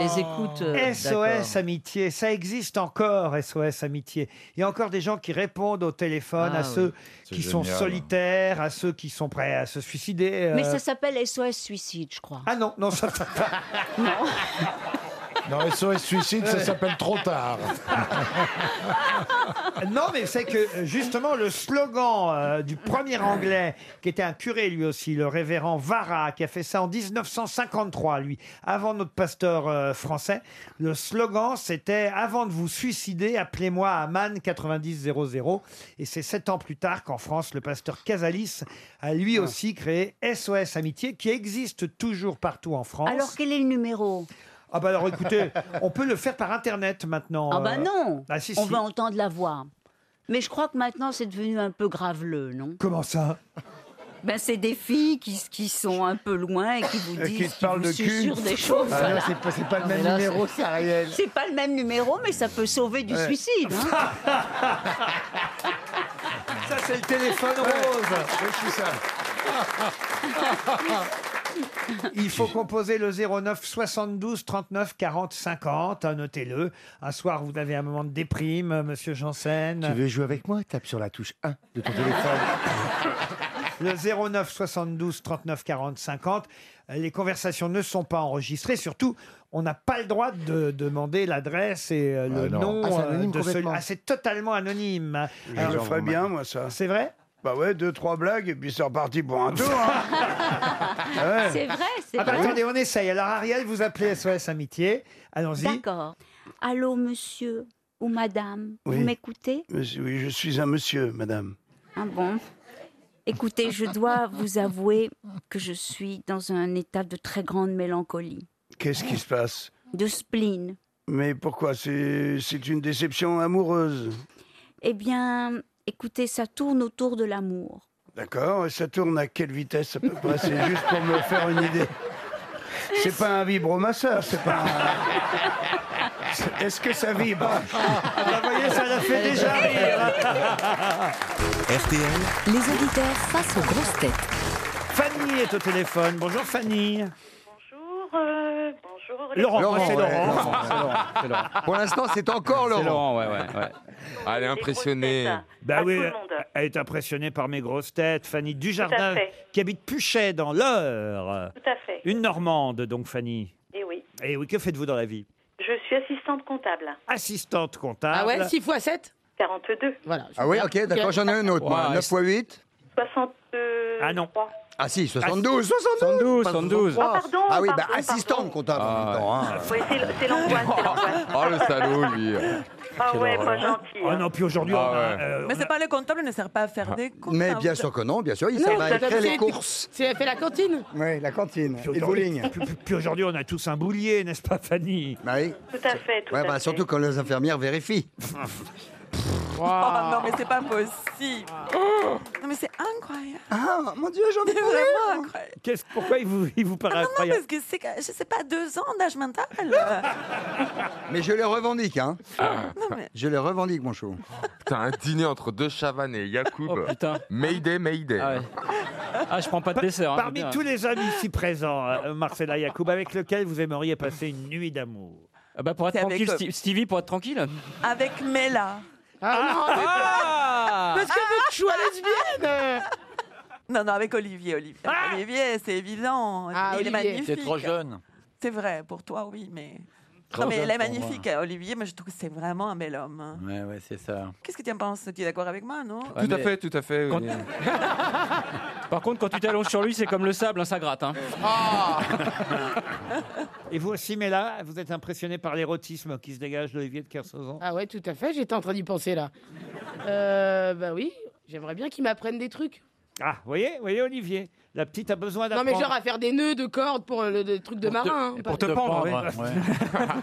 Speaker 5: les écoutes. euh, d'accord.
Speaker 1: SOS Amitié, ça existe encore, SOS Amitié. Il y a encore des gens qui répondent au téléphone
Speaker 22: Ah
Speaker 1: à
Speaker 22: oui.
Speaker 1: ceux
Speaker 22: C'est
Speaker 1: qui sont
Speaker 22: génial.
Speaker 1: solitaires, à ceux qui sont prêts à se suicider. euh.
Speaker 22: Mais ça s'appelle SOS Suicide, je crois.
Speaker 1: Ah non, non, ça...
Speaker 21: Non, SOS Suicide, ça s'appelle trop tard.
Speaker 1: *laughs* non, mais c'est que euh, justement le slogan euh, du premier anglais, qui était un curé lui aussi, le révérend Vara, qui a fait ça en 1953, lui, avant notre pasteur euh, français, le slogan c'était Avant de vous suicider, appelez-moi à Man 9000. Et c'est sept ans plus tard qu'en France, le pasteur Casalis a lui aussi créé SOS Amitié, qui existe toujours partout en France.
Speaker 22: *laughs* Alors quel est le numéro
Speaker 1: Ah bah
Speaker 22: *laughs*
Speaker 1: alors écoutez, on peut le faire par internet maintenant.
Speaker 22: Ah bah
Speaker 1: euh.
Speaker 22: non
Speaker 1: Ah si,
Speaker 22: On
Speaker 1: si.
Speaker 22: va entendre la voix. Mais je crois que maintenant c'est devenu un peu graveleux, non
Speaker 1: Comment ça
Speaker 22: ben, C'est des filles qui, qui sont un peu loin et qui vous
Speaker 14: Et qui
Speaker 22: disent
Speaker 14: te parlent
Speaker 22: vous
Speaker 14: de cul.
Speaker 22: susurrent des choses.
Speaker 14: Ah non,
Speaker 22: voilà.
Speaker 14: c'est pas- c'est pas le
Speaker 22: Non,
Speaker 14: même
Speaker 22: mais là,
Speaker 14: numéro,
Speaker 22: c'est-
Speaker 14: c'est Ariel.
Speaker 22: C'est pas le même numéro, mais ça peut sauver du
Speaker 14: Ouais.
Speaker 22: suicide. hein.
Speaker 1: Ça, c'est le téléphone rose. *laughs* Il faut composer le 09 72 39 40 50. hein, Notez-le. Un soir, vous avez un moment de déprime, euh, monsieur Janssen.
Speaker 6: Tu veux jouer avec moi Tape sur la touche 1 de ton téléphone.
Speaker 1: Le 09 72 39 40 50. Euh, Les conversations ne sont pas enregistrées. Surtout, on n'a pas le droit de demander l'adresse et euh, le
Speaker 14: Ah, non.
Speaker 1: nom
Speaker 14: Ah, c'est
Speaker 1: euh,
Speaker 14: anonyme
Speaker 1: de celui.
Speaker 14: complètement.
Speaker 1: Ah, c'est totalement anonyme.
Speaker 14: Je le ferais bien, moi, ça.
Speaker 1: C'est vrai
Speaker 14: Bah ouais, deux, trois blagues, et puis c'est reparti pour un tour.
Speaker 1: *laughs*
Speaker 14: hein. Ah ouais.
Speaker 22: C'est vrai, c'est
Speaker 1: Ah bah,
Speaker 22: vrai.
Speaker 1: attendez, on essaye. Alors Ariel, vous appelez SOS Amitié. Allons-y.
Speaker 22: D'accord. Allô, monsieur. ou madame,
Speaker 14: Oui.
Speaker 22: vous m'écoutez
Speaker 14: Monsieur- oui, je suis un monsieur, madame.
Speaker 22: Ah bon Écoutez, je
Speaker 6: *laughs*
Speaker 22: dois vous avouer que je suis dans un état de très grande mélancolie,
Speaker 14: Qu'est-ce qui se passe
Speaker 22: de spleen.
Speaker 14: Mais pourquoi C'est c'est une déception amoureuse.
Speaker 22: Eh bien, écoutez, ça tourne autour de l'amour.
Speaker 14: D'accord Et ça tourne à quelle vitesse à peu près C'est juste pour me faire une idée. C'est pas un vibromasseur, c'est pas
Speaker 6: *laughs*
Speaker 14: un... Est-ce que ça vibre
Speaker 1: Vous Ah, bah, voyez, ça l'a fait déjà rire.
Speaker 32: RTL,
Speaker 1: Les auditeurs face aux grosses têtes. Fanny est au téléphone. Bonjour Fanny.
Speaker 15: Bonjour, euh, bonjour. les-
Speaker 1: Laurent,
Speaker 15: Bonjour,
Speaker 1: c'est
Speaker 15: ouais,
Speaker 1: Laurent. *laughs*
Speaker 15: Pour l'instant, c'est encore
Speaker 10: C'est
Speaker 15: Laurent.
Speaker 10: Laurent, ouais,
Speaker 6: *laughs*
Speaker 10: ouais. ouais. Ah, elle est impressionnée.
Speaker 6: hein.
Speaker 17: hein.
Speaker 1: Bah
Speaker 10: Pas
Speaker 1: oui,
Speaker 10: tout le
Speaker 1: elle est impressionnée par mes grosses têtes. Fanny Dujardin,
Speaker 15: fait.
Speaker 1: qui habite Puchet dans l'Eure.
Speaker 15: Tout à fait.
Speaker 1: Une Normande, donc Fanny.
Speaker 15: Et oui,
Speaker 1: Et oui, que faites-vous dans la vie
Speaker 15: je suis assistante comptable.
Speaker 1: Assistante comptable.
Speaker 17: Ah
Speaker 15: 6 x 7 42. Voilà.
Speaker 6: Ah oui, ok, d'accord, j'en ai un autre. moi.
Speaker 1: Ouais,
Speaker 6: 9 x 8
Speaker 15: 62.
Speaker 1: Ah non.
Speaker 6: Ah si, 72,
Speaker 1: Ah,
Speaker 6: 72
Speaker 1: 72.
Speaker 15: Ah,
Speaker 6: pas
Speaker 15: pardon,
Speaker 6: Ah oui,
Speaker 15: pardon,
Speaker 6: bah assistante comptable en même temps. hein.
Speaker 15: Oui, c'est l- c'est l'angoisse,
Speaker 6: *laughs*
Speaker 15: c'est l'angoisse.
Speaker 6: Oh le salaud, lui.
Speaker 21: hein.
Speaker 15: Ah ouais,
Speaker 6: horreur.
Speaker 15: pas gentil.
Speaker 1: Oh non, puis aujourd'hui, on
Speaker 21: Ah
Speaker 1: a, euh,
Speaker 25: Mais c'est pas le comptable, il ne sert pas à faire des comptes.
Speaker 6: Ah. Mais
Speaker 25: hein,
Speaker 6: bien
Speaker 25: vous-
Speaker 6: sûr que non, bien sûr, il
Speaker 25: Non,
Speaker 6: s'en
Speaker 25: vous
Speaker 6: va
Speaker 25: avez
Speaker 6: écrire les
Speaker 25: fait-
Speaker 6: courses.
Speaker 25: Tu as fait la cantine
Speaker 6: Oui, la cantine
Speaker 1: Puis aujourd'hui, puis- puis- puis aujourd'hui, on a tous un boulier, n'est-ce pas, Fanny
Speaker 6: Bah Oui.
Speaker 15: Tout à fait, tout
Speaker 6: Ouais,
Speaker 15: à
Speaker 6: bah,
Speaker 15: fait.
Speaker 6: surtout quand les infirmières vérifient.
Speaker 25: Oh non, mais c'est pas possible. Oh. Non, mais c'est incroyable.
Speaker 6: Ah, mon Dieu, j'en
Speaker 25: ai vraiment incroyable. Ah,
Speaker 1: Qu'est-ce- Pourquoi il vous, il vous paraît
Speaker 25: Non,
Speaker 1: incroyable
Speaker 25: parce que c'est, que- je sais pas, deux ans d'âge mental.
Speaker 6: Mais je les revendique, hein. Je les revendique, mon chou.
Speaker 10: Ah. Putain, un dîner entre deux Chavannes et Yacoub. putain. Mayday, Mayday. Ah, je prends pas
Speaker 1: Par-
Speaker 19: hein,
Speaker 1: Parmi tous les amis ici présents, euh, Marcella Yacoub, avec lequel vous aimeriez passer une nuit d'amour
Speaker 19: bah pour être
Speaker 25: C'est avec
Speaker 19: tranquille,
Speaker 25: eux.
Speaker 19: Sti- Stevie, pour être tranquille.
Speaker 25: Avec Mela.
Speaker 9: Ah.
Speaker 19: Ah.
Speaker 25: Parce que votre choix lesbienne Non, non, avec Olivier, Olivier.
Speaker 9: Ah.
Speaker 25: Olivier, c'est évident. il
Speaker 19: Ah, Olivier.
Speaker 25: est magnifique.
Speaker 19: T'es trop jeune.
Speaker 25: C'est vrai, pour toi, oui, mais...
Speaker 19: Trop
Speaker 25: non, mais
Speaker 19: jeune
Speaker 25: il est
Speaker 19: pour moi.
Speaker 25: magnifique, Olivier, mais je trouve que c'est vraiment un bel homme. hein.
Speaker 18: Ouais, ouais, c'est ça.
Speaker 25: Qu'est-ce que tu en penses Tu es d'accord avec moi, non
Speaker 18: Ouais,
Speaker 10: tout à
Speaker 18: mais-
Speaker 10: fait, tout à fait.
Speaker 18: Quand-
Speaker 10: oui.
Speaker 19: *laughs* Par contre, quand tu t'allonges sur lui, c'est comme le sable, hein, ça gratte. hein.
Speaker 25: Ah.
Speaker 9: Ah.
Speaker 1: Et vous aussi, Mela, vous êtes impressionné par l'érotisme qui se dégage d'Olivier de Kersauzon
Speaker 9: *laughs* Ah ouais, tout à fait, j'étais en train d'y penser là. Euh, bah oui, j'aimerais bien qu'ils m'apprennent des trucs.
Speaker 1: Ah, vous voyez, vous voyez, Olivier, la petite a besoin
Speaker 9: Non
Speaker 1: d'apprendre.
Speaker 9: mais genre à faire des nœuds de cordes pour euh, le, le truc de marin. hein.
Speaker 1: pour te pendre, ouais.
Speaker 9: Tu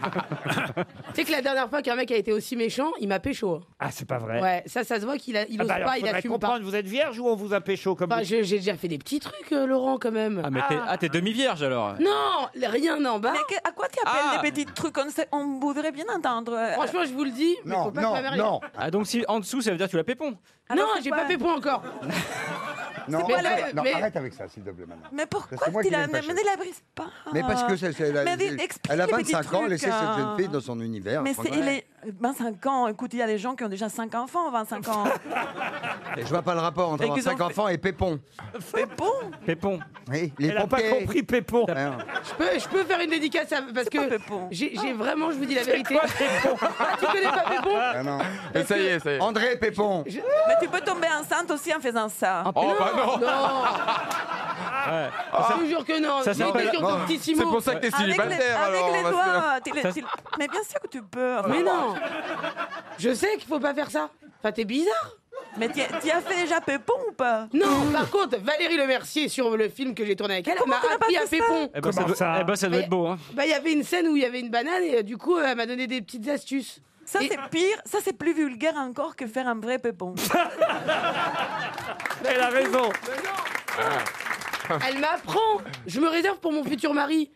Speaker 9: sais que la dernière fois qu'un mec a été aussi méchant, il m'a pécho. hein.
Speaker 1: *laughs* Ah, c'est pas vrai.
Speaker 9: Ouais. ça, ça se voit qu'il a- il
Speaker 1: Ah
Speaker 9: ose
Speaker 1: bah alors,
Speaker 9: pas, il
Speaker 1: faudrait
Speaker 9: assume pas.
Speaker 1: comprendre, vous êtes vierge ou on vous a pécho comme
Speaker 9: Enfin,
Speaker 1: vous-
Speaker 9: je- j'ai déjà fait des petits trucs, euh, Laurent, quand même.
Speaker 19: Ah, mais t'es, ah, t'es demi-vierge alors.
Speaker 9: Non, rien en bas.
Speaker 25: Mais que- à quoi tu appelles
Speaker 19: Ah.
Speaker 25: des petits trucs on, sait- on voudrait bien entendre. euh,
Speaker 9: Franchement, je vous le dis, mais faut pas que ma mère y-
Speaker 19: Ah, donc si en dessous, ça veut dire que tu la pépon.
Speaker 9: Non,
Speaker 25: Alors, c'est
Speaker 9: j'ai
Speaker 25: quoi
Speaker 9: pas fait point encore.
Speaker 6: Non,
Speaker 9: Mais
Speaker 6: arrête-
Speaker 9: voilà,
Speaker 6: non,
Speaker 9: mais-
Speaker 6: arrête avec ça, s'il te plaît, maintenant.
Speaker 25: Mais
Speaker 6: C'est Ah, moi
Speaker 25: pourquoi
Speaker 6: qui
Speaker 25: tu l'as
Speaker 6: l'ai fâché.
Speaker 25: amené la brise pas
Speaker 6: Mais parce que c'est- c'est- elle, a-
Speaker 25: Mais dis-
Speaker 6: elle
Speaker 25: explique
Speaker 6: a
Speaker 25: les petits
Speaker 6: 25 ans,
Speaker 25: trucs,
Speaker 6: laissez cette
Speaker 25: hein.
Speaker 6: jeune fille dans son univers.
Speaker 25: Mais c'est, il est 25 ans. Écoute, il y a des gens qui ont déjà 5 enfants, 25
Speaker 9: *laughs*
Speaker 25: ans.
Speaker 6: Je vois pas le rapport entre
Speaker 25: Et qu'ils ont
Speaker 6: avoir 5
Speaker 25: fait-
Speaker 6: enfants et Pépon.
Speaker 25: Pépon
Speaker 19: Pépon.
Speaker 6: Oui, les
Speaker 9: Elle a pas compris
Speaker 6: Ah
Speaker 1: Pépon.
Speaker 9: Je peux, je peux faire une dédicace à- parce que j'ai j'ai vraiment, je vous dis la vérité.
Speaker 25: *laughs*
Speaker 9: tu connais pas Pépon
Speaker 25: Ah.
Speaker 6: Et ça y est, ça y est. Ah André Pépon.
Speaker 25: Mais tu peux tomber enceinte aussi en faisant ça.
Speaker 6: Oh, non, bah non.
Speaker 9: Je vous jure que non.
Speaker 25: Ça
Speaker 9: Mettez
Speaker 25: s'appelle-
Speaker 9: sur
Speaker 25: Bon,
Speaker 9: ton petit Simo.
Speaker 25: c'est pour ça que t'es Avec célibataire, les- avec alors, les on va se- doigts, t'es-
Speaker 9: Ça-
Speaker 25: t'es- Mais bien sûr que tu peux. enfin,
Speaker 9: Mais
Speaker 25: bon.
Speaker 9: non. Je sais qu'il faut pas faire ça. Enfin, t'es bizarre.
Speaker 25: Mais tu as fait déjà Pépon ou pas
Speaker 9: Non, par contre, Valérie Le Mercier sur le film que j'ai tourné avec elle, elle m'a appris à Pépon.
Speaker 19: Eh ben, ça, doit, eh ben, ça doit
Speaker 9: Bah,
Speaker 19: être beau. Hein.
Speaker 9: Bah, il y avait une scène où il y avait une banane et euh, du coup, elle m'a donné des petites astuces.
Speaker 25: Ça, c'est pire. Ça, c'est plus vulgaire encore que faire un vrai Pépon.
Speaker 19: *laughs*
Speaker 1: Elle a raison. Ah.
Speaker 9: Elle m'apprend. Je me réserve pour mon futur mari.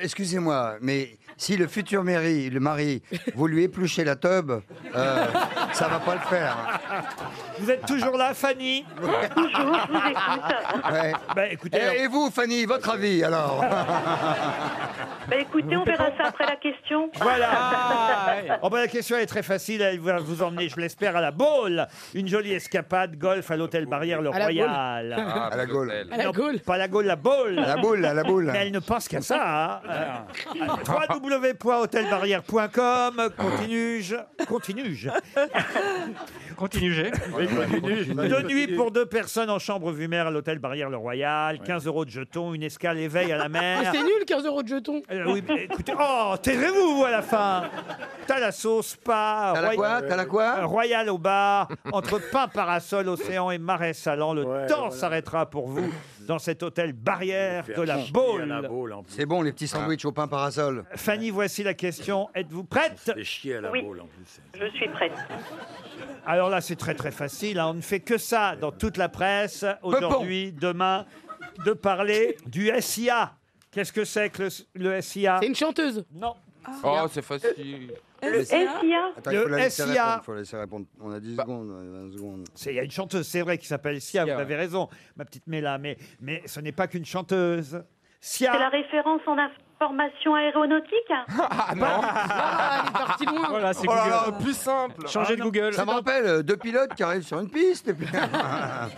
Speaker 6: Excusez-moi, mais si le futur mari, le mari, vous lui épluchez la teub, euh, ça va pas le faire.
Speaker 1: Vous êtes toujours là,
Speaker 9: *laughs*
Speaker 1: Fanny
Speaker 6: Toujours, je vous
Speaker 15: écoute.
Speaker 6: Ouais.
Speaker 1: Bah, écoutez, alors-
Speaker 6: et, et vous, Fanny, votre avis alors
Speaker 15: Bah écoutez, on verra ça après la question.
Speaker 1: *laughs*
Speaker 15: *laughs*
Speaker 6: Ah,
Speaker 1: Voilà. Oh, bah, la question est très facile. Elle va vous emmener, je l'espère, à la Baule. Une jolie escapade golf à l'hôtel Barrière le
Speaker 9: À la
Speaker 1: Royal.
Speaker 9: Baule. Ah,
Speaker 6: À la Gaule.
Speaker 1: Non, Pas la Gaule, la Baule.
Speaker 6: À la Baule, Ah. à la Baule.
Speaker 1: Mais elle ne pense qu'à ça. hein.
Speaker 6: *laughs*
Speaker 1: euh, www.hôtelbarrière.com. Continue-je
Speaker 6: *laughs*
Speaker 1: Continue-je
Speaker 19: Continue,
Speaker 1: Oui, continue. Deux nuits pour deux personnes en chambre vue mer à l'hôtel Barrière-le-Royal. 15 euros de jetons, une escale éveil à la
Speaker 9: Ah,
Speaker 1: mer.
Speaker 9: c'est nul, 15 euros de jetons.
Speaker 1: Euh, oui, mais écoutez, oh, taisez-vous, vous, à la fin T'as la sauce, pas... euh,
Speaker 6: T'as la quoi T'as la quoi
Speaker 1: Royal au bar, entre pain, parasol, océan et marais salant. Le temps s'arrêtera pour vous dans cet hôtel barrière de la Baule. Ah.
Speaker 6: C'est bon, les petits sandwichs au pain parasol.
Speaker 1: Fanny, voici la question. Êtes-vous prête
Speaker 6: chier à la
Speaker 17: Oui, je suis prête.
Speaker 1: Alors là, c'est très très facile. hein. On ne fait que ça dans toute la presse aujourd'hui, demain, de parler du SIA. Qu'est-ce que c'est que le, le SIA C'est
Speaker 9: une chanteuse.
Speaker 1: Non.
Speaker 10: Oh, c'est facile.
Speaker 6: Hein
Speaker 1: Le SIA.
Speaker 6: Attends, il faut
Speaker 1: Le
Speaker 6: la laisser
Speaker 1: SIA.
Speaker 6: répondre, faut la laisser répondre. On a 10 secondes, euh, 20 secondes.
Speaker 1: Bah. C'est- Il y a une chanteuse, c'est vrai, qui s'appelle Sia, vous avez raison, ma petite Méla, mais, mais ce n'est pas qu'une chanteuse. Sia.
Speaker 15: C'est la référence en information aéronautique
Speaker 1: Ah non
Speaker 19: *laughs*
Speaker 6: Voilà,
Speaker 1: Ah, c'est
Speaker 6: oh là
Speaker 1: Google.
Speaker 6: là, plus simple. Ah
Speaker 1: Changez de Google.
Speaker 6: Ça me
Speaker 1: C'est un-
Speaker 6: rappelle euh, deux pilotes qui arrivent sur une
Speaker 1: *laughs*
Speaker 6: piste. Et puis...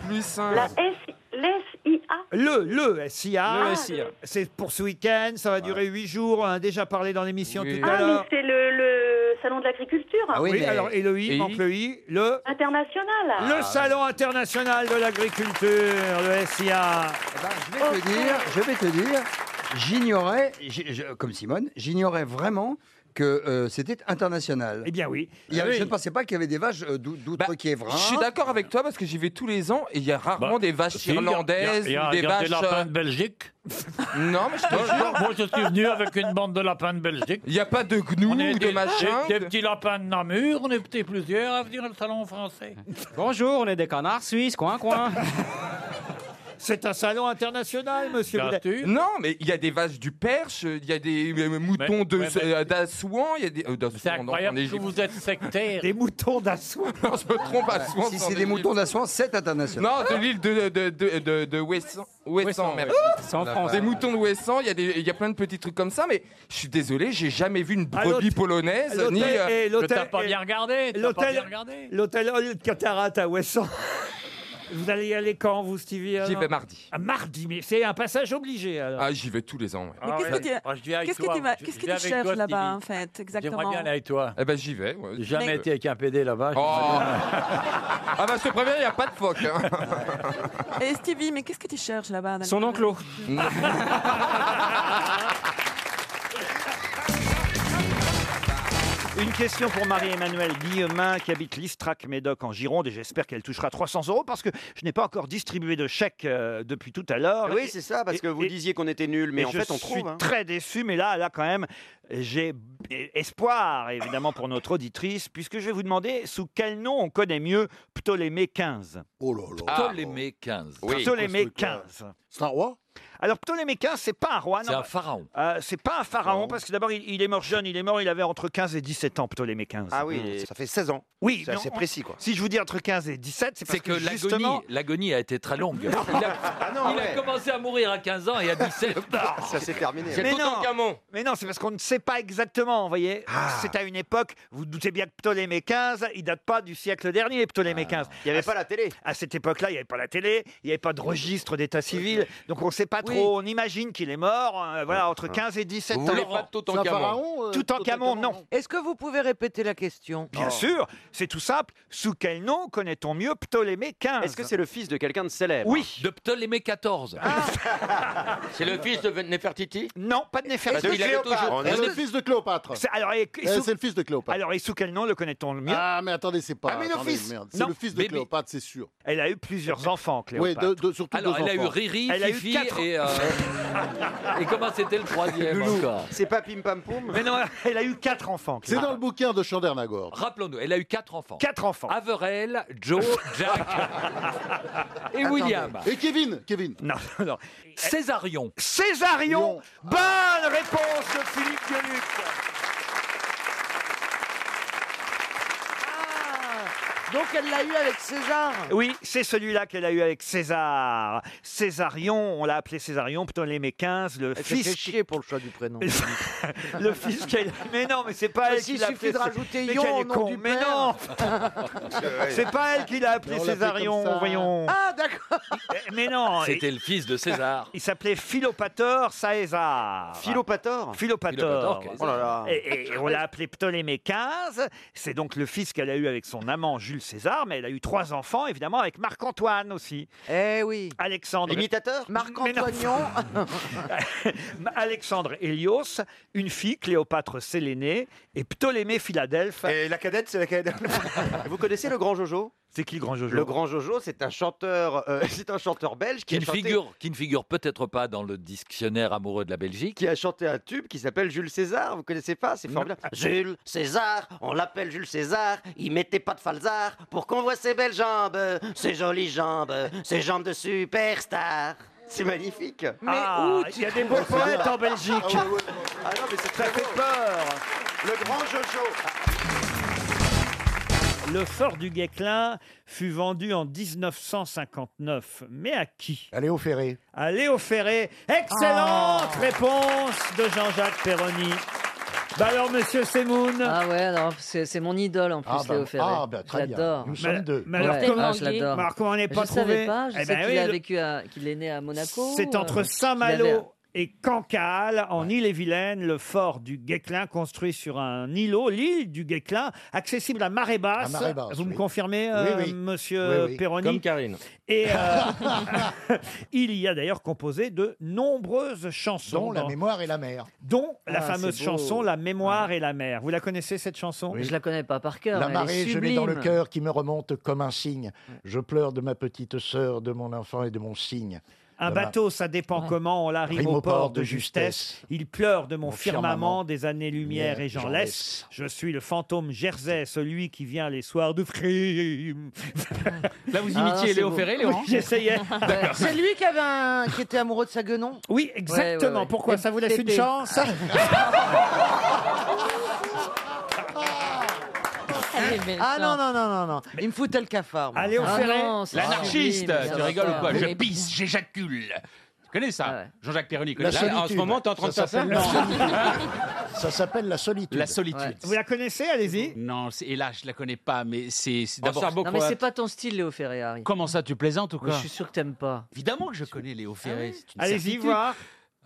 Speaker 6: plus simple.
Speaker 15: La S, l'SIA.
Speaker 1: Le, le SIA.
Speaker 15: Le SIA.
Speaker 1: C'est pour ce week-end, ça va durer huit jours, on en a déjà parlé dans l'émission tout à
Speaker 15: Ah, mais
Speaker 1: l'heure.
Speaker 15: c'est le, le salon de l'agriculture
Speaker 6: Ah
Speaker 1: oui, alors, et le I, manque le I, le...
Speaker 15: international.
Speaker 6: Ah.
Speaker 1: Le Salon international de l'agriculture, le SIA.
Speaker 6: Eh ben, Je vais te dire, je vais te dire, j'ignorais, j'ai- je- comme Simone, j'ignorais vraiment que euh, c'était international. Eh
Speaker 1: bien oui. Bah,
Speaker 6: Je ne pensais pas qu'il y avait des vaches euh, d'ou- d'outre-quiévrin.
Speaker 10: Je suis d'accord avec toi parce que j'y vais tous les ans et il y a rarement des vaches
Speaker 6: si, il y a-
Speaker 10: irlandaises
Speaker 6: il y a-
Speaker 10: ou
Speaker 6: il
Speaker 10: des
Speaker 6: y a
Speaker 10: vaches. euh,
Speaker 6: des lapins de
Speaker 10: Belgique Non, mais je te jure.
Speaker 32: Moi, je suis venu avec une bande de lapins de Belgique.
Speaker 10: Il n'y a pas de gnous
Speaker 32: On est
Speaker 10: ou de
Speaker 32: des,
Speaker 10: machin.
Speaker 32: des- des petits lapins de Namur, on est petits plusieurs à venir au salon français.
Speaker 19: Bonjour, on est des canards suisses, coin coin.
Speaker 1: C'est un salon international, monsieur.
Speaker 10: Bien
Speaker 1: Boulet.
Speaker 10: sûr. Mmh. Non, mais il y a des vaches du Perche, il y a des euh, moutons de-
Speaker 32: ouais, mais-
Speaker 10: euh, d'Assouan, il y a des. euh, d'Assouan,
Speaker 32: C'est
Speaker 10: non, en
Speaker 32: incroyable que
Speaker 10: Égypte.
Speaker 32: vous êtes sectaire.
Speaker 1: Des moutons d'Assouan.
Speaker 10: *laughs* Non, je me trompe, Assouan.
Speaker 6: Bah, Si
Speaker 10: c'est en
Speaker 6: c'est des
Speaker 10: Égypte.
Speaker 6: moutons d'assoin, c'est international.
Speaker 10: Non, de l'île de, de, de, de, de Ouessant. Ouessant, merci.
Speaker 6: C'est en France.
Speaker 10: Des moutons de Ouessant, il y, a des- il y a plein de petits trucs comme ça, mais je suis désolé, j'ai jamais vu une brebis polonaise. ni, euh,
Speaker 1: et l'hôtel-
Speaker 32: regardé,
Speaker 1: et-
Speaker 10: t'as pas
Speaker 1: L'hôtel,
Speaker 10: bien regardé.
Speaker 1: l'hôtel Old Cataract à Ouessant. Vous allez y aller quand, vous, Stevie
Speaker 10: J'y
Speaker 1: alors
Speaker 10: vais mardi.
Speaker 1: Ah, mardi, mais c'est un passage obligé alors.
Speaker 10: Ah, j'y vais tous les ans. ouais.
Speaker 25: Mais qu'est-ce que tu- qu'est-ce que tu vas- qu'est-ce que tu cherches là-bas, en fait, exactement
Speaker 10: avec toi. Eh ben, j'y vais. ouais.
Speaker 25: J'ai jamais
Speaker 10: Mais-
Speaker 25: été
Speaker 32: avec un PD là-bas.
Speaker 10: Oh. ah, bah, je te préviens, il n'y a pas de phoque. hein.
Speaker 25: Et Stevie, mais qu'est-ce que tu cherches là-bas dans
Speaker 10: Son
Speaker 25: le-
Speaker 10: enclos.
Speaker 1: *laughs* Une question pour Marie-Emmanuelle Guillemin qui habite l'Istrac Médoc en Gironde et j'espère qu'elle touchera 300 euros parce que je n'ai pas encore distribué de chèque euh, depuis tout à l'heure.
Speaker 12: Oui, c'est ça, parce que vous disiez qu'on était nuls, mais
Speaker 1: Et
Speaker 12: en
Speaker 1: je
Speaker 12: fait, on
Speaker 1: suis
Speaker 12: trouve. hein.
Speaker 1: très déçu, mais là, là quand même, j'ai espoir évidemment pour notre auditrice puisque je vais vous demander sous quel nom on connaît mieux Ptolémée 15.
Speaker 32: Oh là là.
Speaker 7: Ah.
Speaker 1: Ah.
Speaker 32: Ptolémée 15.
Speaker 1: Ptolémée 15.
Speaker 32: C'est un roi
Speaker 1: Alors Ptolémée 15, c'est pas un roi, non
Speaker 32: C'est un pharaon.
Speaker 1: Euh, c'est pas un pharaon, parce que d'abord, il, il est mort jeune, il est mort, il avait entre 15 et 17 ans, Ptolémée 15.
Speaker 12: Ah oui, ça fait 16 ans.
Speaker 1: Oui,
Speaker 12: c'est
Speaker 1: mais
Speaker 12: assez
Speaker 1: on-
Speaker 12: précis, quoi.
Speaker 1: Si je vous dis entre 15 et 17, c'est parce
Speaker 32: C'est que,
Speaker 1: que, justement... Ah
Speaker 32: l'agonie, l'agonie a été très
Speaker 1: *laughs*
Speaker 32: longue. Il a, il a commencé à mourir à 15 ans et à
Speaker 1: *laughs*
Speaker 32: 17.
Speaker 12: Ça s'est terminé.
Speaker 1: hein. Mais non, mais non, c'est parce qu'on ne sait pas exactement, vous voyez.
Speaker 12: Ah.
Speaker 1: C'est à une époque, vous vous doutez bien que Ptolémée 15, il date pas du siècle dernier, Ptolémée 15.
Speaker 12: Ah. Il y avait
Speaker 1: À
Speaker 12: pas
Speaker 1: ce-
Speaker 12: la télé.
Speaker 1: À cette époque-là, il n'y avait pas la télé, il n'y avait pas de registre d'état civil, donc on ne sait pas trop, on imagine qu'il est mort, euh,
Speaker 12: Ah.
Speaker 1: voilà, entre 15 et 17
Speaker 12: Vous
Speaker 1: ans.
Speaker 12: voulez pas de Toutankhamon C'est un pharaon, euh,
Speaker 1: Toutankhamon, non.
Speaker 12: Est-ce que vous pouvez répéter la question
Speaker 1: Bien sûr, c'est tout simple. Sous quel nom connaît-on mieux Ptolémée 15
Speaker 12: Est-ce que c'est le fils de quelqu'un de célèbre
Speaker 1: Oui.
Speaker 32: De Ptolémée 14.
Speaker 1: Ah,
Speaker 12: C'est le fils de Nefertiti
Speaker 1: Non, pas de Nefertiti.
Speaker 12: Parce qu'il avait toujours.
Speaker 2: C'est le fils de Cléopâtre.
Speaker 1: C'est- alors, et- et
Speaker 2: Euh,
Speaker 1: sous-
Speaker 2: c'est le fils de Cléopâtre.
Speaker 1: Alors, et sous quel nom le connaît-on le mieux
Speaker 2: Ah, mais attendez, c'est pas. attendez, merde. C'est
Speaker 1: Non.
Speaker 2: le fils de Cléopâtre, c'est sûr.
Speaker 1: Elle a
Speaker 2: *laughs*
Speaker 1: eu plusieurs enfants, Cléopâtre.
Speaker 2: Oui, de- de- surtout
Speaker 32: Alors,
Speaker 2: deux
Speaker 32: elle a eu
Speaker 2: enfants.
Speaker 32: Riri,
Speaker 1: Elle a eu
Speaker 32: Fifi
Speaker 1: quatre-
Speaker 32: et, euh, *laughs*
Speaker 2: *laughs*
Speaker 32: et comment c'était le troisième encore
Speaker 12: C'est pas Pim Pam Poum
Speaker 1: Mais non, *laughs* elle a eu quatre enfants.
Speaker 2: C'est dans le bouquin de Chandernagore.
Speaker 32: Rappelons-nous, elle a eu quatre enfants.
Speaker 1: Quatre enfants.
Speaker 32: Averell, Joe,
Speaker 20: *laughs*
Speaker 32: Jack et William.
Speaker 2: Et Kevin, Kevin.
Speaker 1: Non,
Speaker 7: *laughs*
Speaker 1: non.
Speaker 32: Césarion.
Speaker 1: Césarion. Bonne réponse de Philippe Gueluc.
Speaker 15: Donc elle l'a eu avec
Speaker 1: *laughs*
Speaker 15: César.
Speaker 1: Oui, c'est celui-là qu'elle a eu avec César. Césarion, on l'a appelé Césarion, Ptolémée XV, le
Speaker 33: Elle s'est
Speaker 1: fils.
Speaker 33: fait
Speaker 1: chier pour le choix du prénom. *laughs* le fils qu'elle. Mais non, mais c'est pas
Speaker 15: Mais
Speaker 1: elle
Speaker 15: si,
Speaker 1: qui
Speaker 15: il
Speaker 1: l'a
Speaker 15: suffit
Speaker 1: appelé.
Speaker 15: de rajouter
Speaker 1: Mais
Speaker 15: Ion
Speaker 1: quel
Speaker 15: au
Speaker 1: est
Speaker 15: nom
Speaker 1: con.
Speaker 15: du
Speaker 1: Mais
Speaker 15: père.
Speaker 1: non C'est pas elle qui l'a appelé
Speaker 15: Mais on l'appelait
Speaker 1: *laughs*
Speaker 15: comme
Speaker 1: Césarion,
Speaker 15: ça.
Speaker 1: voyons.
Speaker 15: Ah, d'accord.
Speaker 1: Mais non.
Speaker 7: C'était
Speaker 1: il-
Speaker 7: le fils de César.
Speaker 1: Il s'appelait Philopator Caesar.
Speaker 20: Philopator
Speaker 1: Philopator.
Speaker 20: Philopator Caesar. Oh là là.
Speaker 1: Et, et on l'a appelé Ptolémée XV. C'est donc le fils qu'elle a eu avec son amant Jules César, mais elle a eu trois enfants, évidemment, avec Marc-Antoine aussi.
Speaker 15: Eh oui.
Speaker 1: Alexandre.
Speaker 15: Imitateur Marc-Antoignon.
Speaker 1: *laughs* Alexandre Hélios, une fille, Cléopâtre Sélénée, et Ptolémée Philadelphe.
Speaker 20: Et la cadette, c'est laquelle
Speaker 1: *laughs*
Speaker 20: Vous connaissez le grand Jojo
Speaker 1: C'est qui le grand Jojo
Speaker 20: Le grand Jojo, c'est un chanteur, euh, *laughs* c'est un chanteur belge qui,
Speaker 7: Qui
Speaker 20: a
Speaker 7: ne,
Speaker 20: chanté-
Speaker 7: figure, qui ne figure peut-être pas dans le dictionnaire amoureux de la Belgique.
Speaker 20: qui a chanté un tube qui s'appelle Jules César. Vous connaissez pas C'est formidable. Jules César, on l'appelle Jules César. Il mettait pas de falzar pour qu'on voit ses belles jambes, ses jolies jambes, ses jambes de superstar. C'est magnifique.
Speaker 1: Mais Ah, où tu il y a des trouves beaux ça poètes en Belgique.
Speaker 20: Ah, ouais, ouais. Ah non, mais c'est très fait peur. Le grand Jojo.
Speaker 1: Le fort du Guéclin fut vendu en 1959. Mais à qui À Léo Ferré. À Léo Ferré. Excellente réponse de Jean-Jacques Perroni. Bah alors, monsieur Semoun.
Speaker 21: Ah ouais, non, c'est c'est mon idole en plus,
Speaker 1: Ah bah-
Speaker 21: Léo Ferré.
Speaker 1: ah bah très bien.
Speaker 21: J'adore.
Speaker 1: Nous Mais- sommes deux. mais alors
Speaker 21: Ouais,
Speaker 1: comment-
Speaker 21: ah, je l'adore.
Speaker 1: Mais alors comment on n'est pas
Speaker 21: Je savais
Speaker 1: trouvé
Speaker 21: pas, je
Speaker 1: Eh
Speaker 21: sais
Speaker 1: ben
Speaker 21: qu'il
Speaker 1: oui,
Speaker 21: a
Speaker 1: le-
Speaker 21: vécu à- qu'il est né à Monaco.
Speaker 1: C'est
Speaker 21: euh,
Speaker 1: entre
Speaker 21: qu'il avait-
Speaker 1: Saint-Malo et Cancale, en Ille-et-Vilaine, le fort du Guéclin, construit sur un îlot, l'île du Guéclin, accessible à marée basse.
Speaker 34: À marée basse,
Speaker 1: Vous me
Speaker 34: oui.
Speaker 1: confirmez, euh,
Speaker 34: Oui, oui.
Speaker 1: monsieur
Speaker 34: Oui, oui.
Speaker 1: Perroni
Speaker 34: Comme Karine.
Speaker 1: Et
Speaker 6: *laughs*
Speaker 1: euh, *laughs* il y a d'ailleurs composé de nombreuses chansons.
Speaker 6: Dont la
Speaker 1: dans-
Speaker 6: mémoire et la mer.
Speaker 1: Dont la
Speaker 6: Ah,
Speaker 1: fameuse
Speaker 6: c'est beau.
Speaker 1: chanson La mémoire et la mer. Vous la connaissez cette chanson
Speaker 21: Je la connais pas par cœur.
Speaker 6: La
Speaker 21: mais elle
Speaker 6: marée,
Speaker 21: est
Speaker 6: je l'ai dans le
Speaker 21: sublime.
Speaker 6: cœur qui me remonte comme un signe. Je pleure de ma petite sœur, de mon enfant et de mon signe. Euh,
Speaker 1: Un
Speaker 6: De ma-
Speaker 1: bateau, ça dépend comment, on la rime au port de justesse. Il pleure de mon,
Speaker 6: Mon
Speaker 1: firmament,
Speaker 6: firmament,
Speaker 1: des années-lumière et j'en laisse. Je suis le fantôme Jersey, celui qui vient les soirs de frime. *laughs* Là,
Speaker 35: vous Ah, imitiez c'est Léo beau. Ferré,
Speaker 19: hein.
Speaker 35: Laurent
Speaker 19: *laughs*
Speaker 1: J'essayais.
Speaker 15: Ben, C'est lui qui, avait un- qui était amoureux de sa guenon
Speaker 1: Oui, exactement. Pourquoi Ça vous laisse
Speaker 15: *laughs*
Speaker 1: une chance
Speaker 15: Ah non, non, non, non, non. Il me foutait le cafard. moi.
Speaker 1: Allez, on
Speaker 15: Ah
Speaker 1: ferait
Speaker 15: non, c'est
Speaker 19: L'anarchiste,
Speaker 15: sublime,
Speaker 19: tu
Speaker 15: bien
Speaker 19: rigoles
Speaker 15: sûr.
Speaker 19: ou pas Je
Speaker 15: Mais-
Speaker 19: pisse, j'éjacule. Tu connais ça Jean-Jacques Perroni connaît
Speaker 6: La
Speaker 19: ça. En ce
Speaker 6: solitude.
Speaker 19: moment, t'es en train de
Speaker 6: Ça
Speaker 19: faire ça
Speaker 6: s'appelle la
Speaker 19: Non.
Speaker 6: solitude. Ça s'appelle la solitude.
Speaker 19: La solitude.
Speaker 1: Vous la connaissez Allez-y.
Speaker 19: *laughs* Non, c'est- hélas, je la connais pas, mais c'est c'est
Speaker 21: Non,
Speaker 19: d'abord.
Speaker 21: mais c'est pas ton style, Léo Ferré, Harry.
Speaker 19: Comment ça, tu plaisantes ou
Speaker 21: Mais
Speaker 19: quoi Ah
Speaker 21: je suis sûr que t'aimes pas.
Speaker 19: Évidemment que je connais Léo Ferré. c'est une
Speaker 21: Allez-y,
Speaker 19: certitude.
Speaker 21: voir.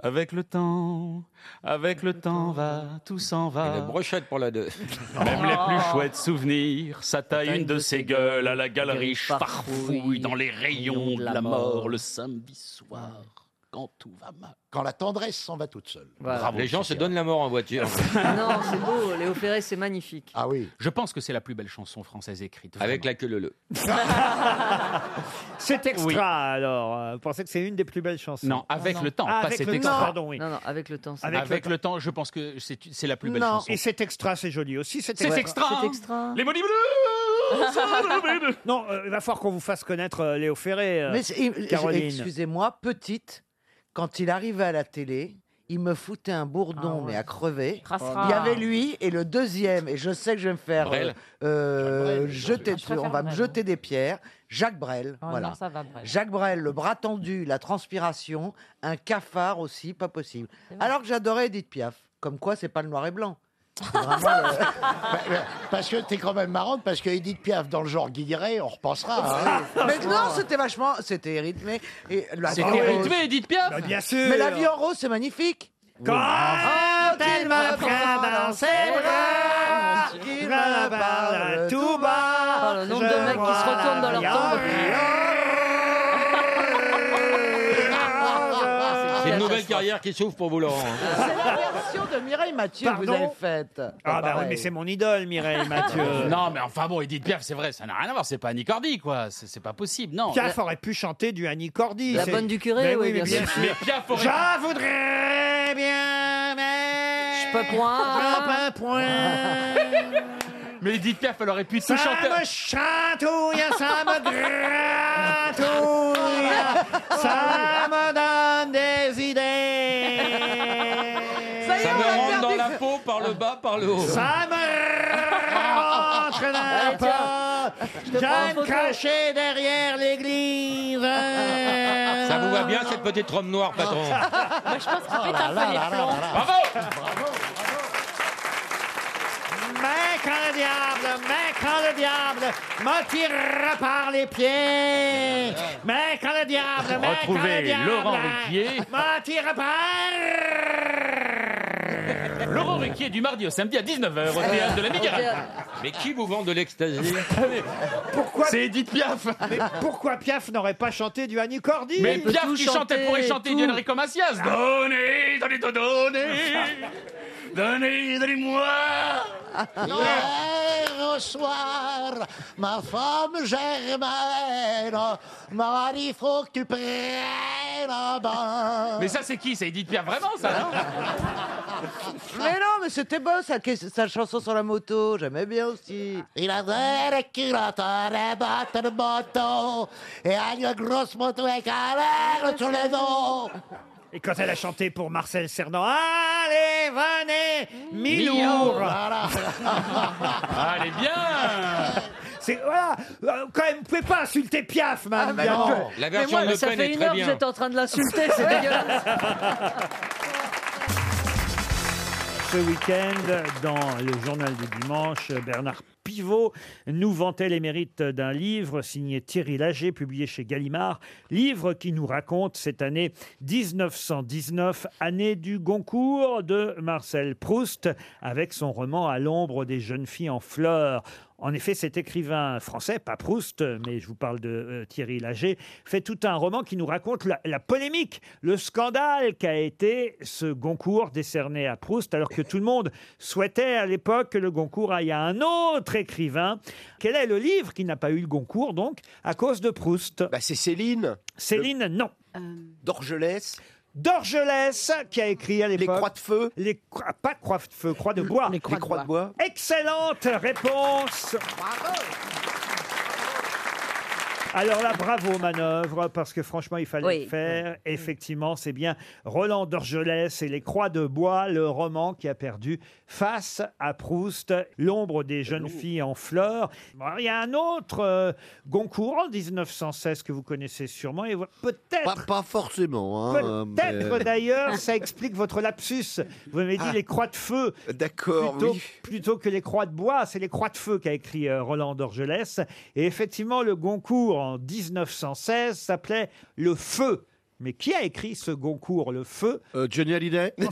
Speaker 19: Avec le temps, avec le temps va, tout s'en va.
Speaker 7: Une brochette pour la deux.
Speaker 19: *laughs* Même les plus chouettes souvenirs, ça taille une de ses gueules à la galerie farfouille dans les rayons de la mort le samedi soir quand tout va mal.
Speaker 6: Quand la tendresse s'en va toute seule.
Speaker 7: les gens se donnent la mort
Speaker 19: *laughs*
Speaker 7: en voiture.
Speaker 21: non, c'est beau, Léo Ferré, c'est magnifique.
Speaker 6: Ah oui.
Speaker 19: Je pense que c'est la plus belle chanson française écrite.
Speaker 7: Avec la queue le le.
Speaker 1: C'est extra,
Speaker 19: Oui.
Speaker 1: alors. euh, Vous pensez que c'est une des plus belles chansons
Speaker 19: Non, avec le temps,
Speaker 1: Ah,
Speaker 19: pas
Speaker 1: avec
Speaker 19: cet
Speaker 1: le temps,
Speaker 19: extra.
Speaker 1: pardon, oui.
Speaker 21: Non, non, avec le temps. c'est-
Speaker 19: Avec, le, temps. je pense que c'est c'est la plus belle
Speaker 1: Non.
Speaker 19: chanson.
Speaker 1: Et cet extra, c'est joli aussi. cet
Speaker 19: C'est extra, hein. C'est extra. Les monnaies
Speaker 1: *laughs*
Speaker 19: bleues
Speaker 1: Non, euh, il va falloir qu'on vous fasse connaître euh, Léo Ferré, euh,
Speaker 15: Mais c'est- il-
Speaker 1: Caroline.
Speaker 15: excusez-moi, petite, quand il arrivait à la télé, il me foutait un bourdon,
Speaker 2: Ah
Speaker 15: mais à crever.
Speaker 2: Tracera.
Speaker 15: Il y avait lui et le deuxième, et je sais que je vais me faire
Speaker 2: Brel.
Speaker 15: euh,
Speaker 2: Brel.
Speaker 15: jeter
Speaker 2: Ah, je
Speaker 15: dessus,
Speaker 2: préfère
Speaker 15: on va me
Speaker 2: Brel.
Speaker 15: jeter des pierres. Jacques Brel,
Speaker 2: Oh
Speaker 15: voilà.
Speaker 2: non, ça va, Brel.
Speaker 15: Jacques Brel, le bras tendu, la transpiration, un cafard aussi, pas possible. Alors que j'adorais Edith Piaf, comme quoi c'est pas le noir et blanc. C'est vraiment le-
Speaker 6: Bah, Parce que t'es quand même marrante, parce que Edith Piaf, dans le genre Guilleret, on repensera. hein.
Speaker 15: Mais non, c'était vachement, c'était rythmé. Et la
Speaker 6: C'était
Speaker 15: vie en rose.
Speaker 6: rythmé, Edith Piaf. Bah, bien sûr.
Speaker 15: Mais la vie en rose, c'est magnifique.
Speaker 1: Quand
Speaker 20: Ah,
Speaker 15: elle me prend dans ses bras, qu'il me parle tout bas.
Speaker 21: le nombre de mecs qui se retournent dans leur
Speaker 20: *laughs*
Speaker 21: tombe.
Speaker 7: C'est
Speaker 1: Ah,
Speaker 7: une nouvelle carrière qui s'ouvre pour vous, Laurent. hein.
Speaker 15: C'est la version de Mireille Mathieu que vous
Speaker 1: Pardon
Speaker 15: avez faite.
Speaker 1: Ah, bah oui, mais c'est mon idole, Mireille Mathieu.
Speaker 19: *laughs* non, mais enfin bon, Edith Piaf, c'est vrai, ça n'a rien à voir. C'est pas Annie Cordy, quoi. C'est c'est pas possible, non.
Speaker 1: Piaf aurait pu chanter du Annie Cordy.
Speaker 19: La
Speaker 1: c'est-
Speaker 19: bonne du curé,
Speaker 1: Mais
Speaker 19: oui,
Speaker 1: oui, mais
Speaker 19: bien
Speaker 1: bien
Speaker 19: sûr.
Speaker 1: sûr.
Speaker 19: Mais Piaf aurait-
Speaker 1: Je voudrais bien, mais. Je
Speaker 21: peux croire.
Speaker 1: un point.
Speaker 19: *laughs* Mais Edith Piaf, elle aurait pu
Speaker 1: Ça
Speaker 19: tout chanter.
Speaker 1: me chatouille, ça me gratouille, ça me donne des idées.
Speaker 7: Ça me rentre dans la peau par le bas, par le haut.
Speaker 1: Ça me rentre dans la peau.
Speaker 20: Je te
Speaker 1: Jeanne
Speaker 20: prends en photo.
Speaker 1: cachée derrière l'église.
Speaker 36: Ça vous va bien cette petite robe noire, patron
Speaker 20: Moi, je pense qu'il
Speaker 1: Oh
Speaker 20: pète un peu les plombs.
Speaker 1: Mec le diable, mec le diable, me tirera par les pieds. Mec le diable, mec le
Speaker 19: Retrouvez
Speaker 1: diable.
Speaker 19: Laurent Ruquier.
Speaker 1: Me tirera par...
Speaker 19: Laurent Ruquier du mardi au samedi à 19h au théâtre de la Migara.
Speaker 36: Mais qui vous vend de
Speaker 1: *laughs*
Speaker 36: l'ecstasy
Speaker 1: Pourquoi C'est Edith Piaf. Mais pourquoi Piaf n'aurait pas chanté du Annie Cordy
Speaker 19: Mais Piaf qui chantait pourrait chanter du Enrico Macias. Donnez, donnez, donnez, *laughs* donnez, donnez-moi.
Speaker 20: Hier au soir, ma femme Germaine m'a dit faut que tu prennes un bain.
Speaker 19: Mais ça, c'est qui C'est Edith Piaf, vraiment, ça, non
Speaker 15: Mais non, mais c'était beau, sa, sa chanson sur la moto, j'aimais bien aussi.
Speaker 20: Il a des culottes, des bottes de moto et a une grosse moto avec un aigle sur les dos.
Speaker 1: Et quand elle a chanté pour Marcel Cerdan, allez, venez,
Speaker 20: Milou,
Speaker 1: Milour
Speaker 20: voilà.
Speaker 1: *laughs* Allez bien C'est, voilà, euh, quand même, vous pouvez pas insulter Piaf, madame.
Speaker 36: mais
Speaker 1: Diamant.
Speaker 36: non. La version
Speaker 21: Ah, Mais moi,
Speaker 36: de
Speaker 21: ça
Speaker 36: Pen
Speaker 21: fait
Speaker 36: est
Speaker 21: une
Speaker 36: très
Speaker 21: heure
Speaker 36: bien.
Speaker 21: que vous êtes en train de l'insulter, c'est
Speaker 36: *laughs*
Speaker 21: dégueulasse.
Speaker 1: Ce week-end, dans le journal du dimanche, Bernard Pivot nous vantait les mérites d'un livre signé Thierry Lager, publié chez Gallimard, livre qui nous raconte cette année 1919, année du Goncourt de Marcel Proust, avec son roman À l'ombre des jeunes filles en fleurs. En effet, cet écrivain français, pas Proust, mais je vous parle de euh, Thierry Lager, fait tout un roman qui nous raconte la, la polémique, le scandale qu'a été ce Goncourt décerné à Proust, alors que tout le monde souhaitait à l'époque que le Goncourt aille à un autre écrivain. Quel est le livre qui n'a pas eu le Goncourt, donc, à cause de Proust Bah, C'est Céline. Céline, non. Dorgelès Dorgelès, qui a écrit à l'époque. Les croix de feu. Les cro- ah, pas croix de feu, croix de bois. Les croix, de bois. Excellente réponse. Alors là, bravo manœuvre, parce que franchement, il fallait
Speaker 37: Oui.
Speaker 1: le faire. Effectivement, c'est bien Roland Dorgelès et Les Croix de Bois, le roman qui a perdu face à Proust, L'ombre des jeunes filles en fleurs. Bon, Il y a un autre euh, Goncourt en 1916 que vous connaissez sûrement, et voilà, peut-être.
Speaker 6: Pas, pas forcément. hein,
Speaker 1: Peut-être
Speaker 21: *laughs*
Speaker 6: mais-
Speaker 1: d'ailleurs, ça explique votre lapsus. Vous m'avez dit
Speaker 6: Ah.
Speaker 1: les croix de feu.
Speaker 6: D'accord,
Speaker 1: plutôt,
Speaker 6: oui.
Speaker 1: plutôt que les croix de bois, c'est les croix de feu qu'a écrit euh, Roland d'Orgelès. Et effectivement, le Goncourt en 1916 s'appelait le feu. Mais qui a écrit ce Goncourt, le feu Euh, Johnny Hallyday. *laughs*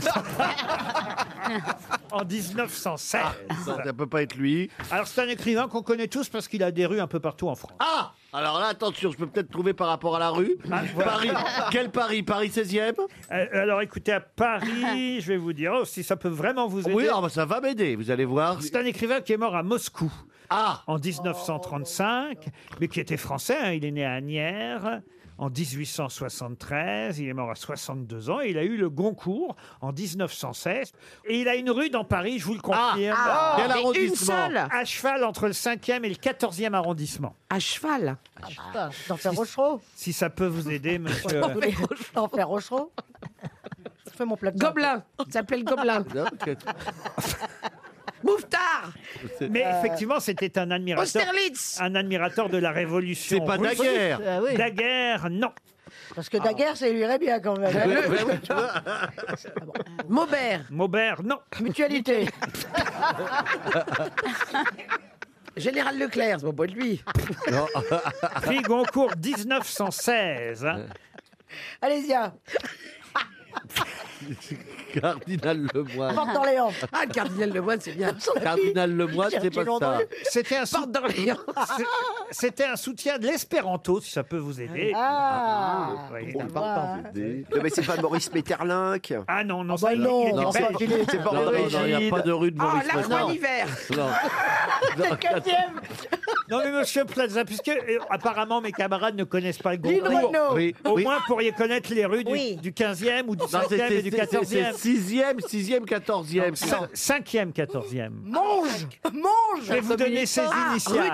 Speaker 1: en 1916.
Speaker 6: ça, ça
Speaker 1: Ah, peut pas être lui. Alors c'est un écrivain qu'on connaît tous parce qu'il a des rues un peu partout en France.
Speaker 6: Ah Alors là, attention, je peux peut-être trouver par rapport à la rue.
Speaker 1: Ah, *laughs*
Speaker 6: Paris. Quel Paris Paris 16e
Speaker 1: Euh, alors écoutez, à
Speaker 9: Ah.
Speaker 1: Paris, je vais vous dire oh, si ça peut vraiment vous aider.
Speaker 6: Oui, ah bah, ça va m'aider, vous allez voir. Ah.
Speaker 1: C'est un écrivain qui est mort à Moscou en 1935, mais qui était français. hein. Il est né à Agnières en 1873. Il est mort à 62 ans. Et il a eu le Goncourt en 1916. Et il a une rue dans Paris, je vous le confirme.
Speaker 6: Ah, quel Mais une arrondissement seule
Speaker 1: À cheval entre le 5e et le 14e arrondissement. À cheval
Speaker 9: Ah,
Speaker 6: L'enfer Rochereau.
Speaker 1: Si ça peut vous aider,
Speaker 6: *laughs*
Speaker 1: monsieur.
Speaker 6: L'enfer Rochereau. Je fais mon plat de
Speaker 9: Gobelin. Il s'appelait le
Speaker 6: *laughs*
Speaker 9: Gobelin. Mouffetard
Speaker 1: Mais
Speaker 6: Euh,
Speaker 1: effectivement, c'était un admirateur.
Speaker 6: Austerlitz
Speaker 1: Un admirateur de la Révolution.
Speaker 6: C'est pas
Speaker 1: russe.
Speaker 6: Daguerre. Ah oui.
Speaker 1: Daguerre, non.
Speaker 6: Parce que Daguerre,
Speaker 9: ça lui irait bien quand
Speaker 6: Ah.
Speaker 9: même. Ah Maubert.
Speaker 1: Maubert, non.
Speaker 9: Mutualité. *laughs* Général Leclerc, c'est pas de lui.
Speaker 1: Prix Goncourt 1916. hein.
Speaker 9: Allez-y, hein.
Speaker 1: *laughs*
Speaker 6: Cardinal Lemoine.
Speaker 9: Porte d'Orléans. Ah, le cardinal Lemoine, c'est bien.
Speaker 6: Cardinal Lemoine, c'est pas ça.
Speaker 1: C'était un, sou- *laughs* C'est- c'était un soutien de l'espéranto, si ça peut vous aider.
Speaker 9: Ah.
Speaker 1: Oui.
Speaker 9: Bon, pardon.
Speaker 4: Non, mais c'est pas Maurice Péterlinck.
Speaker 1: Ah non, non,
Speaker 4: ça,
Speaker 1: ça, il- il était
Speaker 4: c'est
Speaker 1: pas-
Speaker 4: c'est pas
Speaker 1: Non, non,
Speaker 4: Maurice
Speaker 1: non, il y a
Speaker 4: Gilles.
Speaker 1: pas de rue de
Speaker 4: Ah,
Speaker 1: Maurice
Speaker 4: la
Speaker 1: Péterlinck.
Speaker 4: Croix d'hiver.
Speaker 1: Non mais monsieur Plaza, puisque euh, apparemment mes camarades ne connaissent pas le
Speaker 6: Lynn
Speaker 1: Goncourt,
Speaker 6: Renaud. Oui,
Speaker 1: au
Speaker 6: oui.
Speaker 1: moins pourriez connaître les rues du,
Speaker 6: Oui.
Speaker 1: du 15e ou du
Speaker 6: Non,
Speaker 1: 5e et du 14e.
Speaker 6: 6e, 6e, 14e.
Speaker 1: Cin- Cinquième, quatorzième.
Speaker 6: Mange
Speaker 1: Je
Speaker 6: Mange
Speaker 1: vais vous donner ses initiales.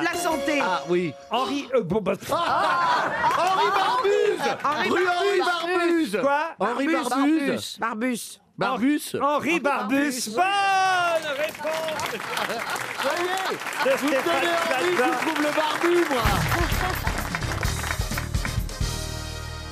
Speaker 6: Ah oui.
Speaker 1: Henri. euh, bon, bah,
Speaker 6: Ah, Henri Barbuse Rue Henri Barbuse
Speaker 1: Quoi
Speaker 6: Henri Barbuse
Speaker 9: Barbus.
Speaker 38: Barbus
Speaker 1: Henri Barbus. Bonne réponse
Speaker 38: Ça y est Vous me
Speaker 1: Stéphane
Speaker 38: donnez envie, je
Speaker 1: Plaza.
Speaker 38: vous trouve le barbu, moi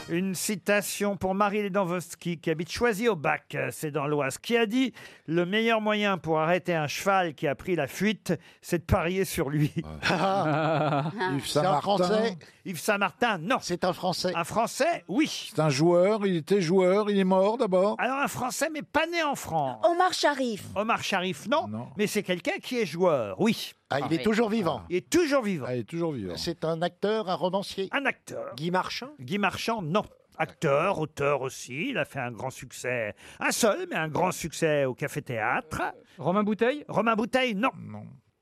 Speaker 1: Une citation pour Marie Ledanvosky, qui habite Choisy au Bac, euh, c'est dans l'Oise, qui a dit Le meilleur moyen pour arrêter un cheval qui a pris la fuite, c'est de parier sur lui.
Speaker 6: Ah. Yves C'est un Saint-Martin Français
Speaker 1: Yves Saint-Martin, non.
Speaker 6: C'est un Français.
Speaker 1: Un Français, oui.
Speaker 6: C'est un joueur, il était joueur, il est mort d'abord.
Speaker 1: Alors un Français, mais pas né en France. Omar Sharif. Omar Sharif, non. Mais c'est quelqu'un qui est joueur, oui.
Speaker 6: Ah, il est
Speaker 1: Oui.
Speaker 6: toujours vivant. Ah,
Speaker 1: Il est toujours vivant.
Speaker 6: il est toujours vivant.
Speaker 1: C'est un acteur, un romancier Un acteur. Guy Marchand Guy Marchand, non. Acteur, auteur aussi, il a fait un grand succès, un seul, mais un grand succès au Café Théâtre. Romain Bouteille Romain Bouteille, non.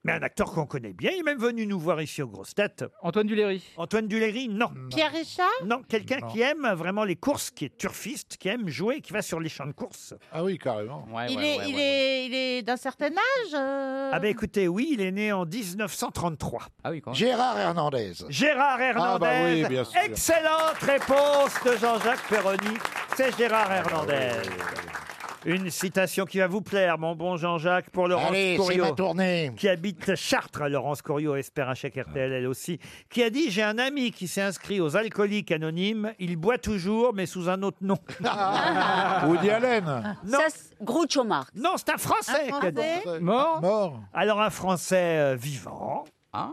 Speaker 1: Mais un acteur qu'on connaît bien, il est même venu nous voir ici aux grosses têtes. Antoine Duléry Antoine Duléry, non.
Speaker 13: Pierre Richard
Speaker 1: Non, quelqu'un
Speaker 13: Non.
Speaker 1: qui aime vraiment les courses, qui est turfiste, qui aime jouer, qui va sur les champs de course. Ah oui, carrément.
Speaker 13: il, est, il, est, il est d'un certain âge euh,
Speaker 1: Ah ben écoutez, oui, il est né en 1933. Ah oui, quand
Speaker 6: Gérard Hernandez.
Speaker 1: Gérard Hernandez.
Speaker 6: Ah bah oui, bien sûr.
Speaker 1: Excellente réponse de Jean-Jacques Perroni. C'est Gérard Hernandez.
Speaker 6: Ah
Speaker 1: Une citation qui va vous plaire, mon bon Jean-Jacques, pour Laurence
Speaker 6: Allez, c'est
Speaker 1: Courriot,
Speaker 6: ma tournée.
Speaker 1: qui habite Chartres. Laurence Couriot espère un chèque RTL, elle aussi, qui a dit « J'ai un ami qui s'est inscrit aux alcooliques anonymes. Il boit toujours, mais sous un autre nom.
Speaker 6: *laughs* Woody Allen. »
Speaker 1: Non. Groucho Marx. Non, c'est un Français.
Speaker 6: Un
Speaker 1: qui a dit.
Speaker 6: Français. Mort Mort.
Speaker 1: Alors un Français euh, vivant. Ah.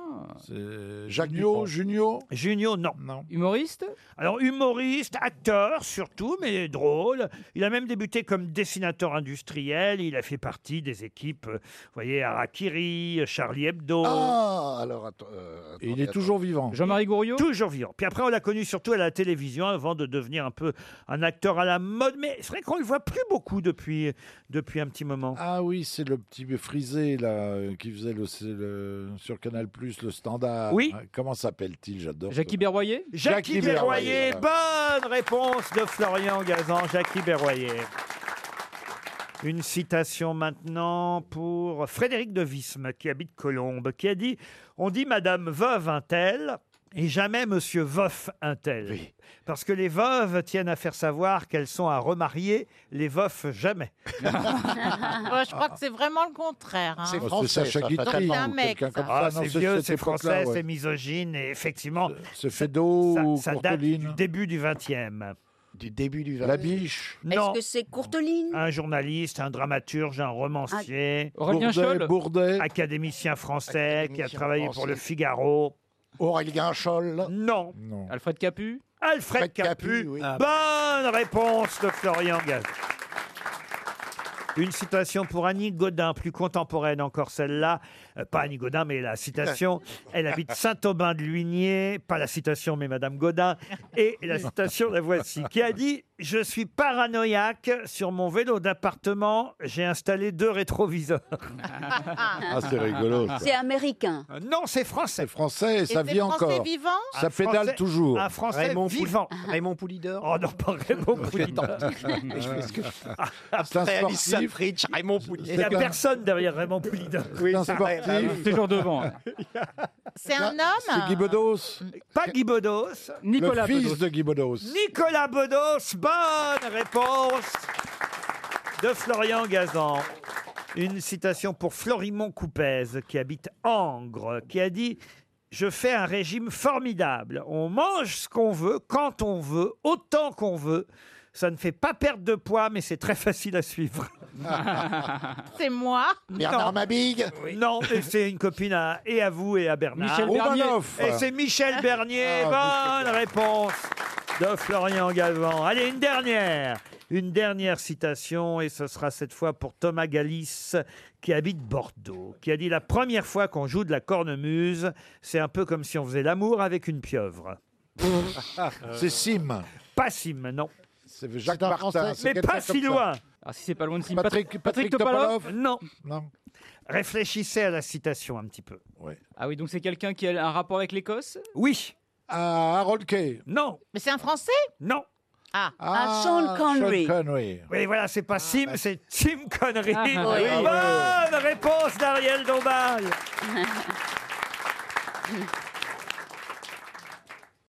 Speaker 6: Jacques Junio, Junio.
Speaker 1: Junio, non. Humoriste Alors, humoriste, acteur surtout, mais drôle. Il a même débuté comme dessinateur industriel. Il a fait partie des équipes, euh, vous voyez, Harakiri, Charlie Hebdo.
Speaker 6: Ah, alors attends. euh, attendez, attendez.
Speaker 1: vivant. Jean-Marie Gouriot Toujours vivant. Puis après, on l'a connu surtout à la télévision avant de devenir un peu un acteur à la mode. Mais c'est vrai qu'on le voit plus beaucoup depuis, depuis un petit moment.
Speaker 6: Ah oui, c'est le petit frisé là euh, qui faisait le, c'est le- sur Canal Plus le standard.
Speaker 1: Oui.
Speaker 6: Ah, Comment s'appelle-t-il J'adore. ce-
Speaker 19: Jackie Berroyer
Speaker 1: Jackie Berroyer, bonne réponse de Florian Gazan, Jackie Berroyer. Une citation maintenant pour Frédéric de Visme, qui habite Colombes, qui a dit On dit Madame veuve un tel et jamais Monsieur veuf un tel. Parce que les veuves tiennent à faire savoir qu'elles sont à remarier, les veufs jamais.
Speaker 13: *laughs* ouais, je crois que c'est vraiment le contraire. hein.
Speaker 6: C'est Oh, c'est Sacha français, ça, Guitry
Speaker 13: C'est un
Speaker 6: ou
Speaker 13: mec.
Speaker 6: *laughs* quelqu'un comme
Speaker 13: ça.
Speaker 1: Ah,
Speaker 6: non,
Speaker 1: c'est
Speaker 6: c'est
Speaker 1: vieux,
Speaker 6: cette
Speaker 1: c'est
Speaker 6: époque-là,
Speaker 1: français,
Speaker 6: ouais.
Speaker 1: c'est misogyne, et effectivement.
Speaker 6: C'est Fedot
Speaker 1: ça-
Speaker 6: ou
Speaker 1: ça date du
Speaker 6: Courteline
Speaker 1: début du 20e.
Speaker 6: Du début du La biche.
Speaker 1: Non.
Speaker 22: c'est Courteline
Speaker 1: Un journaliste, un dramaturge, un romancier.
Speaker 6: Ah, Aurélien Bourdet, Scholl.
Speaker 1: Académicien français qui a
Speaker 6: Académicien
Speaker 1: travaillé pour
Speaker 6: français.
Speaker 1: le Figaro.
Speaker 6: Aurélien Scholl.
Speaker 1: Non.
Speaker 19: Alfred Capu Ah.
Speaker 1: Alfred Capu.
Speaker 19: Capu, oui.
Speaker 1: Bonne réponse de Florian Gazan. Une citation pour Annie Godin, plus contemporaine encore celle-là. Euh, pas Annie Godin, mais la citation. Elle habite Saint-Aubin-de-Luigné. Pas la citation, mais Madame Godin. Et la citation, la voici, qui a dit « Je suis paranoïaque. Sur mon vélo d'appartement, j'ai installé deux rétroviseurs. »
Speaker 6: Ah, c'est rigolo. ça.
Speaker 22: C'est
Speaker 6: *laughs*
Speaker 22: américain.
Speaker 1: Euh, Non, c'est français.
Speaker 6: C'est français et ça
Speaker 22: c'est
Speaker 6: vit
Speaker 22: français
Speaker 6: encore.
Speaker 22: vivant
Speaker 6: Ça
Speaker 1: Un
Speaker 6: pédale
Speaker 1: Français-
Speaker 6: toujours.
Speaker 1: Un Français vivant.
Speaker 22: Raymond Poulidor
Speaker 1: Oh non, pas Raymond Poulidor.
Speaker 6: *laughs*
Speaker 1: Ah,
Speaker 6: Je fais ce que je
Speaker 1: Après
Speaker 6: C'est un
Speaker 1: Alice
Speaker 6: sportif.
Speaker 1: Safritch, Raymond Poulidor. Il n'y a
Speaker 6: C'est un-
Speaker 1: personne derrière Raymond Poulidor.
Speaker 6: Oui, C'est un c'est vrai, sportif. bah oui. Toujours devant.
Speaker 22: C'est un homme
Speaker 6: C'est Guy Bedos.
Speaker 1: Pas Guy Bedos.
Speaker 6: le fils de Guy Bedos.
Speaker 1: Nicolas Bedos, bonne réponse de Florian Gazan. Une citation pour Florimond Coupez, qui habite Angres, qui a dit Je fais un régime formidable. On mange ce qu'on veut, quand on veut, autant qu'on veut. Ça ne fait pas perdre de poids, mais c'est très facile à suivre.
Speaker 13: C'est moi.
Speaker 1: Non. Non, et c'est une copine à- et à vous et à Bernard.
Speaker 6: Michel Bernier. Roumanoff.
Speaker 1: Et c'est Michel Bernier.
Speaker 6: Ah,
Speaker 1: Bonne réponse de Florian Galvan. Allez, une dernière. Une dernière citation, et ce sera cette fois pour Thomas Galis, qui habite Bordeaux, qui a dit La première fois qu'on joue de la cornemuse, c'est un peu comme si on faisait l'amour avec une pieuvre.
Speaker 6: Ah.
Speaker 21: Ah.
Speaker 6: C'est Sim.
Speaker 1: Pas Sim, non.
Speaker 6: C'est Jacques Martin. c'est
Speaker 1: Mais
Speaker 6: quelqu'un
Speaker 1: pas si
Speaker 6: comme ça.
Speaker 1: loin.
Speaker 19: Ah, si c'est pas loin de Sim.
Speaker 6: Patrick-
Speaker 19: Pat-
Speaker 6: Patrick Topalov
Speaker 1: Non.
Speaker 6: Non.
Speaker 1: Réfléchissez à la citation un petit peu.
Speaker 19: Ah oui, donc c'est quelqu'un qui a un rapport avec l'Écosse
Speaker 1: Oui.
Speaker 6: Ah, Harold Kay.
Speaker 1: Non.
Speaker 22: Mais c'est un Français
Speaker 1: Non.
Speaker 22: Ah,
Speaker 6: Ah,
Speaker 22: ah Sean Connery. Ah.
Speaker 6: Sean Connery.
Speaker 1: Oui, voilà, c'est pas Sim, c'est Tim Connery.
Speaker 6: Ah, oui. *laughs*
Speaker 1: Bonne réponse d'Ariel Dombal.